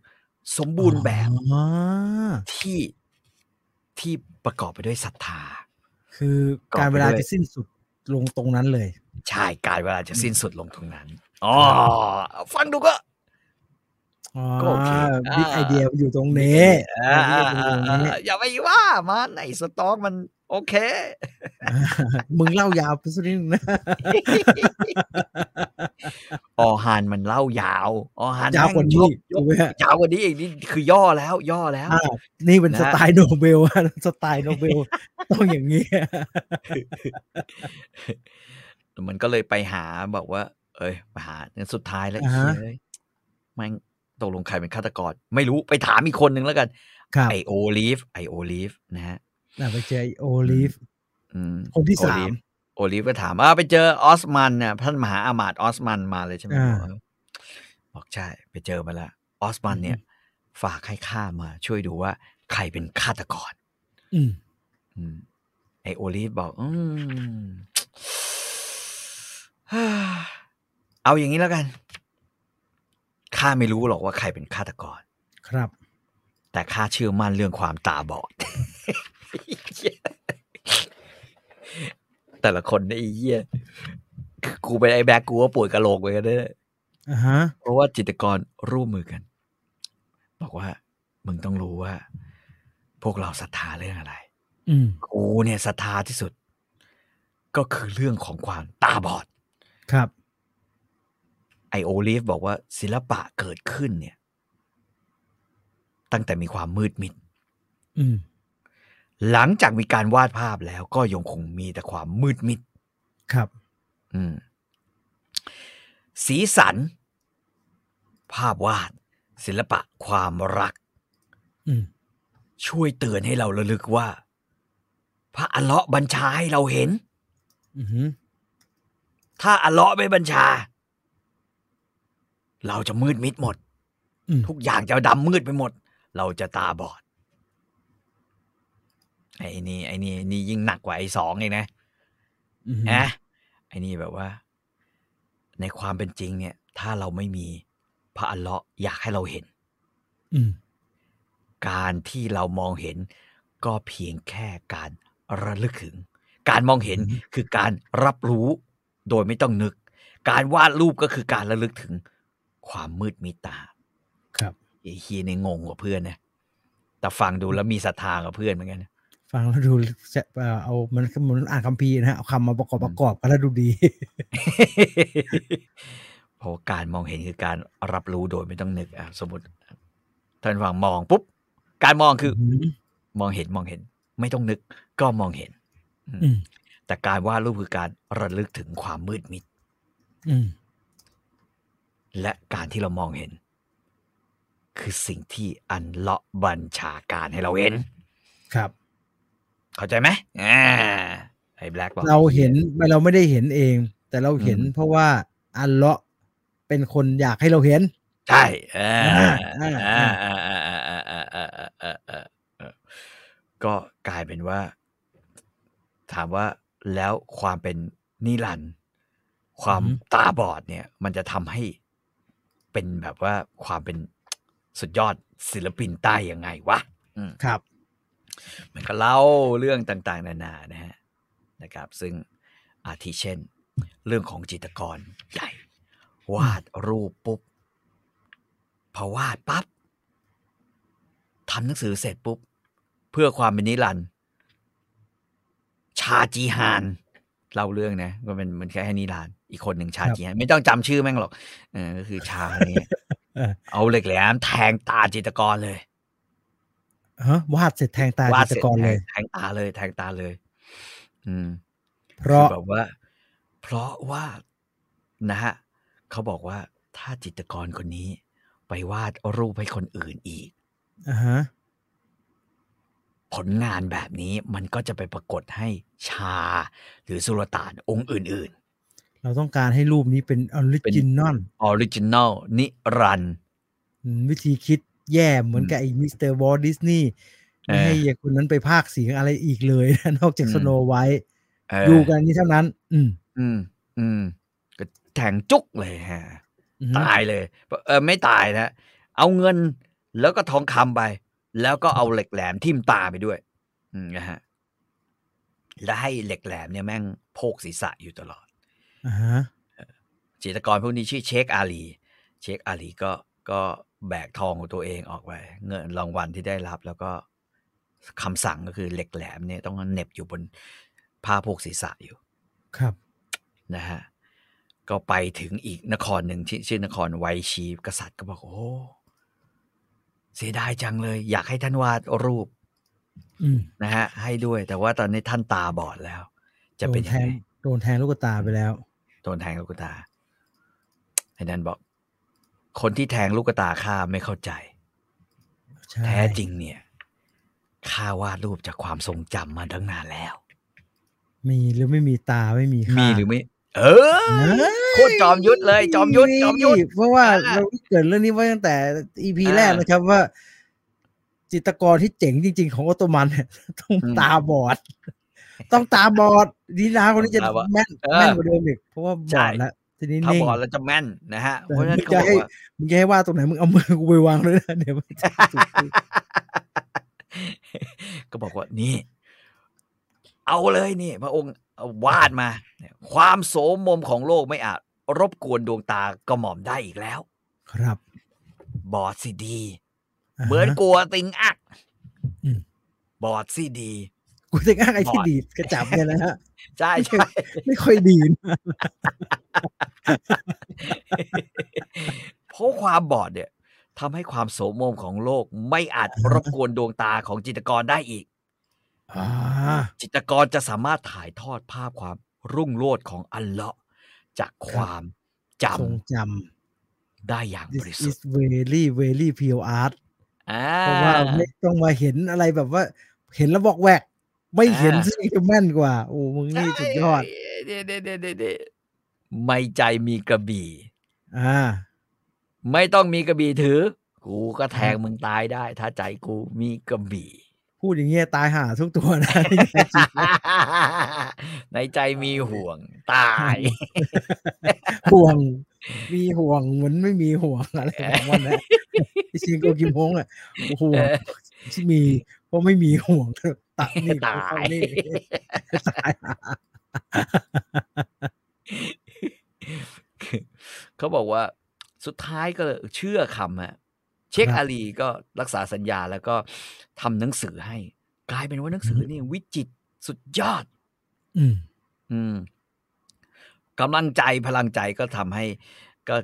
S3: สมบูรณ์แบบ
S2: อ๋อ
S3: ที่ที่ประกอบไปด้วยศรัทธา
S2: คือการเวลาจะสิ้นสุดลงตรงนั้นเลย
S3: ใช่กายเวลาจะสิ้นสุดลงตรงนั้นอ๋อฟังดูก็
S2: อ๋อ
S3: ก็โอเค
S2: บิ๊ก
S3: อ่า
S2: ไอเดียอยู่ตรงนี้
S3: อ่า
S2: บิ๊กไอเดียอยู่ตรงนี้
S3: อย่าไปว่ามันไอ้สต๊อกมัน โอเค
S2: มึงเล่ายาวไปสักนิดนึงนะ
S3: ออหานมันเล่ายาวออหาน
S2: ยาวกว่านี้
S3: ย
S2: ถู
S3: ก
S2: กไหมฮะ
S3: ยาวกว่านี้อีกนี่คือย่อแล้ว ย่อแล้ว
S2: อ่านี่เป็น
S3: นะ
S2: ส
S3: ฮะ
S2: ไตล์โนเบล อะสไตล์โนเบ ล ต้องอย่างนี้
S3: มันก็เลยไปหาบอกว่า เอ้ยไปหาสุดท้ายแล้ว
S2: อ่าฮะ
S3: เอ้ยแมันตกลงใครเป็นฆาตกร ไม่รู้ไปถามอีกคนนึงแล้วกัน
S2: ครับ
S3: ไอโอลีฟไอโอลีฟนะฮะ
S2: น่ะไปเจอไอ้โอลิฟ
S3: อืม
S2: คนที่สาม
S3: โอลิฟโอลีฟก็ถามว่าไปเจอออสมันน่ะท่านมหาอามาตย์ออสมันมาเลยใช่ไหม
S2: อ่า
S3: บอกเออบอกใช่ ไปเจอมาละออสมันเนี่ย ฝากให้ข้ามา ช่วยดูว่าใครเป็นฆาตกร
S2: อืม
S3: อืมไอโอลิฟบอก อืม เอาอย่างนี้แล้วกัน ข้าไม่รู้หรอกว่าใครเป็นฆาตกร
S2: ครับ
S3: แต่ข้าเชื่อมั่นเรื่องความตาบอด แต่ละคนเนี่ยไอ้เหี้ยกูเป็นไอ้แบกกูก็ป่วยกะโหลกไปกันด้วย
S2: อ่าฮะ
S3: เพราะว่าจิตรกรร่วมมือกัน บอกว่า มึงต้องรู้ว่า พวกเราศรัทธาเรื่องอะไร
S2: อืม
S3: กูเนี่ยศรัทธาที่สุด ก็คือเรื่องของความตาบอด
S2: ครับ
S3: ไอโอลิฟบอกว่าศิลปะเกิดขึ้นเนี่ย ตั้งแต่มีความมืดมิด
S2: อืม
S3: หลังจากมีการวาดภาพแล้วก็ยังคงมีแต่ความมืดมิด
S2: ครับ
S3: อืม สีสัน ภาพวาด ศิลปะความรัก
S2: อืม
S3: ช่วยเตือนให้เราระลึกว่า พระอัลเลาะห์บัญชาให้เราเห็น
S2: อือหือ
S3: ถ้าอัลเลาะห์ไม่บัญชา เราจะมืดมิดหมด
S2: อืม
S3: ทุกอย่างจะดำมืดไปหมด เราจะตาบอด ไอ้นี่ไอ้นี่ไอ้นี่ยิ่งหนักกว่าไอ้สองอีกนะ
S2: อือหือ
S3: นะไอ้นี่แบบว่า ในความเป็นจริงเนี่ย ถ้าเราไม่มีพระอัลเลาะห์อยากให้เราเห็น
S2: อืม
S3: การที่เรามองเห็นก็เพียงแค่การระลึกถึง การมองเห็น
S2: อืม
S3: คือการรับรู้โดยไม่ต้องนึก การวาดรูปก็คือการระลึกถึงความมืดมิดตา
S2: ครับ
S3: ไอ้เฮียในยงงกว่าเพื่อนนะแต่ฟังดูแล้วมีศรัทธากับเพื่อนเหมือนกันนะ
S2: ฟังแล้วดูจะเอ่อเอามันเหมือนอ่านคัมภีร์นะฮะเอาคำมาประกอบประกอบกันแล้วดูดี
S3: เพราะการมองเห็นคือการรับรู้โดยไม่ต้องนึกอ่ะสมมติท่านฟังมองปุ๊บการมองคืออ
S2: ม
S3: มองเห็นมองเห็น ไม่ต้องนึก ก็มองเห็น อืม
S2: อืม
S3: แต่การวาดรูปคือการระลึกถึงความมืดมิด
S2: อืม
S3: และการที่เรามองเห็น คือสิ่งที่อันเลาะบัญชาการให้เราเห็น
S2: ครับ
S3: เข้าใจไหมอ่าไอ้แบล็กบอก
S2: เราเห็นไม่เราไม่ได้เห็นเอง แต่เราเห็น
S3: อืม
S2: เพราะว่าอัลเลาะห์เป็นคนอยากให้เราเห็น
S3: ใช่อ่า
S2: อ่า
S3: อ่า
S2: อ่า
S3: อ่าอ่าอ่าอ่าอ่าอ่าอ่าอ่าอ่าก็กลายเป็นว่า ถามว่าแล้วความเป็นนิรันดร์ความตาบอดเนี่ย มันจะทำให้เป็นแบบว่าความเป็นสุดยอดศิลปินใต้ยังไงวะอืม
S2: ครับ
S3: มันก็เล่าเรื่องต่างๆ นานานะฮะนะครับ ซึ่งอาทิเช่น เรื่องของจิตรกรใหญ่ วาดรูปปุ๊บ พอวาดปั๊บทำหนังสือเสร็จปุ๊บ เพื่อความเป็นนิรันดร์ชาจีฮานเล่าเรื่องนะก็เป็นมันแค่ให้นิรันดร์อีกคนหนึ่งชาจีฮานไม่ต้องจำชื่อแม่งหรอกเออก็คือชาคนนี้
S2: เออ
S3: เอาเหล็กแหลมแทงตาจิตรกรเลย
S2: ฮะวาดเสร็จแทงตาจิตรกรเลย
S3: แทงตาเลย แทงตาเลย อืม
S2: เพราะ
S3: คือแบบว่า เพราะว่านะฮะเขาบอกว่าถ้าจิตรกรคนนี้ ไปวาดรูปให้คนอื่นอีก
S2: อ่าฮะ
S3: ผลงานแบบนี้มันก็จะไปปรากฏให้ชา หรือสุลต่านองค์อื่น
S2: เราต้องการให้รูปนี้เป็นออริ
S3: เป็น
S2: จินอล
S3: ๆออริจินอลนิรันดร์
S2: วิธีคิดแย่เหมือนกับไอ้มิสเตอร์วอลต์ดิสนีย์ไม่ให้
S3: เออ
S2: ไอ้คนนั้นไปภาคเสียงอะไรอีกเลยนะ นอกจาก
S3: อืม
S2: สโนไวท์
S3: เ
S2: อยู่กันอย่างนี้เท่านั้น อืม
S3: อืม อืม ก็แทงจุกเลยฮะ
S2: อือฮึ
S3: ตายเลย เออไม่ตายนะ เอาเงินแล้วก็ทองคำไป แล้วก็เอาเหล็กแหลมทิ่มตาไปด้วย อืมนะฮะ และให้เหล็กแหลมเนี่ยแม่งโพกศีรษะอยู่ตลอด
S2: อ่าฮะ
S3: จิตรกรพวกนี้ชื่อเชคอาลี เชคอาลีก็ก็แบกทองของตัวเองออกไป เงินรางวัลที่ได้รับแล้วก็ คำสั่งก็คือเหล็กแหลมเนี่ยต้องเหน็บอยู่บนผ้าโพกศีรษะอยู่
S2: ครับ
S3: นะฮะ ก็ไปถึงอีกนครหนึ่งที่ชื่อนครไวชีฟกษัตริย์ก็บอก โอ้ เสียดายจังเลย อยากให้ท่านวาดรูป
S2: อืม
S3: นะฮะ ให้ด้วย แต่ว่าตอนนี้ท่านตาบอดแล้ว จะเป็น
S2: โดน
S3: ยั
S2: แท
S3: งไง
S2: งโดนแทงลูกตาไปแล้ว
S3: โดนแทงลูกตาไอ้นั่นบอก คนที่แทงลูกตาข้าไม่เข้าใจ
S2: ใช่
S3: แท้จริงเนี่ยข้าวาดรูปจากความทรงจำมาตั้งนานแล้ว
S2: มีหรือไม่มีตาไม่มีค่า
S3: มีหรือไม่ เออ
S2: เฮ้ย
S3: โคตรจอมยุทธเลยจอมยุทธจอมยุทธ
S2: เพราะว่า
S3: อ่า
S2: เราเกิดเรื่องนี้ไว้ตั้งแต่ EP
S3: อ่า
S2: แรกนะครับว่า จิตรกรที่เจ๋งจริง ๆ ของออตโตมันเนี่ย ต้อง
S3: อืม
S2: ตาบอด ต้องตาบอดดีนาคนนี้จะ
S3: ตาบอด
S2: แม่น
S3: เออ
S2: แม่นกว่าเดิมอีกเพราะว่าบ
S3: ใช่
S2: อดแล้วทีนี้
S3: ถ้า
S2: นิ่ง
S3: บอดแล้วจะแม่นนะฮะ
S2: แต่
S3: เพราะฉะนั้นเขา
S2: ไม่
S3: บ
S2: ได้
S3: อกว่า
S2: มึงจะให้ว่าดตรงไหนมึงเอามือกูไปวางเลยนะเดี๋ยว มันจะถูก ที่
S3: ก็บอกว่านี่ เอาเลยนี่ พระองค์เอาวาดมา ความโสมมของโลกไม่อาจ รบกวนดวงตากระหม่อมได้อีกแล้ว
S2: ครับ
S3: บอดสิดี
S2: าฮะ
S3: เหมือนกลัวติงอัก
S2: อืม
S3: บอดสิดี
S2: กูจะอ้างไอ้ที่
S3: บอด
S2: ดีดกระจับเนี่ยนะฮะ
S3: ใช่ใช่
S2: ไม่ค่อยดีนะ
S3: เพราะความบอดเนี่ยทำให้ความโสมมของโลกไม่อาจรบกวนดวงตาของจิตรกรได้อีก
S2: อ่า
S3: จิตรกรจะสามารถถ่ายทอดภาพความรุ่งโรจน์ของอัลเลาะห์จากความจ
S2: ทรงจ
S3: ำได้อย่าง
S2: ำ
S3: บ
S2: this
S3: ริสุท
S2: is
S3: ธิ์
S2: very very pure art
S3: อ่
S2: เพราะว่าไม่ต้องมาเห็นอะไรแบบว่า เห็นแล้วบอกแหวก ไม่เห็นซึ่งจะแม่นกว่า โอ้มึงนี่สุดยอด
S3: เด้เด้เด้เด้เด้ไม่ใจมีกระบี่
S2: อ่า
S3: ไม่ต้องมีกระบี่ถือ กูก็แทงมึงตายได้ ถ้าใจกูมีกระบี่
S2: พูดอย่างเงี้ยตายห่าทุกตัวนะ
S3: ในใจมีห่วง ตาย
S2: ห่วง มีห่วงเหมือนไม่มีห่วงอะไรของมันนะที่ชิงโกกิมฮงอ่ะห่วงที่มีเพราะไม่มีห่วงตัดนี่
S3: ตาย
S2: นี่ตายห่า
S3: เขาบอกว่าสุดท้ายก็เชื่อคำฮะเช็คอาลีก็รักษาสัญญาแล้วก็ทำหนังสือให้ กลายเป็นว่าหนังสือนี่วิจิตรสุดยอด
S2: อืม
S3: อืมกำลังใจพลังใจก็ทำให้ก็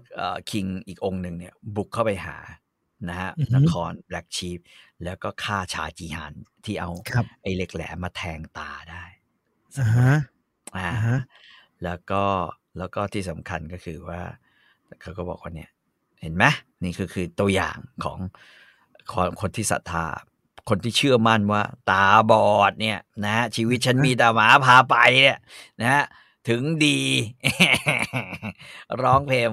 S3: คิงอีกองค์หนึ่งเนี่ย บุกเข้าไปหานะฮะ
S2: อือฮึ
S3: นครแบล็กชีฟแล้วก็ฆ่าชาจีฮันที่เอา
S2: ครับ
S3: ไอ้เหล็กแหลมมาแทงตาได้
S2: อ่าฮะ
S3: อ่า
S2: อ่าฮะ
S3: แล้วก็แล้วก็ที่สำคัญก็คือว่าเขาก็บอกว่าเนี่ย เห็นไหมนี่คือคือตัวอย่างของคนคนที่ศรัทธา คนที่เชื่อมั่นว่า ตาบอดเนี่ยนะฮะชีวิตฉันมีแตาหมาพาไปเนี่ยนะฮะถึงดี ร้องเพลง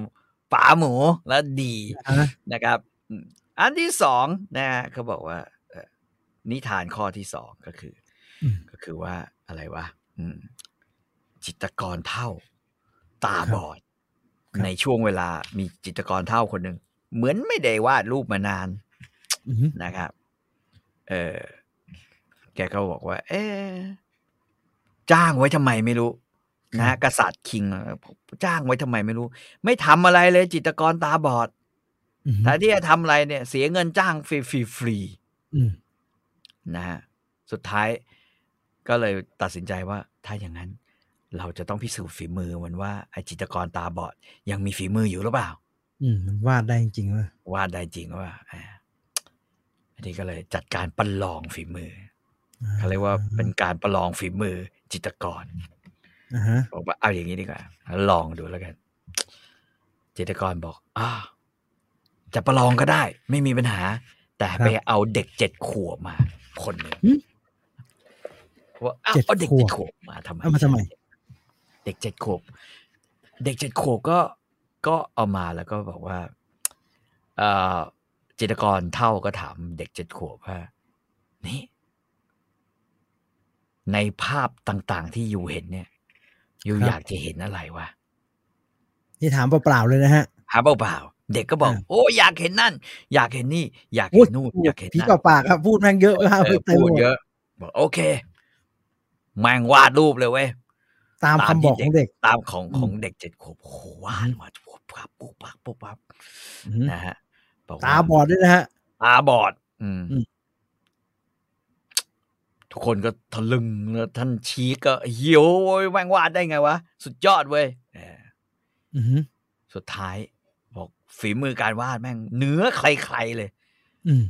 S3: ป๋าหมูแล้วดี
S2: อ่าฮะ
S3: นะครับอืมอันที่สองนะฮะเขาบอกว่าเอ่อนิทานข้อที่สองก็คือ
S2: อืม
S3: ก็คือว่าอะไรวะอืม จิตรกรเท่า ตาบอด
S2: ครับ
S3: ในช่วงเวลามีจิตรกรเท่าคนหนึ่งเหมือนไม่ได้วาดรูปมานาน
S2: อือฮึ
S3: นะครับ เออแกก็บอกว่า เออจ้างไว้ทำไมไม่รู้นะฮะกษัตริย์คิง จ้างไว้ทำไมไม่รู้ ไม่ทำอะไรเลยจิตรกรตาบอด
S2: อือฮึ
S3: แทนที่จะทำอะไรเนี่ย เสียเงินจ้างฟรีฟรีๆ
S2: อืม
S3: นะฮะสุดท้ายก็เลยตัดสินใจว่าถ้าอย่างนั้น เราจะต้องพิสูจน์ฝีมือมันว่าไอจิตรกรตาบอด ยังมีฝีมืออยู่หรือเปล่า
S2: อืมมันวาดได้จริงๆเว้ย
S3: วาดได้จริงว่าอ่าอันนี้ก็เลยจัดการประลองฝีมือเขาเรียกว่าเป็นการประลองฝีมือจิตรกร
S2: อ่าฮะ
S3: บอกว่าเอาอย่างนี้ดีกว่า ลองดูแล้วกัน จิตรกรบอกอ่าวจะประลองก็ได้ ไม่มีปัญหา แต่ไปเอาเด็กเจ็ดขวบมา คนหนึ่งว่าอ้าวเอาเด็กเจ็ดขวบมาทำไม
S2: เอามาทำไม
S3: เด็กเจ็ดขวบ เด็กเจ็ดขวบก็ก็เอามาแล้วก็บอกว่าเอ่อจิตรกรเท่าก็ถามเด็กเจ็ดขวบว่า นี่ ในภาพต่างๆที่อยู่เห็นเนี่ย อยู่อยากจะเห็นอะไรวะ
S2: นี่ถามเปล่าๆเลยนะฮะ
S3: หาเปล่าๆเด็กก็บอก
S2: อ่า
S3: โอ้อยากเห็นนั่น อยากเห็นนี่ อยากเห็นนู่นอยากเห็น
S2: ผี
S3: นั่น
S2: เปล่าๆครับพูดแม่งเยอะมาก
S3: เออ
S2: เต็ม
S3: พู
S2: หม
S3: ด
S2: ด
S3: เยอะ บอกโอเคแม่งวาดรูปเลยเว้ย
S2: ตามคำบอกของเด็ก
S3: ตามของ
S2: อืม
S3: ของเด็กเจ็ดขวบโอ้โหวาดมาปุ๊บปั๊บปุ๊บปั๊บปุ๊บปั๊บ
S2: อืม
S3: นะฮะบกว่
S2: ตาบอดด้วยนะฮะ
S3: ตาบอด อืม
S2: อืม
S3: ทุกคนก็ทะลึงแล้วท่านชี้ก็เหี้ยวโว้ยแม่งวาดได้ไงวะ สุดยอดเว้ยเออ
S2: อือหือ
S3: สุดท้าย บอกฝีมือการวาดแม่งเหนือใครๆเลย
S2: อืม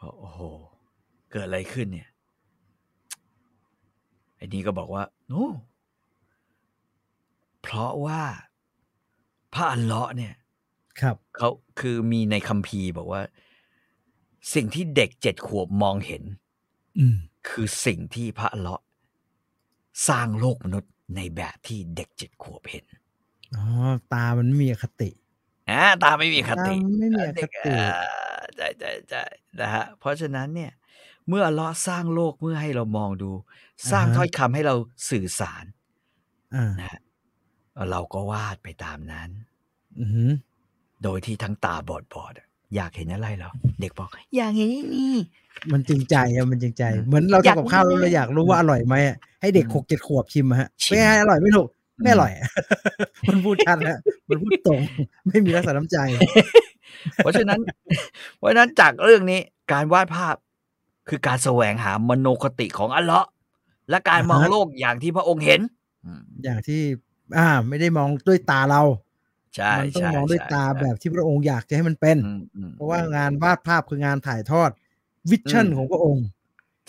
S3: บอกโอ้โห เกิดอะไรขึ้นเนี่ย ไอ้นี่ก็บอกว่า โน้เพราะว่าพระอัลเลาะห์เนี่ย
S2: ครับ
S3: เขาคือมีในคัมภีร์บอกว่า สิ่งที่เด็กเจ็ดขวบมองเห็น
S2: อืม
S3: คือสิ่งที่พระอัลเลาะห์สร้างโลกมนุษย์ในแบบที่เด็กเจ็ดขวบเห็น
S2: อ๋อตามันไม่มีอคติ
S3: อ่าตาไม่มีค
S2: ตา
S3: ติ
S2: มันไม่มีอค
S3: เด็ก
S2: ติ
S3: อ่าใช่ใช่ใช่นะฮะเพราะฉะนั้นเนี่ย เมื่ออัลเลาะห์สร้างโลกเมื่อให้เรามองดู สร้างถ้อยคำให้เราสื่อสาร
S2: อ่า
S3: นะฮะเราก็วาดไปตามนั้น
S2: อือหือ
S3: โดยที่ทั้งตาบอดบอดๆอะอยากเห็นอะไรเหรอเด็กบอกอยากเห็นนี่
S2: มันจริงใจอะมันจริงใจ
S3: อืม
S2: เหมือนเรา
S3: อยาก
S2: ทำกับข้าวแล้วเราอยากรู้ว่าอร่อยไหมอะให้เด็ก
S3: อืม
S2: หกเจ็ดขวบชิมอะฮะ
S3: ชิม
S2: ไม่ให้อร่อยไม่ถูกไม่อร่อยอะ มันพูดชัดฮะมันพูดตรง ไม่มีรักษาน้ำใจ
S3: เพราะฉะนั้น เพราะฉะนั้นจากเรื่องนี้การวาดภาพคือการแสวงหามโนคติของอัลเลาะห์และการมอง
S2: อ่าฮะ
S3: โลกอย่างที่พระองค์เห็นอืม
S2: อย่างที่ อ่า ไม่ได้มองด้วยตาเรา
S3: ใช่
S2: มัต้อง
S3: ใช่
S2: มองด้วย
S3: ใช่
S2: ตา
S3: ใช่
S2: แบบที่พระองค์อยากจะให้มันเป็น
S3: อืมอืม
S2: เพราะว่างานวาดภาพคืองานถ่ายทอดวิชั่น
S3: อืม
S2: ของพระองค์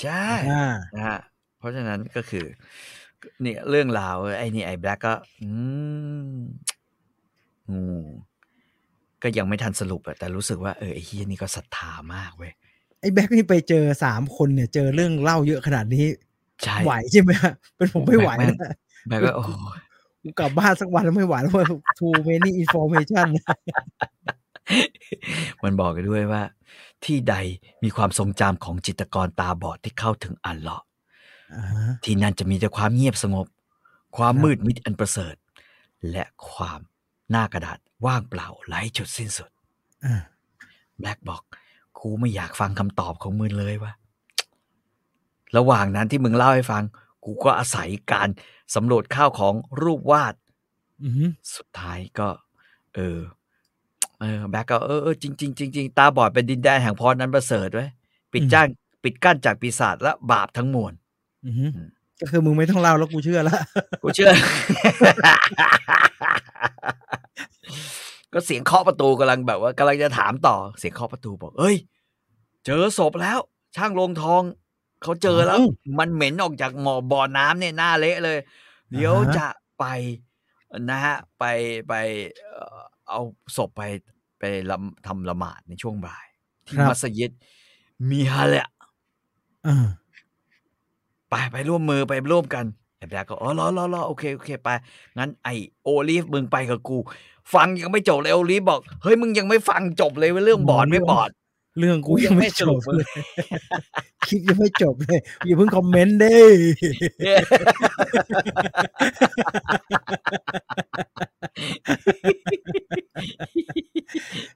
S3: ใช่
S2: อ่า
S3: นะฮะเพราะฉะนั้นก็คือเนี่ยเรื่องราวไอ้นี่ไอ้แบล็กก็อืมงูก็ยังไม่ทันสรุปอะแต่รู้สึกว่าเออไอ้เฮียนี่ก็ศรัทธามากเว้ย
S2: ไอ้แบ็คนี่ไปเจอสามคนเนี่ย เจอเรื่องเล่าเยอะขนาดนี้
S3: ใช่
S2: ไหวใช่ไหมฮะเป็นผมไม่ไหว
S3: แม่ง
S2: นะ
S3: แบล็กก็โอ้โห
S2: กูกลับบ้านสักวันแล้วไม่ไหวแล้วว่า too many information
S3: มันบอกกันด้วยว่า ที่ใดมีความทรงจำของจิตรกรตาบอดที่เข้าถึงอันเลาะห์
S2: อ่าฮะ
S3: ที่นั่นจะมีแต่ความเงียบสงบ ความ
S2: ครับ
S3: มืดมิดอันประเสริฐ และความหน้ากระดาษว่างเปล่าไร้จุดสิ้นสุด
S2: อ่า
S3: แบล็กบอกกูไม่อยากฟังคำตอบของมึงเลยว่ะ ระหว่างนั้นที่มึงเล่าให้ฟัง กูก็อาศัยการสำรวจข้าวของรูปวาด
S2: อือฮึ
S3: สุดท้ายก็ เออ เออ แบล็กก็เออเออจริงจริงจริงจริงตาบอดเป็นดินแดนแห่งพรนั้นประเสริฐไว้ยปิดจ้านปิดกั้นจากปีศาจและบาปทั้งมวล
S2: อือฮึก็คือมึงไม่ต้องเล่าแล้วกูเชื่อละ
S3: กูเชื่อ ก็เสียงเคาะประตูกำลังแบบว่ากำลังจะถามต่อ เสียงเคาะประตูบอก เอ้ย เจอศพแล้ว ช่างโรงทอง เขาเจอแล้ว
S2: อ้าว
S3: มันเหม็นออกจากหมอบ่อน้ำเนี่ยหน้าเละเลย เดี๋ยว
S2: อ่าฮะ
S3: จะไปนะฮะ ไปไปเอ่อเอาศพไปไปลำทำละหมาดในช่วงบ่าย ที่
S2: ครับ
S3: มัสยิดมีฮะแหละ
S2: อ่า
S3: ไปไปร่วมมือไปร่วมกันไอ้แบล็กก็อ๋อรอรอรอโอเคโอเคไป งั้นไอโอลีฟมึงไปกับกู ฟังยังไม่จบเลยโอลีฟบอกเฮ้ยมึงยังไม่ฟังจบเลยว่าเรื่องบอดไม่บอด
S2: เรื่องกูยังไม่จบ
S3: กูยังไม่สรุปเล
S2: เลย ย คลิปยังไม่จบเลยอย่าเพิ่งคอมเมนต์เด้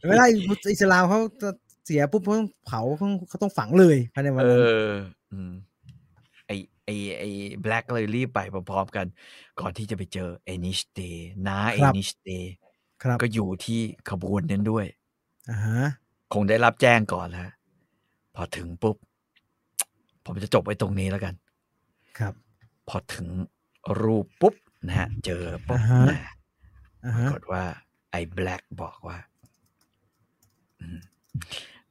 S2: ไม่ได้อิสลามเขาจะเสียปุ๊บเขาต้องเผาเขาต้องเขาต้องฝังเลยภายในวัน
S3: เอ
S2: นั้น
S3: ออืมไอไอไอแบล็กเลยรีบไปพร้อมๆกัน ก่อนที่จะไปเจอเอนิชเตน้าเอนิชเต
S2: ครับ
S3: ก็อยู่ที่ขบวนนั้นด้วย
S2: อ่าฮะ
S3: คงได้รับแจ้งก่อนแล้วพอถึงปุ๊บ ผมจะจบไว้ตรงนี้แล้วกัน
S2: ครับ
S3: พอถึงรูปปุ๊บนะฮะ เจอปุ๊บนะฮะ
S2: อ่า
S3: ปรา
S2: ฮะ
S3: กฏว่า ไอ้แบล็กบอกว่า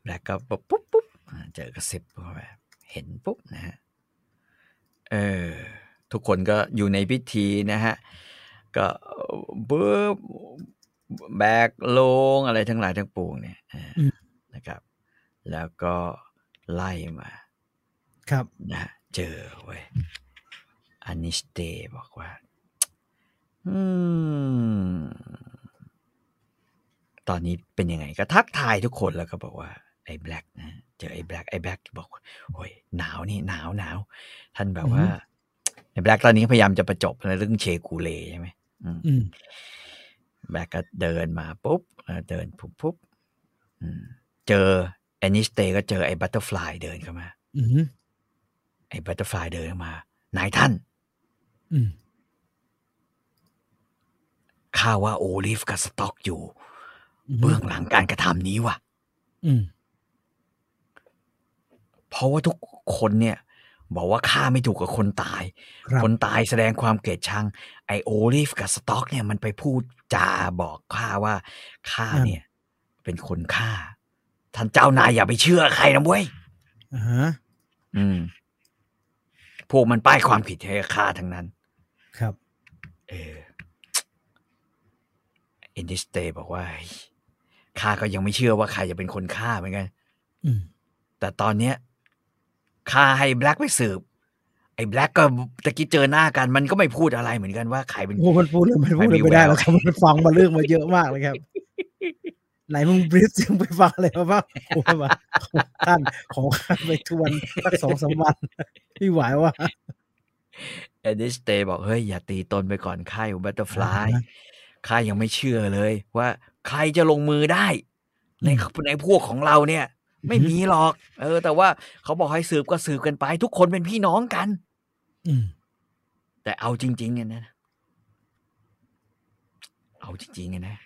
S3: แบล็กก็ปุ๊บปุ๊บปุ๊บอ่าเจอกระสิบเข้าไปเห็นปุ๊บนะฮะเออทุกคนก็อยู่ในพิธีนะฮะ ก็เบื้บแบกลงอะไรทั้งหลายทั้งปวงเนี่ยอ่านะครับ แล้วก็ไล่มา
S2: ครับ
S3: นะเจอเว้ยอันนิสเตบอกว่า อืม ตอนนี้เป็นยังไงก็ทักทายทุกคนแล้วก็บอกว่า ไอ้แบล็กนะเจอไอ้แบล็กไอ้แบล็กบอกว่าโอ้ยหนาวนี่หนาวหนาวท่านแบบว่าไอ้แบล็กตอนนี้พยายามจะประจบในเรื่องเชกูเลใช่ไหมอืม
S2: อืม
S3: แบกก็เดินมาปุ๊บเออเดินปุ๊บปุ๊บอืมเจอแอนนิสเตก็เจอไอ้บัตเตอร์ฟลายเดินเข้ามา
S2: อืม
S3: ไอ้บัตเตอร์ฟลายเดินเข้ามานายท่าน
S2: อืม
S3: ข้าว่าโอลิฟกับสต็อกอยู่
S2: อืม
S3: เบื้องหลังการกระทำนี้ว่ะ
S2: อืม
S3: เพราะว่าทุกคนเนี่ย บอกว่าฆ่าไม่ถูกกับคนตาย
S2: ครับ
S3: คนตายแสดงความเกลียดชังไอโอลิฟกับสต็อกเนี่ยมันไปพูดจาบอกข้าว่าข้าเนี่ย เป็นคนฆ่า ท่านเจ้านายอย่าไปเชื่อใครนะเว้ย
S2: อ่าฮะ
S3: อืม พวกมันป้ายความผิดให้กับข้าทั้งนั้น
S2: ครับ
S3: เออเอนดิสเตบอกว่าเฮ้ยข้าก็ยังไม่เชื่อว่าใครจะเป็นคนฆ่าเหมือนกัน
S2: อืม
S3: แต่ตอนเนี้ยข้าให้แบล็กไปสืบ ไอ้แบล็กก็ตะกี้เจอหน้ากัน มันก็ไม่พูดอะไรเหมือนกันว่าใครเป็น
S2: โอ้มันพูดเลยมันพูดเลยไม่ได้แล้วครับมันฟังมาเรื่องมาเยอะมากเลยครับ ไหนมึงบริสยังไปฟังอะไรมาบ้างโอ้ยมาของท่านของข้านไปทวนสักสองสามวันพี่ไหวว่า
S3: เอดิสเตย์บอกเฮ้ย อย่าตีตนไปก่อนค่ายของบัตเตอร์ฟลาย
S2: อ่าฮะ
S3: ข้ายังไม่เชื่อเลย ว่าใครจะลงมือได้ ใน
S2: อืม
S3: ในพวกของเราเนี่ย ไม่
S2: อือฮึ
S3: มีหรอก เออ แต่ว่าเขาบอกให้สืบก็สืบกันไป ทุกคนเป็นพี่น้องกัน
S2: อืม
S3: แต่เอาจริงๆเนี่ยนะ เอาจริงๆเนี่ยนะ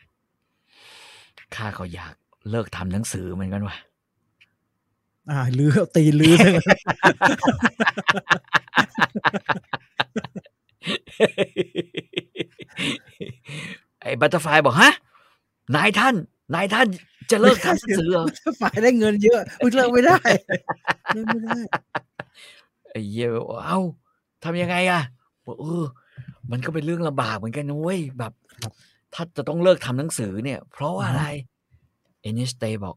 S3: ข้าก็อยากเลิกทำหนังสือเหมือนกันว่ะ
S2: อ่าลือเอาตีน ลือเลย
S3: ไอ้บัตเตอร์ฟลายบอกฮะนายท่าน นายท่านจะเลิกทำหนังสือเหรอ
S2: ฝ่ายได้เงินเยอะอุ๊ยเลิกไม่ได้เลิกไม่ได้
S3: ไอ้เหี้ยแบบว่าเอ้าทำยังไงอะบอกเออ มันก็เป็นเรื่องลำบากเหมือนกันนะเว้ยแบบ
S2: ครับ
S3: ถ้าจะต้องเลิกทำหนังสือเนี่ย เพราะว่า
S2: อือฮึ
S3: อะไรเอนิสเตย์บอก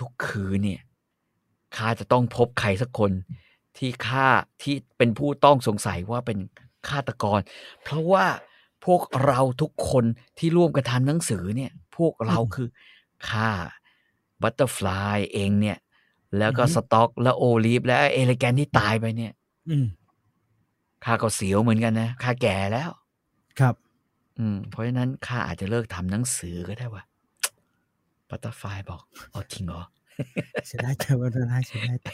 S3: ทุกๆคืนเนี่ยข้าจะต้องพบใครสักคนที่ฆ่าที่เป็นผู้ต้องสงสัยว่าเป็นฆาตกร เพราะว่าพวกเราทุกคนที่ร่วมกันทำหนังสือเนี่ย พวกเราคือข้าบัตเตอร์ฟลายเองเนี่ย แล้วก็
S2: อือฮึ
S3: สต็อก และโอลิฟและเอเลแกนที่ตายไปเนี่ย
S2: อืม
S3: ข้าก็เสียวเหมือนกันนะข้าแก่แล้ว
S2: ครับ
S3: อืม เพราะฉะนั้นข้าอาจจะเลิกทำหนังสือก็ได้ว่ะปัตตาไฟบอกอ๋อจริงเหรอ
S2: เสียดายแต่ว่าได้เสียดายแต่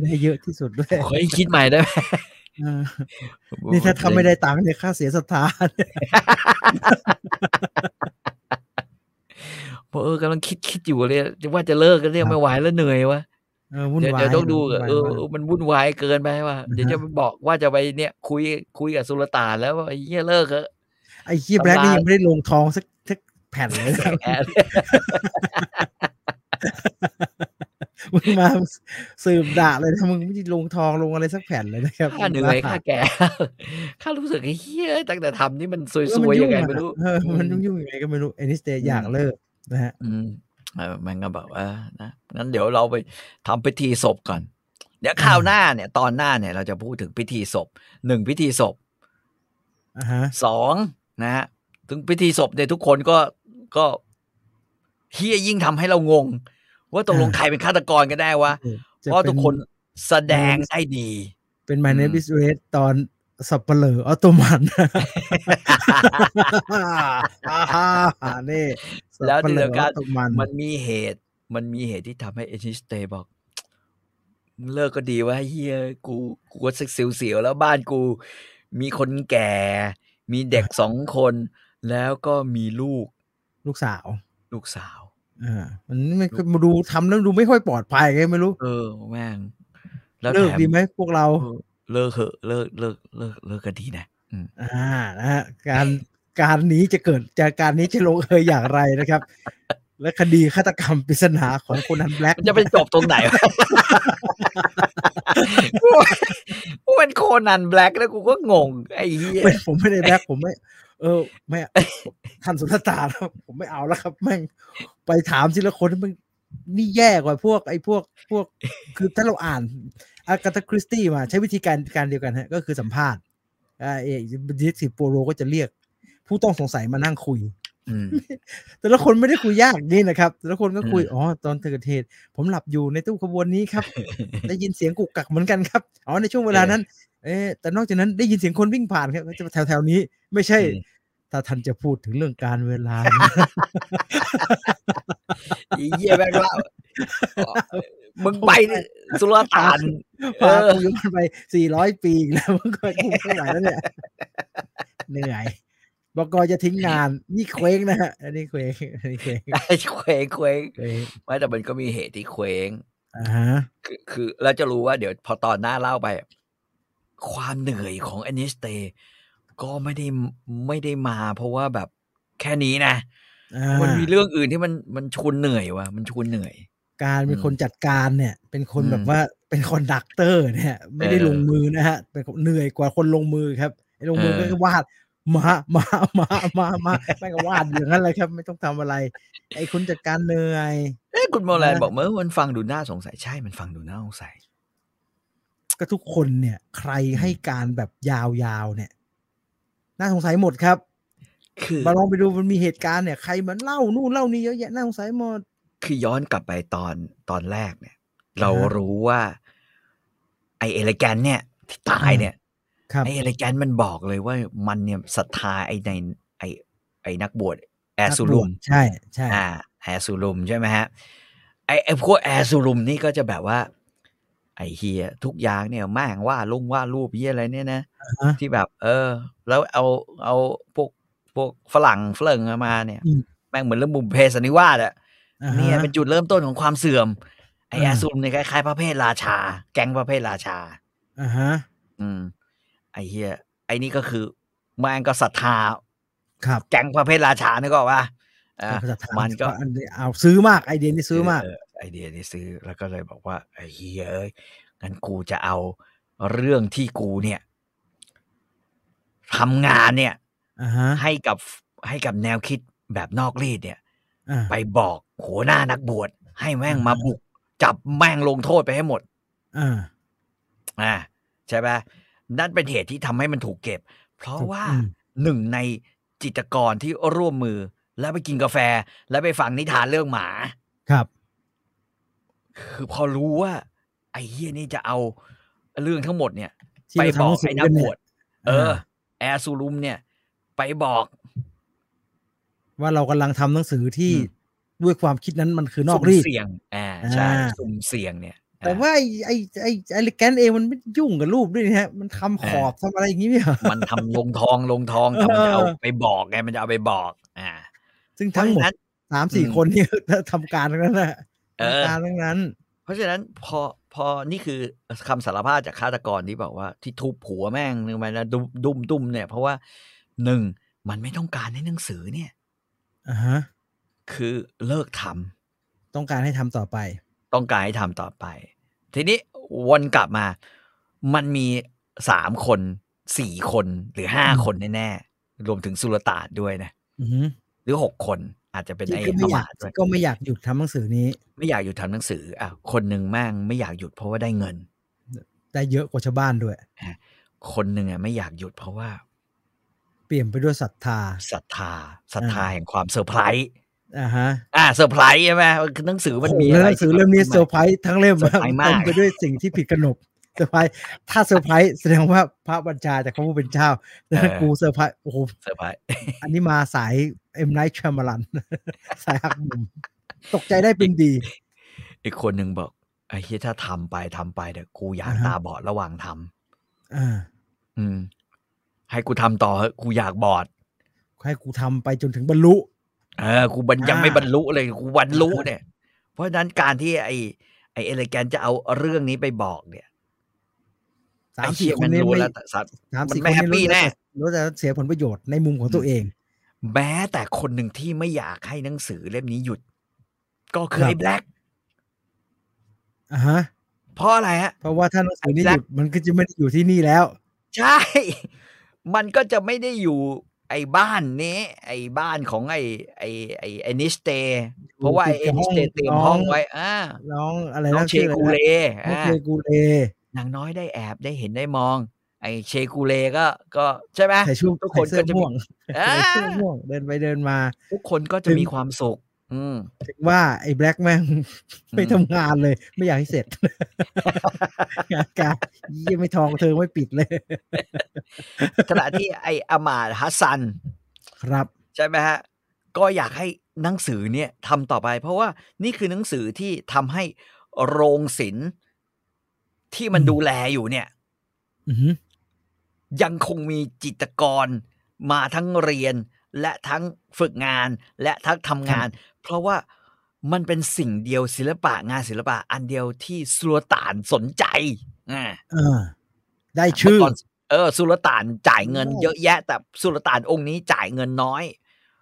S2: ได้เยอะที่สุดด้วย
S3: ขอให้คิดใหม่ได้ไหม
S2: เออนี่ถ้าทำไม่ได้ตังค์เนี่ยค่าเสียศรัทธาเนี่ย
S3: บอกเออกำลังคิดคิดอยู่เลยว่าจะเลิกก็เรียกไม่ไหวแล้วเหนื่อยวะ
S2: เออวุ่น
S3: เดี๋ยว
S2: วาย
S3: เดี๋ยวต้องดู
S2: วุ่นวายมาก
S3: เออเออมันวุ่นวายเกินไปว่ะเดี๋ยวจะไปบอกว่าจะไปเนี่ย คุยคุยกับสุลต่านแล้วว่าไอ้เหี้ยเลิกเถอะ
S2: ไอ้ขี้ย
S3: ตำรา
S2: แบล็กนี่ยังไม่ได้ลงทองสักสักแผ่นเลยนะ
S3: แอบ
S2: มึงมาสืบด่าเลยนะมึงไม่ได้ลงทองลงอะไรสักแผ่นเลยนะครับ
S3: ข้าเหนื่อ
S2: บ้
S3: ยข้าแก่ ข้ารู้สึกไอ้เหี้ยตั้งแต่ทำนี่มันซ
S2: เออ
S3: วย
S2: มัน
S3: ๆยัง งไง
S2: อะ
S3: ไม่รู้
S2: เออมันยุ่งๆยังไงก็ไม่รู้เอนิสเตอยากเลิกนะฮะ
S3: อืมเออมันก็บอกว่านะงั้นเดี๋ยวเราไปทำพิธีศพก่อน เดี๋ยว
S2: อ่า
S3: ข่าวหน้าเนี่ย ตอนหน้าเนี่ยเราจะพูดถึงพิธีศพหนึ่งพิธีศพ
S2: อ่าฮะ
S3: สองนะฮะถึงพิธีศพเนี่ยทุกคนก็ก็เฮียยิ่งทำให้เรางง ว่าตกลง
S2: อ่า
S3: ใครเป็นฆาตกรกันแน่วะ
S2: จ
S3: เพราะทุกคนแสดงได้ดี
S2: เป็นมา a m
S3: อื
S2: e
S3: ม
S2: is Red ตอนสับเปลือออโตมันอ่าฮะอ่า นี่
S3: แล้ว
S2: สับปะ
S3: ที่
S2: เหร่
S3: สำคัญ
S2: ออโตมัน
S3: มันมีเหตุ มันมีเหตุที่ทำให้เอชิสเตบอก เลิกก็ดีว่าเฮียกูกูก็สึกเสียวๆแล้วบ้านกู มีคนแก่ มีเด็กสองคน แล้วก็มีลูก
S2: ลูกสาว
S3: ลูกสาว
S2: อ่ามันไม่ค่อยมาดูทำแล้วดูไม่ค่อยปลอดภัยไงไม่รู้
S3: เออแม่ง แล้ว
S2: เลิ
S3: แถ
S2: ก
S3: ม
S2: ดีไหมพวกเรา
S3: เออเลิกเหอะเลิกเลิกเลิกเลิกก็ดีนะ
S2: อ่านะฮะการการนี้จะเกิดจากการนี้จะลงเอยอย่างไร นะครับ และคดีฆาตกรรมปริศนาของคนนันแบ ล็ก
S3: มันจะไปจบตรงไหนวะ กูเป็นโคนันแบล็กแล้วกูก็งง ไอ้เหี้ย
S2: ไม่ผมไม่ได้แบล็กผมไม่ เออ ไม่ท่านสุทตาแล้วผมไม่เอาแล้วครับ แม่งไปถามทีละคนมันนี่แย่กว่าพวก ไอ้พวกพวก คือถ้าเราอ่านอากาธาคริสตี้มาใช้วิธีการการเดียวกันฮะ ก็คือสัมภาษณ์อ่าเอดิสิโปโรก็จะเรียก ผู้ต้องสงสัยมานั่งคุย
S3: อืม
S2: แต่ละคนไม่ได้คุยยากนี่นะครับ แต่ละคนก็คุย
S3: อืม
S2: อ๋อ ตอนเกิดเหตุ ผมหลับอยู่ในตู้ขบวนนี้ครับ ได้ยินเสียงกุกกักเหมือนกันครับ อ๋อ ในช่วงเวลานั้น เอ๊ะแต่นอกจากนั้นได้ยินเสียงคนวิ่งผ่านครับจะแถวแถวๆนี้ ไม่ใช่ ถ้าท่านจะพูดถึงเรื่องการเว ลา
S3: ไอ้เยี่ยแม่ง เล่ามึงไปสุลต่าน
S2: พากูย้อนไป 400 ปีอีกแล้วมันก็กูไม่ไหว แล้วเนี่ย เหนื่อยบกจะทิ้งงาน นี่เคว้งนะฮะ อันนี้เคว้งอันนี้เคว้ง
S3: ไอ้เคว้งเคว้ง
S2: เคว้ง
S3: ไม่แต่มันก็มีเหตุที่เคว้ง
S2: อ่าฮะ
S3: คือคือเราจะรู้ว่าเดี๋ยวพอตอนหน้าเล่าไป ความเหนื่อยของอนิสเตก็ไม่ได้ไม่ได้มา เพราะว่าแบบแค่นี้นะ
S2: อ่า
S3: มันมีเรื่องอื่นที่มันมันชวนเหนื่อยว่ะมันชวนเหนื่อย
S2: การเป็นคนจัดการเนี่ย เป็นคน
S3: อืม
S2: แบบว่าเป็นคอนดักเตอร์เนี่ย ไม่ได้
S3: เออ
S2: ลงมือนะฮะเป็นคนเหนื่อยกว่าคนลงมือครับไอ้ลงมือ
S3: เอ
S2: ก็
S3: อ
S2: แค่วาดมามามามามาไม่งก็วาดอย่างนั้นเลยครับ ไม่ต้องทำอะไร ไอ้คนจัดการเหนื่อย
S3: เอ้ยคุณโมแลน
S2: นะ
S3: บอกเมื่อมันฟังดูน่าสงสัยใช่มันฟังดูน่าสงสัย
S2: ก็ทุกคนเนี่ย ใครให้การแบบยาวๆเนี่ย น่าสงสัยหมดครับ
S3: คือ
S2: มาลองไปดูมันมีเหตุการณ์เนี่ยใครมันเล่านู่นเล่านี่เยอะแยะน่าสงสัยหมด
S3: คือย้อนกลับไปตอนตอนแรกเนี่ย เรา
S2: อ่าฮะ
S3: รู้ว่า ไอเอเลแกนเนี่ย ที่ตาย
S2: อ่า
S3: เนี่ย
S2: ครับ
S3: ไอเอเลแกนมันบอกเลยว่ามันเนี่ยศรัทธาไอในไอไอนักบวชแอร์ซูลุม
S2: ใช่ใช่
S3: อ่าแอร์ซูลุมใช่ไหมฮะไอไอพวกแอร์ซูลุมนี่ก็จะแบบว่า ไอเฮียทุกอย่างเนี่ยแม่งว่าลงว่ารูปเฮียอะไรเนี่ยนะ
S2: ฮะ
S3: ที่แบบ เออ แล้วเอาเอาพวกพวกฝรั่งฝรั่งมาเนี่ย
S2: อืม
S3: แม่งเหมือนเรื่องบุมเพสันนิวาสอะ
S2: อ่าฮะ
S3: เนี่ยเป็นจุดเริ่มต้นของความเสื่อม ไอ
S2: อ่า
S3: อาซุมเนี่ยคล้ายๆประเภทราชา แก๊งประเภทราชา
S2: อ่าฮะ
S3: อืม ไอเฮียไอนี่ก็คือแมันก็ศรัทธา
S2: ครับ
S3: แก๊งประเภทราชานึกออกปะอ่า
S2: ภาษาไทย
S3: มันก็
S2: อันนี้เอาซื้อมากไอเดียนี่ซื้อมาก
S3: เไอเดียนี้ซื้อแล้วก็เลยบอกว่าไอเฮียเอ้ยงั้นกูจะเอาเรื่องที่กูเนี่ยทำงานเนี่ย
S2: อ่าฮะ
S3: ให้กับให้กับแนวคิดแบบนอกรีดเนี่ย
S2: อ่า
S3: ไปบอกหัวหน้านักบวชให้แม่ง
S2: อ่าม
S3: มาบุก จับแม่งลงโทษไปให้หมด
S2: อ่า
S3: อ่าใช่ปะนั่นเป็นเหตุที่ทำให้มันถูกเก็บ เพราะ
S2: ถูก
S3: ว่า
S2: อืม
S3: หนึ่งในจิตรกรที่ร่วมมือ แล้วไปกินกาแฟ แล้วไปฟังนิทานเรื่องหมา
S2: ครับ
S3: คือพอรู้ว่า ไอ้เฮียนี่จะเอาเรื่องทั้งหมดเนี่ย
S2: ที่
S3: ไป
S2: เราทำ
S3: บอ
S2: ห
S3: ก
S2: นังสือ
S3: ไอ้นัก
S2: กัน
S3: บ
S2: เนี่
S3: วย ชเออ
S2: า
S3: แอร์ซูลุมเนี่ย ไปบอก
S2: ว่าเรากำลังทำหนังสือที่
S3: อืม
S2: ด้วยความคิดนั้นมันคือนอก
S3: สุ่ม
S2: รีด
S3: เสี่ยงอ่าใช่
S2: อ่า
S3: สุ่มเสี่ยงเนี่ย
S2: แต่
S3: อ่า
S2: ว่าไอ้ไอ้ไอ้ไอ้ลิแกนเองมันไม่ยุ่งกับรูปด้วยนะฮะมันทำขอบทำอะไรอย่างงี้ไม่เหรอ
S3: มันทำลงทองลงทองแต่มันจะเอา
S2: เออ
S3: ไปบอกไงมันจะเอาไปบอก อ่า
S2: ซึ่ง
S3: เพ
S2: ทั้
S3: ราะ
S2: งหมด
S3: ฉะนั้น
S2: สามสี่
S3: อืม
S2: คนเนี่ยทำการทั้งนั้นแหละ
S3: เอ
S2: ทำ
S3: อ
S2: การทั้งนั้น
S3: เพราะฉะนั้นพอพอนี่คือคำสารภาพจากฆาตกรที่บอกว่าที่ทุบหัวแม่งนึงไปแล้วดุมดุมดุมเนี่ย เพราะว่าหนึ่งมันไม่ต้องการให้หนังสือเนี่ย
S2: อ่าฮะ
S3: คือเลิกทำ
S2: ต้องการให้ทำต่อไป
S3: ต้องการให้ทำต่อไป ทีนี้วนกลับมา มันมีสามคนสี่คนหรือห้า
S2: อืม
S3: คนแน่ๆรวมถึงสุลต่านด้วยนะ
S2: อือฮึ
S3: หรือหกคนอาจจะเป็นไอ้
S2: ที่ก็ไม่
S3: พ
S2: อยา
S3: ม่าก ด้วย
S2: ก็ไม่อยากหยุดทำหนังสือนี้
S3: ไม่อยากหยุดทำหนังสืออ่ะคนหนึ่งแม่งไม่อยากหยุดเพราะว่าได้เงิน
S2: ได้เยอะกว่าชาวบ้านด้วย
S3: คนหนึ่งอ่ะไม่อยากหยุดเพราะว่า
S2: เปลี่ยนไปด้วยศรัทธา
S3: ศรัทธาศรัทธา
S2: อ่า
S3: แห่งความเซอร์ไพรส์
S2: อ่าฮะ
S3: อ่ะเซอร์ไพรส์ใช่ไหมคือหนังสือมัน
S2: โโห
S3: มีอะไร
S2: หนังสือเล่มนี้เซอร์ไพรส์ทั้งเล่ม
S3: เซอร์ไพรส์มา
S2: เต็
S3: ก
S2: มไปด้วยสิ่งที่ผิดกนบเซอร์ไพรส์ถ้าเซอร์ไพรส์แสดงว่าพระบัญชาจากพระผู้เป็นเจ้าแต่ถ้ากูเซอร์ไพรส์โอ้โห
S3: เซอร์ไพรส์
S2: อันนี้มาสายเอ็มไนท์ชามาลัน สายหักมุมตกใจได้เป็นดี
S3: อีกคนหนึ่งบอกไอ้เฮียถ้าทำไปทำไปเดี๋ยวกูอยาก
S2: อ่าฮะ
S3: ตาบอดระหว่างทำ
S2: อ่า
S3: อืม ให้กูทำต่อเถอะกูอยากบอด
S2: ให้กูทำไปจนถึงบรรลุ
S3: เออกูบันยังไม่บรรลุเลยกูบรรลุเนี่ย เพราะฉะนั้นการที่ไอ้ไอ้เอเลแกนจะเอาเรื่องนี้ไปบอกเนี่ย
S2: สาม
S3: ไอ้
S2: สี่
S3: เหี้ย
S2: คนนี้
S3: รู้
S2: ไม่
S3: แล้วแต่สัตว์
S2: สาม
S3: มัน
S2: สี่ค
S3: ไม่
S2: นนี้
S3: happy
S2: รู้
S3: แน่
S2: แต่รู้แต่เสียผลประโยชน์ในมุมของตัวเอง
S3: แม้แต่คนหนึ่งที่ไม่อยากให้หนังสือเล่มนี้หยุด ก็คื
S2: ค
S3: อ
S2: รับ
S3: ไอ้แบล็ก
S2: อ่าฮะ
S3: เพราะอะไรฮะ
S2: เพราะว่าถ้าหนังสือนี้
S3: แล้
S2: ห
S3: ว
S2: ยุดมันก็จะไม่ได้อยู่ที่นี่แล้ว
S3: ใช่ มันก็จะไม่ได้อยู่ไอ้บ้านนี้ ไอ้บ้านของไอ้ไอ้ไอ้ไอ้นิสเตย์เพราะว่าไอ้
S2: ติดกับ
S3: นิสเตย์เตรียม
S2: ห้อง
S3: ห้องไว้อ่า
S2: น้องอะไร
S3: น้อ
S2: นะ
S3: งเช
S2: ชื่ออะไร
S3: กูเล
S2: นะน้อง
S3: อ่า
S2: เชกูเล
S3: นางน้อยได้แอบได้เห็นได้มอง ไอ้เชกูเลก็ก็ใช่ไหม
S2: ใส่ชุด
S3: ทุกค
S2: ใส่
S3: น
S2: เสื้อ
S3: ก็จะมี
S2: ม่วง
S3: อ่า
S2: ใส่เสื้อม่วงเดินไปเดินมา
S3: ทุกคนก็จะ
S2: ถึง
S3: มีความสุข อืม
S2: ถึงว่าไอ้แบล็กแม่ง ไม่ทำงานเลย ไม่อยากให้เสร็จ งานการยี่ไม่ทองเธอไม่ปิดเลย
S3: ขณะที่ไอ้อามาดฮัสซัน
S2: ครับ
S3: ใช่ไหมฮะ ก็อยากให้หนังสือเนี่ยทำต่อไป เพราะว่านี่คือหนังสือที่ทำให้โรงศิลป์ที่มันดูแลอยู่เนี่ย
S2: อือหือ
S3: ยังคงมีจิตรกรมาทั้งเรียนและทั้งฝึกงานและทั้งทำงาน เพราะว่า มันเป็นสิ่งเดียวศิลปะงานศิลปะ อันเดียวที่สุลต่านสนใจอ่า
S2: เออ ได้ชื่อ
S3: เมื่ก่นเออสุลต่านจ่ายเงิน
S2: โอ้
S3: เยอะแยะ แต่สุลต่านองค์นี้จ่ายเงินน้อย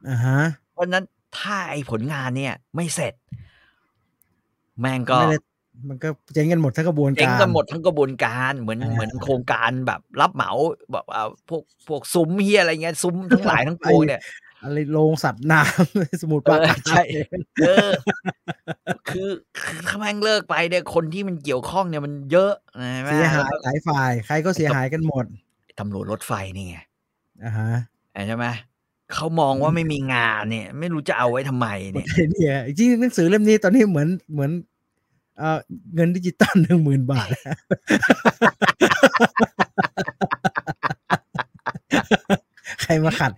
S2: อ่าฮะ
S3: เพราะฉะนั้นถ้าไอผลงานเนี่ย ไม่เสร็จ แม่งก็
S2: ไม่ได้มันก็เจ๊งกันหมดทั้งกระบวนการ
S3: เจ๊งกันหมดทั้งกระบวนการเหมือน
S2: อ่า
S3: เหมือนโครงการแบบรับเหมาแบบเอาพวกพวกซุ้มเฮียอะไรเงี้ยซุ้มทั้งหลายทั้งปวง เนี่ย
S2: อะไรโรงสัตว์น้ำ สมุดปราการ
S3: เออใช่ เออคือคือถ้าแม่งเลิกไปเนี่ยคนที่มันเกี่ยวข้องเนี่ยมันเยอะนะ
S2: เสียหายหลายฝ่าย ใครก็เสียหายกันหมด
S3: ตำรวจรถไฟนี่ไง
S2: อ่าฮะ
S3: อ่ะใช่ไหมเขามองว่าไม่มีงานเนี่ย ไม่รู้จะเอาไว้ทำไมเนี่ย
S2: เนี่ยจริงๆหนังสือเล่มนี้ตอนนี้เหมือนเหมือนเอ่อเงินดิจิตอลหนึ่งหมื่นบาท ใครมาขัด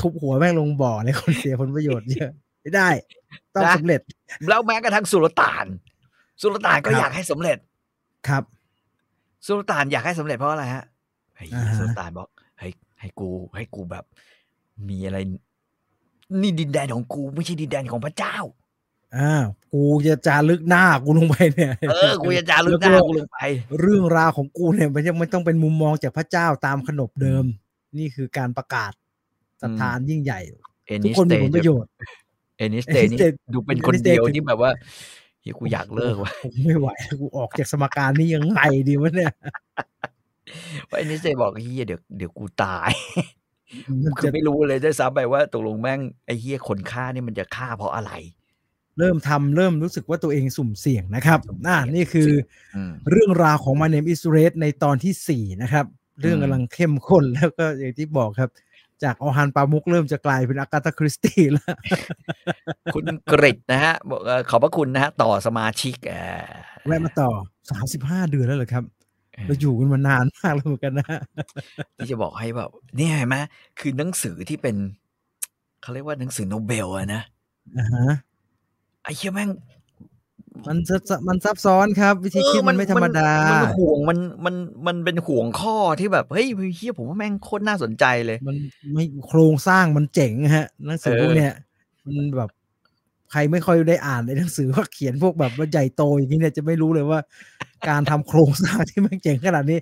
S2: ทุบหัวแม่งลงบ่อเลยคนเสียผลประโยชน์เยอะ ไม่ได้ ต้อง
S3: นะ
S2: สำเร็จ
S3: แล้วแม้กระทั่งสุลต่าน สุลต่านก็
S2: ครับ
S3: อยากให้สำเร็จ
S2: ครับ
S3: สุลต่านอยากให้สำเร็จเพราะอะไรฮะเฮ้ย
S2: อ่าฮะ
S3: สุลต่านบอกให้ยให้กู ให้กูแบบ มีอะไร นี่ดินแดนของกูไม่ใช่ดินแดนของพระเจ้า
S2: อ่าวกูจะจารึกหน้ากูลงไปเนี่ย
S3: เออ กูจะจารึกหน้ากูลงไป
S2: เรื่องราวของกูเนี่ยมันยังไม่ต้องเป็นมุมมองจากพระเจ้าตามขนบเดิม นี่คือการประกาศสถานยิ่งใหญ่
S3: เอ็
S2: ทุก
S3: นิส
S2: คน
S3: เต
S2: มีผลประโยชน์
S3: เอนิสเตนี่
S2: Ennis Day
S3: ดูเป็นคน
S2: Ennis Day
S3: เดียว
S2: คือ
S3: ที่แบบว่าเฮ้ยกูอยากเลิก ว่ะ
S2: ผมไม่ไหวแล้วกูออกจากสมการนี้ยังไงดีวะเนี่ย
S3: ว่าเอนิสเตบอกเฮียเดี๋ยวเดี๋ยวกูตาย
S2: มัน
S3: คื
S2: จะ
S3: อไม่รู้เลยด้วยซ้ำไปว่าตกลงแม่งไอ้เฮียคนฆ่านี่มันจะฆ่าเพราะ อะไร
S2: เริ่มทำเริ่มรู้สึกว่าตัวเองสุ่มเสี่ยงนะครับน่านี่คือ
S3: อืม
S2: เรื่องราวของ My Name Is Red ในตอนที่ 4 นะครับ เรื่องกำลังเข้มข้น แล้วก็อย่างที่บอกครับ จากออฮันปามุกเริ่มจะกลายเป็นอากาตาคริสตีแล้ว
S3: คุณกริตนะฮะบอกเอ่อขอบพระคุณนะฮะ ต่อสมาชิกเอ่อ
S2: แวะมาต่อ 35 เดือนแล้วเหรอครับ เราอยู่กันมานานมากแล้วเหมือนกันนะ
S3: ที่จะบอกให้แบบเนี่ยเห็นไหมคือหนังสือที่เป็น เขาเรียกว่าหนังสือโนเบลอะนะ
S2: อ่าฮะ
S3: ไอ้เหี้ยแม่ง
S2: มันซับซ้อนมันซับซ้อนครับ วิธีคิดมันไม่ธรรมดา
S3: นมันห่วงมันมันมันเป็นห่วงข้อที่แบบ เฮ้ยเฮียผมว่าแม่งโคตรน่าสนใจเลย
S2: มันไม่โครงสร้างมันเจ๋งฮะหนังสือ
S3: เออ
S2: พวกเนี้ยมันแบบ ใครไม่ค่อยได้อ่านในหนังสือว่าเขียนพวกแบบว่าใหญ่โตอย่างนี้เนี่ยจะไม่รู้เลยว่า การทำโครงสร้างที่มันเจ๋งขนาดนี้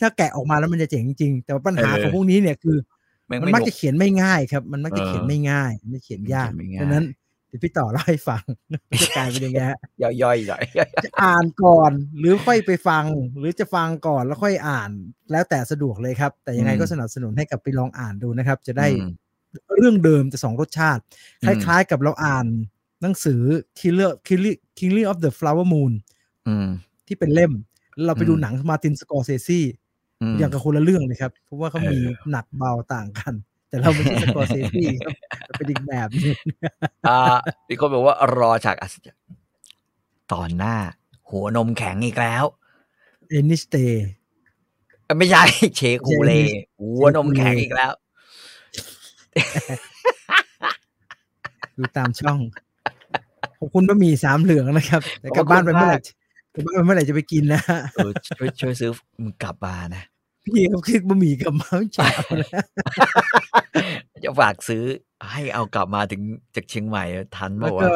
S2: ถ้าแกะออกมาแล้วมันจะเจ๋งจริง แต่ว่าปัญหาของพวกนี้เนี่ยคือ
S3: แง
S2: มันมัก
S3: ไถู
S2: จะเขียนไม่ง่ายครับ มันมักจะ
S3: เออ
S2: เขียนไม่ง่ายมันจะเขียนยาก
S3: มันเขียนไม่ง่าย
S2: ดังนั้นเดี๋ยวพี่ต่อเล่าให้ฟังจะกลายเป็นยังไงฮะ
S3: ย่อยๆหน่อย
S2: จะอ่านก่อนหรือค่อยไปฟัง หรือจะฟังก่อนแล้วค่อยอ่าน แล้วแต่สะดวกเลยครับ แต่ยังไง
S3: อืม
S2: ก็สนับสนุนให้กลับไปลองอ่านดูนะครับ จะได้
S3: อืม
S2: เรื่องเดิมแต่สองรสชาติ
S3: อื
S2: ค
S3: ม
S2: ล้ายๆกับเราอ่านหนังสือ Killer Killer Killing of the Flower Moon
S3: อืม
S2: ที่เป็นเล่มแล้วเราไปดู
S3: อืม
S2: หนังมาตินสกอร์เซซี่
S3: อืม
S2: อย่างกับคนละเรื่องเลยครับ เพราะว่าเขามี
S3: เออ
S2: หนักเบาต่างกัน แต่เราไม่ใช่สกอร์เซซี่ครับแต่เป็นอีกแบบหนึง
S3: อ่ามีคนบอกว่ารอฉากอัศจรรย์ตอนหน้า หัวนมแข็งอีกแล้ว
S2: เอนิสเต
S3: เอ้ยไม่ใช่ เชคูเล
S2: เชคูเล
S3: หัวนมแข็งอีกแล้ว
S2: ดูตามช่อง ขอบคุณบะหมี่สามเหลืองนะครับแต่กลับ
S3: ขอบคุณ
S2: บ้านไปเมื่อไหร่กลับบ้านไป
S3: มาก
S2: เมื่อไหร่จะไปกินนะฮะ
S3: เออช่วยช่วยซื้อมึงกลับมานะ
S2: พี่เขาคิดบะหมี่กลับมาไม่จ่ายเอาแล้ว
S3: จะฝากซื้อให้เอากลับมาถึงจากเชียงใหม่ทัน
S2: แล้ว
S3: ป่าวะ
S2: ก็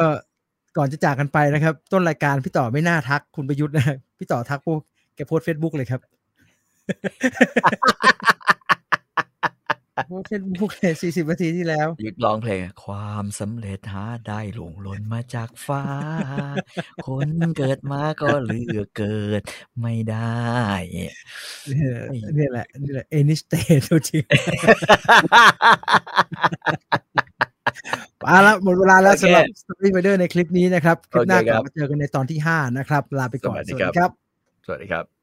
S2: ก่อนจะจากกันไปนะครับ ต้นรายการพี่ต่อไม่น่าทักคุณประยุทธ์นะฮ ะพี่ต่อทักพวกแกโพสเฟซบุ๊กเลยครับ โพสเฟซบุ๊กเลยสี่สิบนาทีที่แล้ว
S3: หยุดร้องเพลงอะความสำเร็จหาได้หลงหล่นมาจากฟ้า คนเกิดมาก็เลือกเกิดไม่ได้
S2: เนี่ยเนี่ยแหละเนี่ยแหละเอนิสเตตัวจริงเอาละหมดเวลาแล้ว
S3: โอเค
S2: สำหรับสตรี i เดอร์ในคลิปนี้นะครับ คลิปหน้า
S3: โอเค
S2: ก
S3: ครั
S2: ลับบ มาเจอกันในตอนที่ 5 นะครับ ลาไปก่อน
S3: สวัสดี
S2: สวัส
S3: ครั
S2: ดี
S3: บ
S2: ครับ
S3: สวัสดีครับ